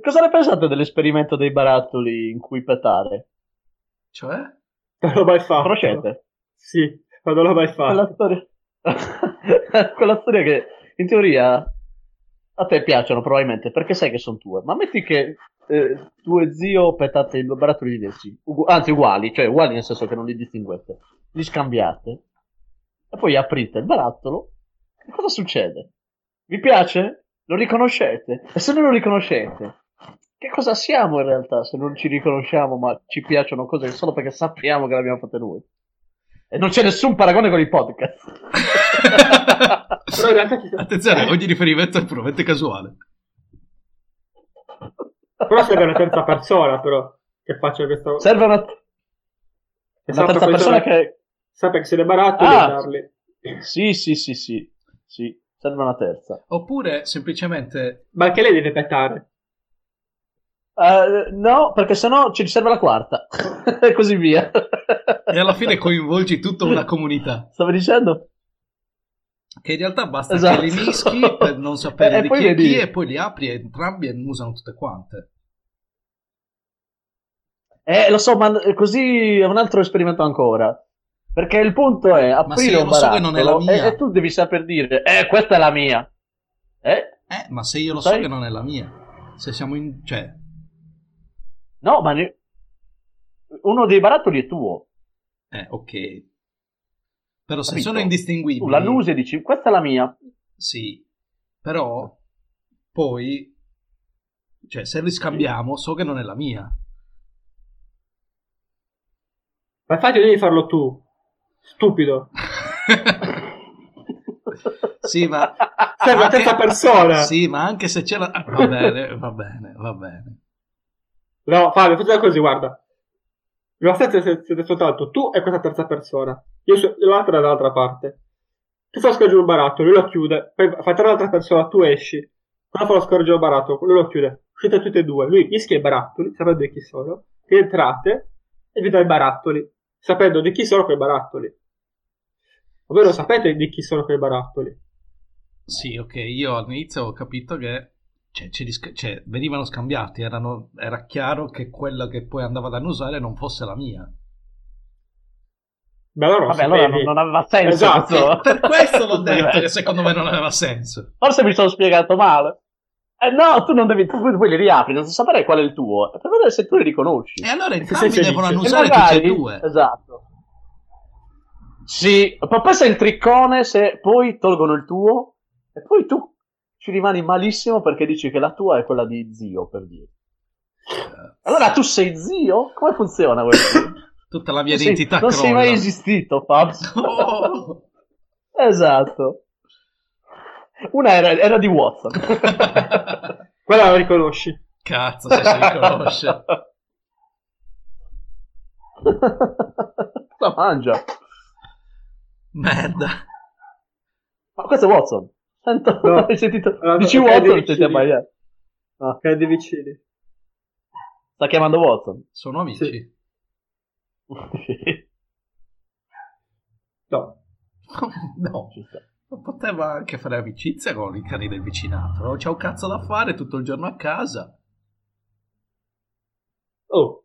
[SPEAKER 2] Cosa ne pensate dell'esperimento dei barattoli in cui petare?
[SPEAKER 3] cioè?
[SPEAKER 1] Non l'ho mai fatto.
[SPEAKER 2] Conoscete?
[SPEAKER 1] Sì, ma non l'ho mai
[SPEAKER 2] quella
[SPEAKER 1] fatto.
[SPEAKER 2] storia... <laughs> quella storia che in teoria a te piacciono probabilmente perché sai che sono tue, ma metti che eh, tuo zio petate i due barattoli diversi, ugu- anzi uguali, cioè uguali nel senso che non li distinguete, li scambiate e poi aprite il barattolo e cosa succede? Vi piace? Lo riconoscete? E se non lo riconoscete? Che cosa siamo in realtà se non ci riconosciamo ma ci piacciono cose solo perché sappiamo che le abbiamo fatte noi? E non c'è nessun paragone con i podcast.
[SPEAKER 1] Però in realtà ci sono-
[SPEAKER 3] Attenzione, ogni riferimento è puramente casuale.
[SPEAKER 1] Però serve una terza persona, però, che faccia questo...
[SPEAKER 2] Serve una,
[SPEAKER 1] che
[SPEAKER 2] una
[SPEAKER 1] sappia
[SPEAKER 2] terza persona
[SPEAKER 1] questa-
[SPEAKER 2] che...
[SPEAKER 1] Sappia che se ne barattoli
[SPEAKER 2] Ah!
[SPEAKER 1] e usarli.
[SPEAKER 2] Sì, sì, sì, sì, sì. Serve una terza.
[SPEAKER 3] Oppure semplicemente
[SPEAKER 1] Ma anche lei deve petare.
[SPEAKER 2] Eh, no, perché sennò ci serve la quarta. <laughs> e così via.
[SPEAKER 3] e alla fine coinvolgi tutta una comunità
[SPEAKER 2] Stavi dicendo?
[SPEAKER 3] che in realtà basta
[SPEAKER 2] Esatto.
[SPEAKER 3] che li mischi per non sapere
[SPEAKER 2] E
[SPEAKER 3] di
[SPEAKER 2] poi
[SPEAKER 3] chi è
[SPEAKER 2] vedi-
[SPEAKER 3] chi e poi li apri e entrambi e usano tutte quante.
[SPEAKER 2] Eh, lo so, ma così è un altro esperimento ancora. Perché il punto è aprire
[SPEAKER 3] sì,
[SPEAKER 2] un
[SPEAKER 3] lo so che non è la
[SPEAKER 2] barattolo
[SPEAKER 3] mia.
[SPEAKER 2] E, e tu devi saper dire, eh, questa è la mia. Eh?
[SPEAKER 3] Eh, ma se io lo so
[SPEAKER 2] Sai?
[SPEAKER 3] che non è la mia. Se siamo in... cioè...
[SPEAKER 2] No, ma ne- uno dei barattoli è tuo.
[SPEAKER 3] Eh, ok. Però se
[SPEAKER 2] Capito? Uh,
[SPEAKER 3] sono
[SPEAKER 2] Tu
[SPEAKER 3] indistinguibili...
[SPEAKER 2] l'annusi e dici, questa è la mia.
[SPEAKER 3] Sì. Però poi... Cioè, se li scambiamo, so che non è
[SPEAKER 2] <laughs>
[SPEAKER 3] la mia.
[SPEAKER 1] Ma infatti devi farlo tu. Stupido.
[SPEAKER 2] Cioè,
[SPEAKER 3] sì, ma...
[SPEAKER 1] Serve una
[SPEAKER 3] anche-
[SPEAKER 1] terza persona.
[SPEAKER 3] Ah, <laughs> Sì, ma anche se c'è la... ah, Va bene, va bene, va bene.
[SPEAKER 1] No, Fabio, facciamo così, guarda. Non siete, siete soltanto tu e questa terza persona. Io so- l'altra è dall'altra parte. Tu fai scorgere un barattolo, lui lo chiude. Poi fai entrare l'altra persona, tu esci. Quello fa scorgere un barattolo, lui lo chiude. Uscite tutti e due. Lui mischia i barattoli, sapendo di chi sono. Rientrate e vi dà i barattoli, sapendo di chi sono quei barattoli. Ovvero sapete di chi sono quei barattoli.
[SPEAKER 3] Sì, ok, io all'inizio ho capito che cioè, ce li sc- cioè, venivano scambiati, erano- era chiaro che quella che poi andava ad annusare non fosse la mia.
[SPEAKER 1] Beh, allora, lo
[SPEAKER 2] <laughs> Vabbè, allora non,
[SPEAKER 1] sapevi.
[SPEAKER 2] non aveva senso.
[SPEAKER 1] Esatto.
[SPEAKER 2] questo- <laughs>
[SPEAKER 3] <laughs> Per questo l'ho
[SPEAKER 2] questo
[SPEAKER 3] detto
[SPEAKER 2] livello.
[SPEAKER 3] che secondo me non aveva senso.
[SPEAKER 2] Forse mi sono spiegato male. Eh, no, tu non devi. Tu poi li riapri, non saprai qual è il tuo. Per vedere se tu li riconosci.
[SPEAKER 3] E allora
[SPEAKER 1] se
[SPEAKER 3] entrambi
[SPEAKER 1] c'è
[SPEAKER 3] devono
[SPEAKER 1] Nietzsche.
[SPEAKER 3] annusare
[SPEAKER 2] E magari-
[SPEAKER 3] tutti e Eh, due.
[SPEAKER 2] Esatto. Sì, ma poi sei il triccone se poi tolgono il tuo e poi tu ci rimani malissimo perché dici che la tua è quella di zio, per dire. Allora tu sei zio? Come funziona questo?
[SPEAKER 3] Tutta la mia
[SPEAKER 2] Sì,
[SPEAKER 3] identità
[SPEAKER 2] non sei
[SPEAKER 3] crolla.
[SPEAKER 2] mai esistito,
[SPEAKER 3] <laughs>
[SPEAKER 2] Fabs.
[SPEAKER 3] Oh!
[SPEAKER 2] esatto. Una era, era di
[SPEAKER 3] <laughs>
[SPEAKER 2] WhatsApp.
[SPEAKER 1] Quella la riconosci.
[SPEAKER 3] Cazzo, se si
[SPEAKER 2] <laughs>
[SPEAKER 3] riconosce.
[SPEAKER 2] La mangia.
[SPEAKER 3] Merda.
[SPEAKER 2] Ma questo è Watson. Sento,
[SPEAKER 1] No.
[SPEAKER 2] <laughs> hai sentito?
[SPEAKER 1] Allora,
[SPEAKER 2] Dici
[SPEAKER 1] ok,
[SPEAKER 2] Watson,
[SPEAKER 1] devi
[SPEAKER 2] non senti mai.
[SPEAKER 1] decidere.
[SPEAKER 2] eh. Ah,
[SPEAKER 1] Che è dei vicini.
[SPEAKER 2] sta chiamando Watson.
[SPEAKER 3] Sono amici.
[SPEAKER 1] Sì. No.
[SPEAKER 3] no.
[SPEAKER 2] <laughs> Ci sta.
[SPEAKER 3] Ma Poteva anche fare amicizia con i cani del vicinato. Non c'è un cazzo da fare tutto il giorno a casa.
[SPEAKER 1] Oh.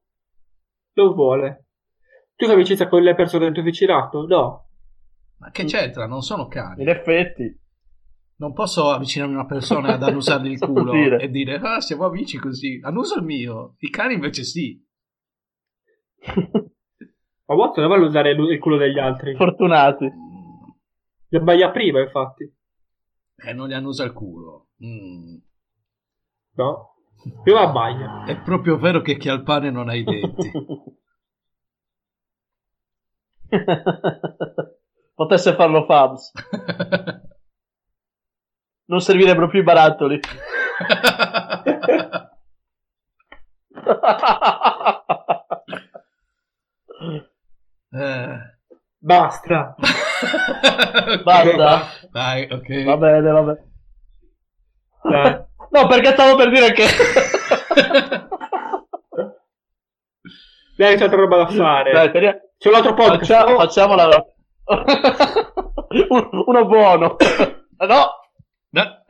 [SPEAKER 1] Non vuole. Tu fai amicizia con le persone del tuo vicinato? No.
[SPEAKER 3] Ma che c'entra? Non sono cani.
[SPEAKER 2] In effetti, <laughs>
[SPEAKER 3] Non posso avvicinarmi a una persona ad annusargli <laughs> il
[SPEAKER 2] Cosa
[SPEAKER 3] culo
[SPEAKER 2] dire?
[SPEAKER 3] e dire ah siamo amici così. Annuso il mio. I cani invece sì.
[SPEAKER 1] Ma Watson non vuole usare il il culo degli altri.
[SPEAKER 2] fortunati.
[SPEAKER 3] Mm.
[SPEAKER 1] Gli abbaia prima, infatti.
[SPEAKER 3] Eh, non li annusa il culo. Mm.
[SPEAKER 1] No. Prima abbaia.
[SPEAKER 3] È proprio vero che chi ha il pane non ha i denti.
[SPEAKER 2] <laughs>
[SPEAKER 3] <laughs>
[SPEAKER 2] Potesse farlo Fabs. Non servirebbero più i barattoli.
[SPEAKER 3] Eh.
[SPEAKER 1] Basta.
[SPEAKER 2] Basta.
[SPEAKER 3] Dai, ok.
[SPEAKER 2] Va bene, va bene.
[SPEAKER 1] Dai.
[SPEAKER 2] No, perché stavo per dire che...
[SPEAKER 1] Dai, c'è altra roba da fare.
[SPEAKER 2] Dai, teniamo-
[SPEAKER 1] C'è un altro podcast.
[SPEAKER 2] Faccia-
[SPEAKER 1] Eh. Oh,
[SPEAKER 2] Facciamola. Un- Uno buono. No.
[SPEAKER 3] No. <laughs>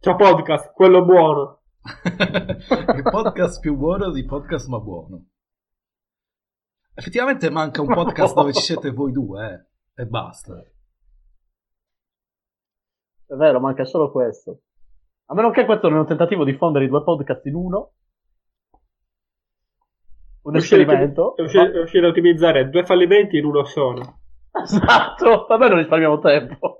[SPEAKER 1] C'è un podcast, quello buono.
[SPEAKER 3] Il podcast più buono di podcast ma buono. Effettivamente manca un podcast dove ci siete voi due, eh. E basta.
[SPEAKER 2] È vero, manca solo questo. A meno che questo non è un tentativo di fondere i due podcast in uno. Un
[SPEAKER 1] È uscire-
[SPEAKER 2] esperimento.
[SPEAKER 1] È uscire, è uscire a ottimizzare due fallimenti in uno solo.
[SPEAKER 2] Ma- Esatto, vabbè non risparmiamo tempo.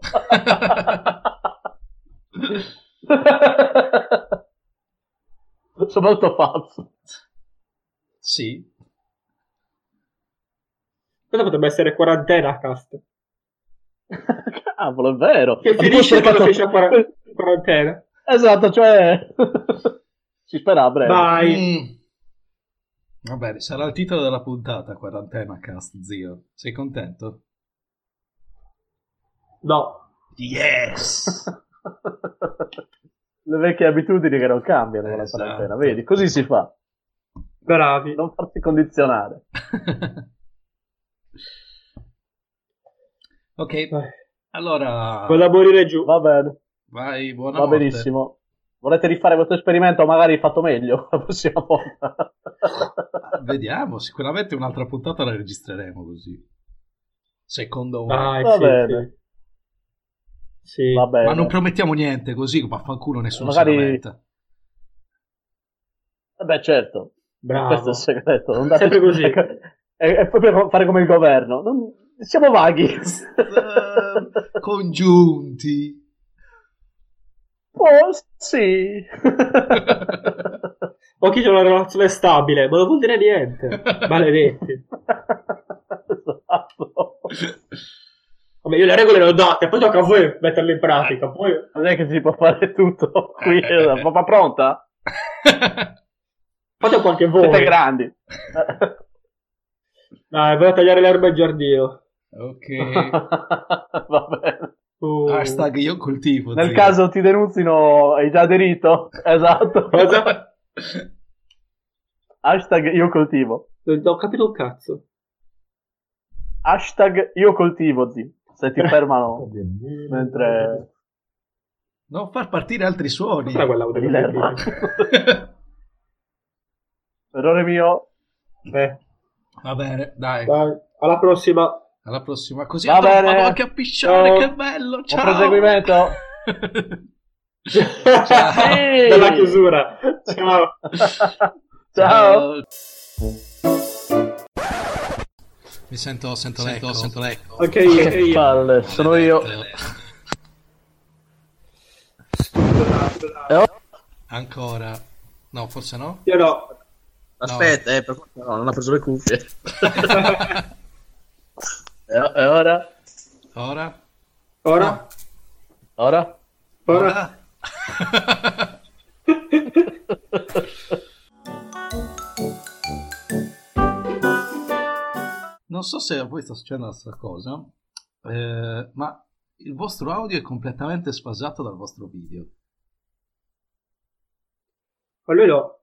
[SPEAKER 2] Sono molto falso.
[SPEAKER 3] Sì.
[SPEAKER 1] Questo potrebbe essere quarantena cast.
[SPEAKER 2] Cavolo, è vero.
[SPEAKER 1] Che
[SPEAKER 2] Ma di
[SPEAKER 1] finisce
[SPEAKER 2] questo
[SPEAKER 1] quando
[SPEAKER 2] fatto-
[SPEAKER 1] finisce la quara- quarantena.
[SPEAKER 2] Esatto, cioè... si spera a breve.
[SPEAKER 1] Vai.
[SPEAKER 3] Mm. Va bene, sarà il titolo della puntata, quarantena cast, zio. Sei contento?
[SPEAKER 1] No.
[SPEAKER 3] Yes!
[SPEAKER 2] Le vecchie abitudini che non cambiano con la
[SPEAKER 3] Esatto.
[SPEAKER 2] quarantena, vedi? Così si fa.
[SPEAKER 1] Bravi.
[SPEAKER 2] Non farsi condizionare.
[SPEAKER 3] <laughs> ok,
[SPEAKER 1] Eh,
[SPEAKER 3] allora...
[SPEAKER 1] Con da morire giù.
[SPEAKER 2] Va bene,
[SPEAKER 3] Vai, buona
[SPEAKER 2] va
[SPEAKER 3] notte.
[SPEAKER 2] benissimo. Volete rifare questo esperimento magari fatto meglio <laughs> la prossima volta?
[SPEAKER 3] Vediamo, sicuramente un'altra puntata la registreremo così. Secondo me.
[SPEAKER 1] Dai,
[SPEAKER 2] Va
[SPEAKER 1] sì,
[SPEAKER 2] bene.
[SPEAKER 1] sì. Sì.
[SPEAKER 2] Va bene.
[SPEAKER 3] Ma non promettiamo niente così, ma fanculo nessuno
[SPEAKER 2] Magari-
[SPEAKER 3] si lamenta.
[SPEAKER 2] Eh Beh, certo.
[SPEAKER 1] Bravo.
[SPEAKER 2] Questo è il segreto. Non date-
[SPEAKER 1] Sempre così.
[SPEAKER 2] È, <laughs> è proprio fare come il governo. Non- Siamo vaghi.
[SPEAKER 1] <laughs>
[SPEAKER 3] Eh, <laughs> Congiunti. <laughs>
[SPEAKER 2] oh, sì.
[SPEAKER 1] O chi c'è una relazione stabile, ma non vuol dire niente. Maledetti.
[SPEAKER 2] esatto.
[SPEAKER 1] Vabbè, io le regole le ho date, poi tocca a voi metterle in pratica. Poi...
[SPEAKER 2] Non è che si può fare tutto qui.
[SPEAKER 3] Eh, eh, eh.
[SPEAKER 2] Ma ma pronta?
[SPEAKER 1] Fate un po' anche voi.
[SPEAKER 2] Siete grandi.
[SPEAKER 1] <laughs> Dai, vado a tagliare l'erba in giardino.
[SPEAKER 2] <laughs>
[SPEAKER 3] ok.
[SPEAKER 2] Va bene.
[SPEAKER 1] Uh.
[SPEAKER 3] Hashtag io coltivo.
[SPEAKER 2] Nel
[SPEAKER 3] zio.
[SPEAKER 2] caso ti denunzino, hai già aderito? Esatto.
[SPEAKER 1] Cosa?
[SPEAKER 3] <laughs>
[SPEAKER 2] Hashtag io coltivo.
[SPEAKER 1] Non non ho capito un cazzo.
[SPEAKER 2] Hashtag io coltivo, zi. Se
[SPEAKER 4] <laughs>
[SPEAKER 2] ti fermano mentre...
[SPEAKER 3] Non far partire altri suoni.
[SPEAKER 1] Cos'era quell'audio che
[SPEAKER 2] Di l'erba.
[SPEAKER 1] sentite?
[SPEAKER 2] Errore mio.
[SPEAKER 1] Eh,
[SPEAKER 3] <laughs> Va bene, dai.
[SPEAKER 1] dai, alla prossima.
[SPEAKER 3] Alla prossima. Così
[SPEAKER 2] Va
[SPEAKER 3] andiamo
[SPEAKER 2] bene.
[SPEAKER 3] anche a pisciare,
[SPEAKER 2] Ciao.
[SPEAKER 3] <laughs> che bello. Ciao.
[SPEAKER 2] proseguimento.
[SPEAKER 1] <laughs>
[SPEAKER 2] Sì.
[SPEAKER 1] Dalla chiusura. Ciao.
[SPEAKER 2] Ciao.
[SPEAKER 3] Mi sento, sento, sento, sento l'eco.
[SPEAKER 1] Ok, ok.
[SPEAKER 2] Che palle, sono io. Eh, oh,
[SPEAKER 3] Ancora. No,
[SPEAKER 1] <laughs>
[SPEAKER 3] forse no.
[SPEAKER 1] Io no.
[SPEAKER 4] Aspetta, eh, per... forza, no, non ha preso le cuffie.
[SPEAKER 2] E e ora?
[SPEAKER 3] Ora?
[SPEAKER 1] Ora?
[SPEAKER 2] Ora?
[SPEAKER 1] Ora?
[SPEAKER 3] Non so se a voi sta succedendo la stessa cosa, eh, ma il vostro audio è completamente sfasato dal vostro video.
[SPEAKER 1] Ma lui no.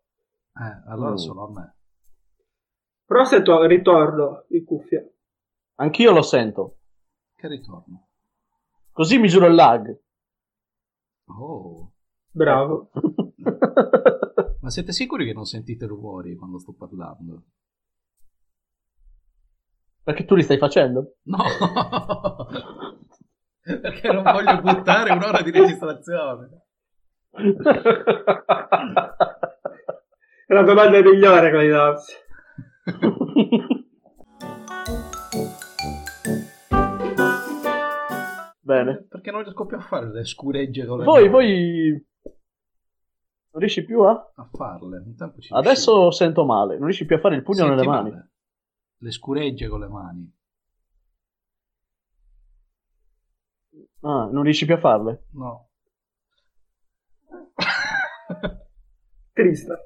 [SPEAKER 3] Eh, allora
[SPEAKER 4] Mm.
[SPEAKER 3] solo a me.
[SPEAKER 1] Però sento il ritorno di cuffia.
[SPEAKER 2] Anch'io lo sento.
[SPEAKER 3] Che ritorno.
[SPEAKER 2] Così misuro il <laughs> lag.
[SPEAKER 3] Oh.
[SPEAKER 1] Bravo.
[SPEAKER 2] Ecco.
[SPEAKER 3] Ma siete sicuri che non sentite rumori quando sto parlando?
[SPEAKER 2] Perché tu li stai <laughs> facendo?
[SPEAKER 3] No! <laughs> Perché non voglio buttare un'ora di registrazione.
[SPEAKER 1] È la domanda migliore quella di Dubs.
[SPEAKER 2] Bene.
[SPEAKER 3] Perché non riesco più a fare le scuregge con le
[SPEAKER 2] Voi,
[SPEAKER 3] mani.
[SPEAKER 2] voi... Non riesci più a?
[SPEAKER 3] a farle. Un tempo ci riuscivo.
[SPEAKER 2] Adesso sento male, non riesci più a fare il pugno
[SPEAKER 3] Senti
[SPEAKER 2] nelle
[SPEAKER 3] male?
[SPEAKER 2] mani.
[SPEAKER 3] Le scuregge con le mani.
[SPEAKER 2] Ah, non riesci più a
[SPEAKER 3] <laughs>
[SPEAKER 2] farle. <laughs>
[SPEAKER 3] No.
[SPEAKER 1] <laughs> Triste.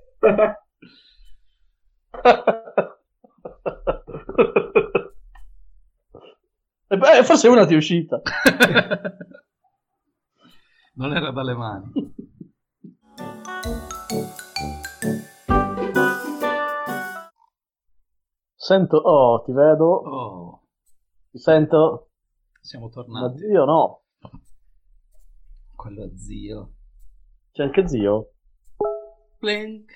[SPEAKER 2] E Eh, beh, forse una ti è uscita.
[SPEAKER 3] non era dalle mani.
[SPEAKER 2] <laughs> Sento, oh, ti vedo,
[SPEAKER 3] Oh,
[SPEAKER 2] ti sento.
[SPEAKER 3] siamo
[SPEAKER 2] Ma
[SPEAKER 3] tornati.
[SPEAKER 2] zio no,
[SPEAKER 3] Quello zio.
[SPEAKER 2] c'è anche Cioè, zio.
[SPEAKER 3] Plink.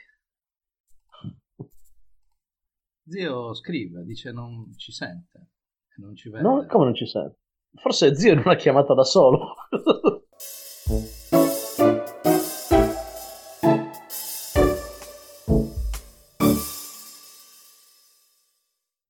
[SPEAKER 3] Zio scrive, dice non ci sente. Non ci vede.
[SPEAKER 2] No, come non ci sento? Forse zio non ha chiamato da solo.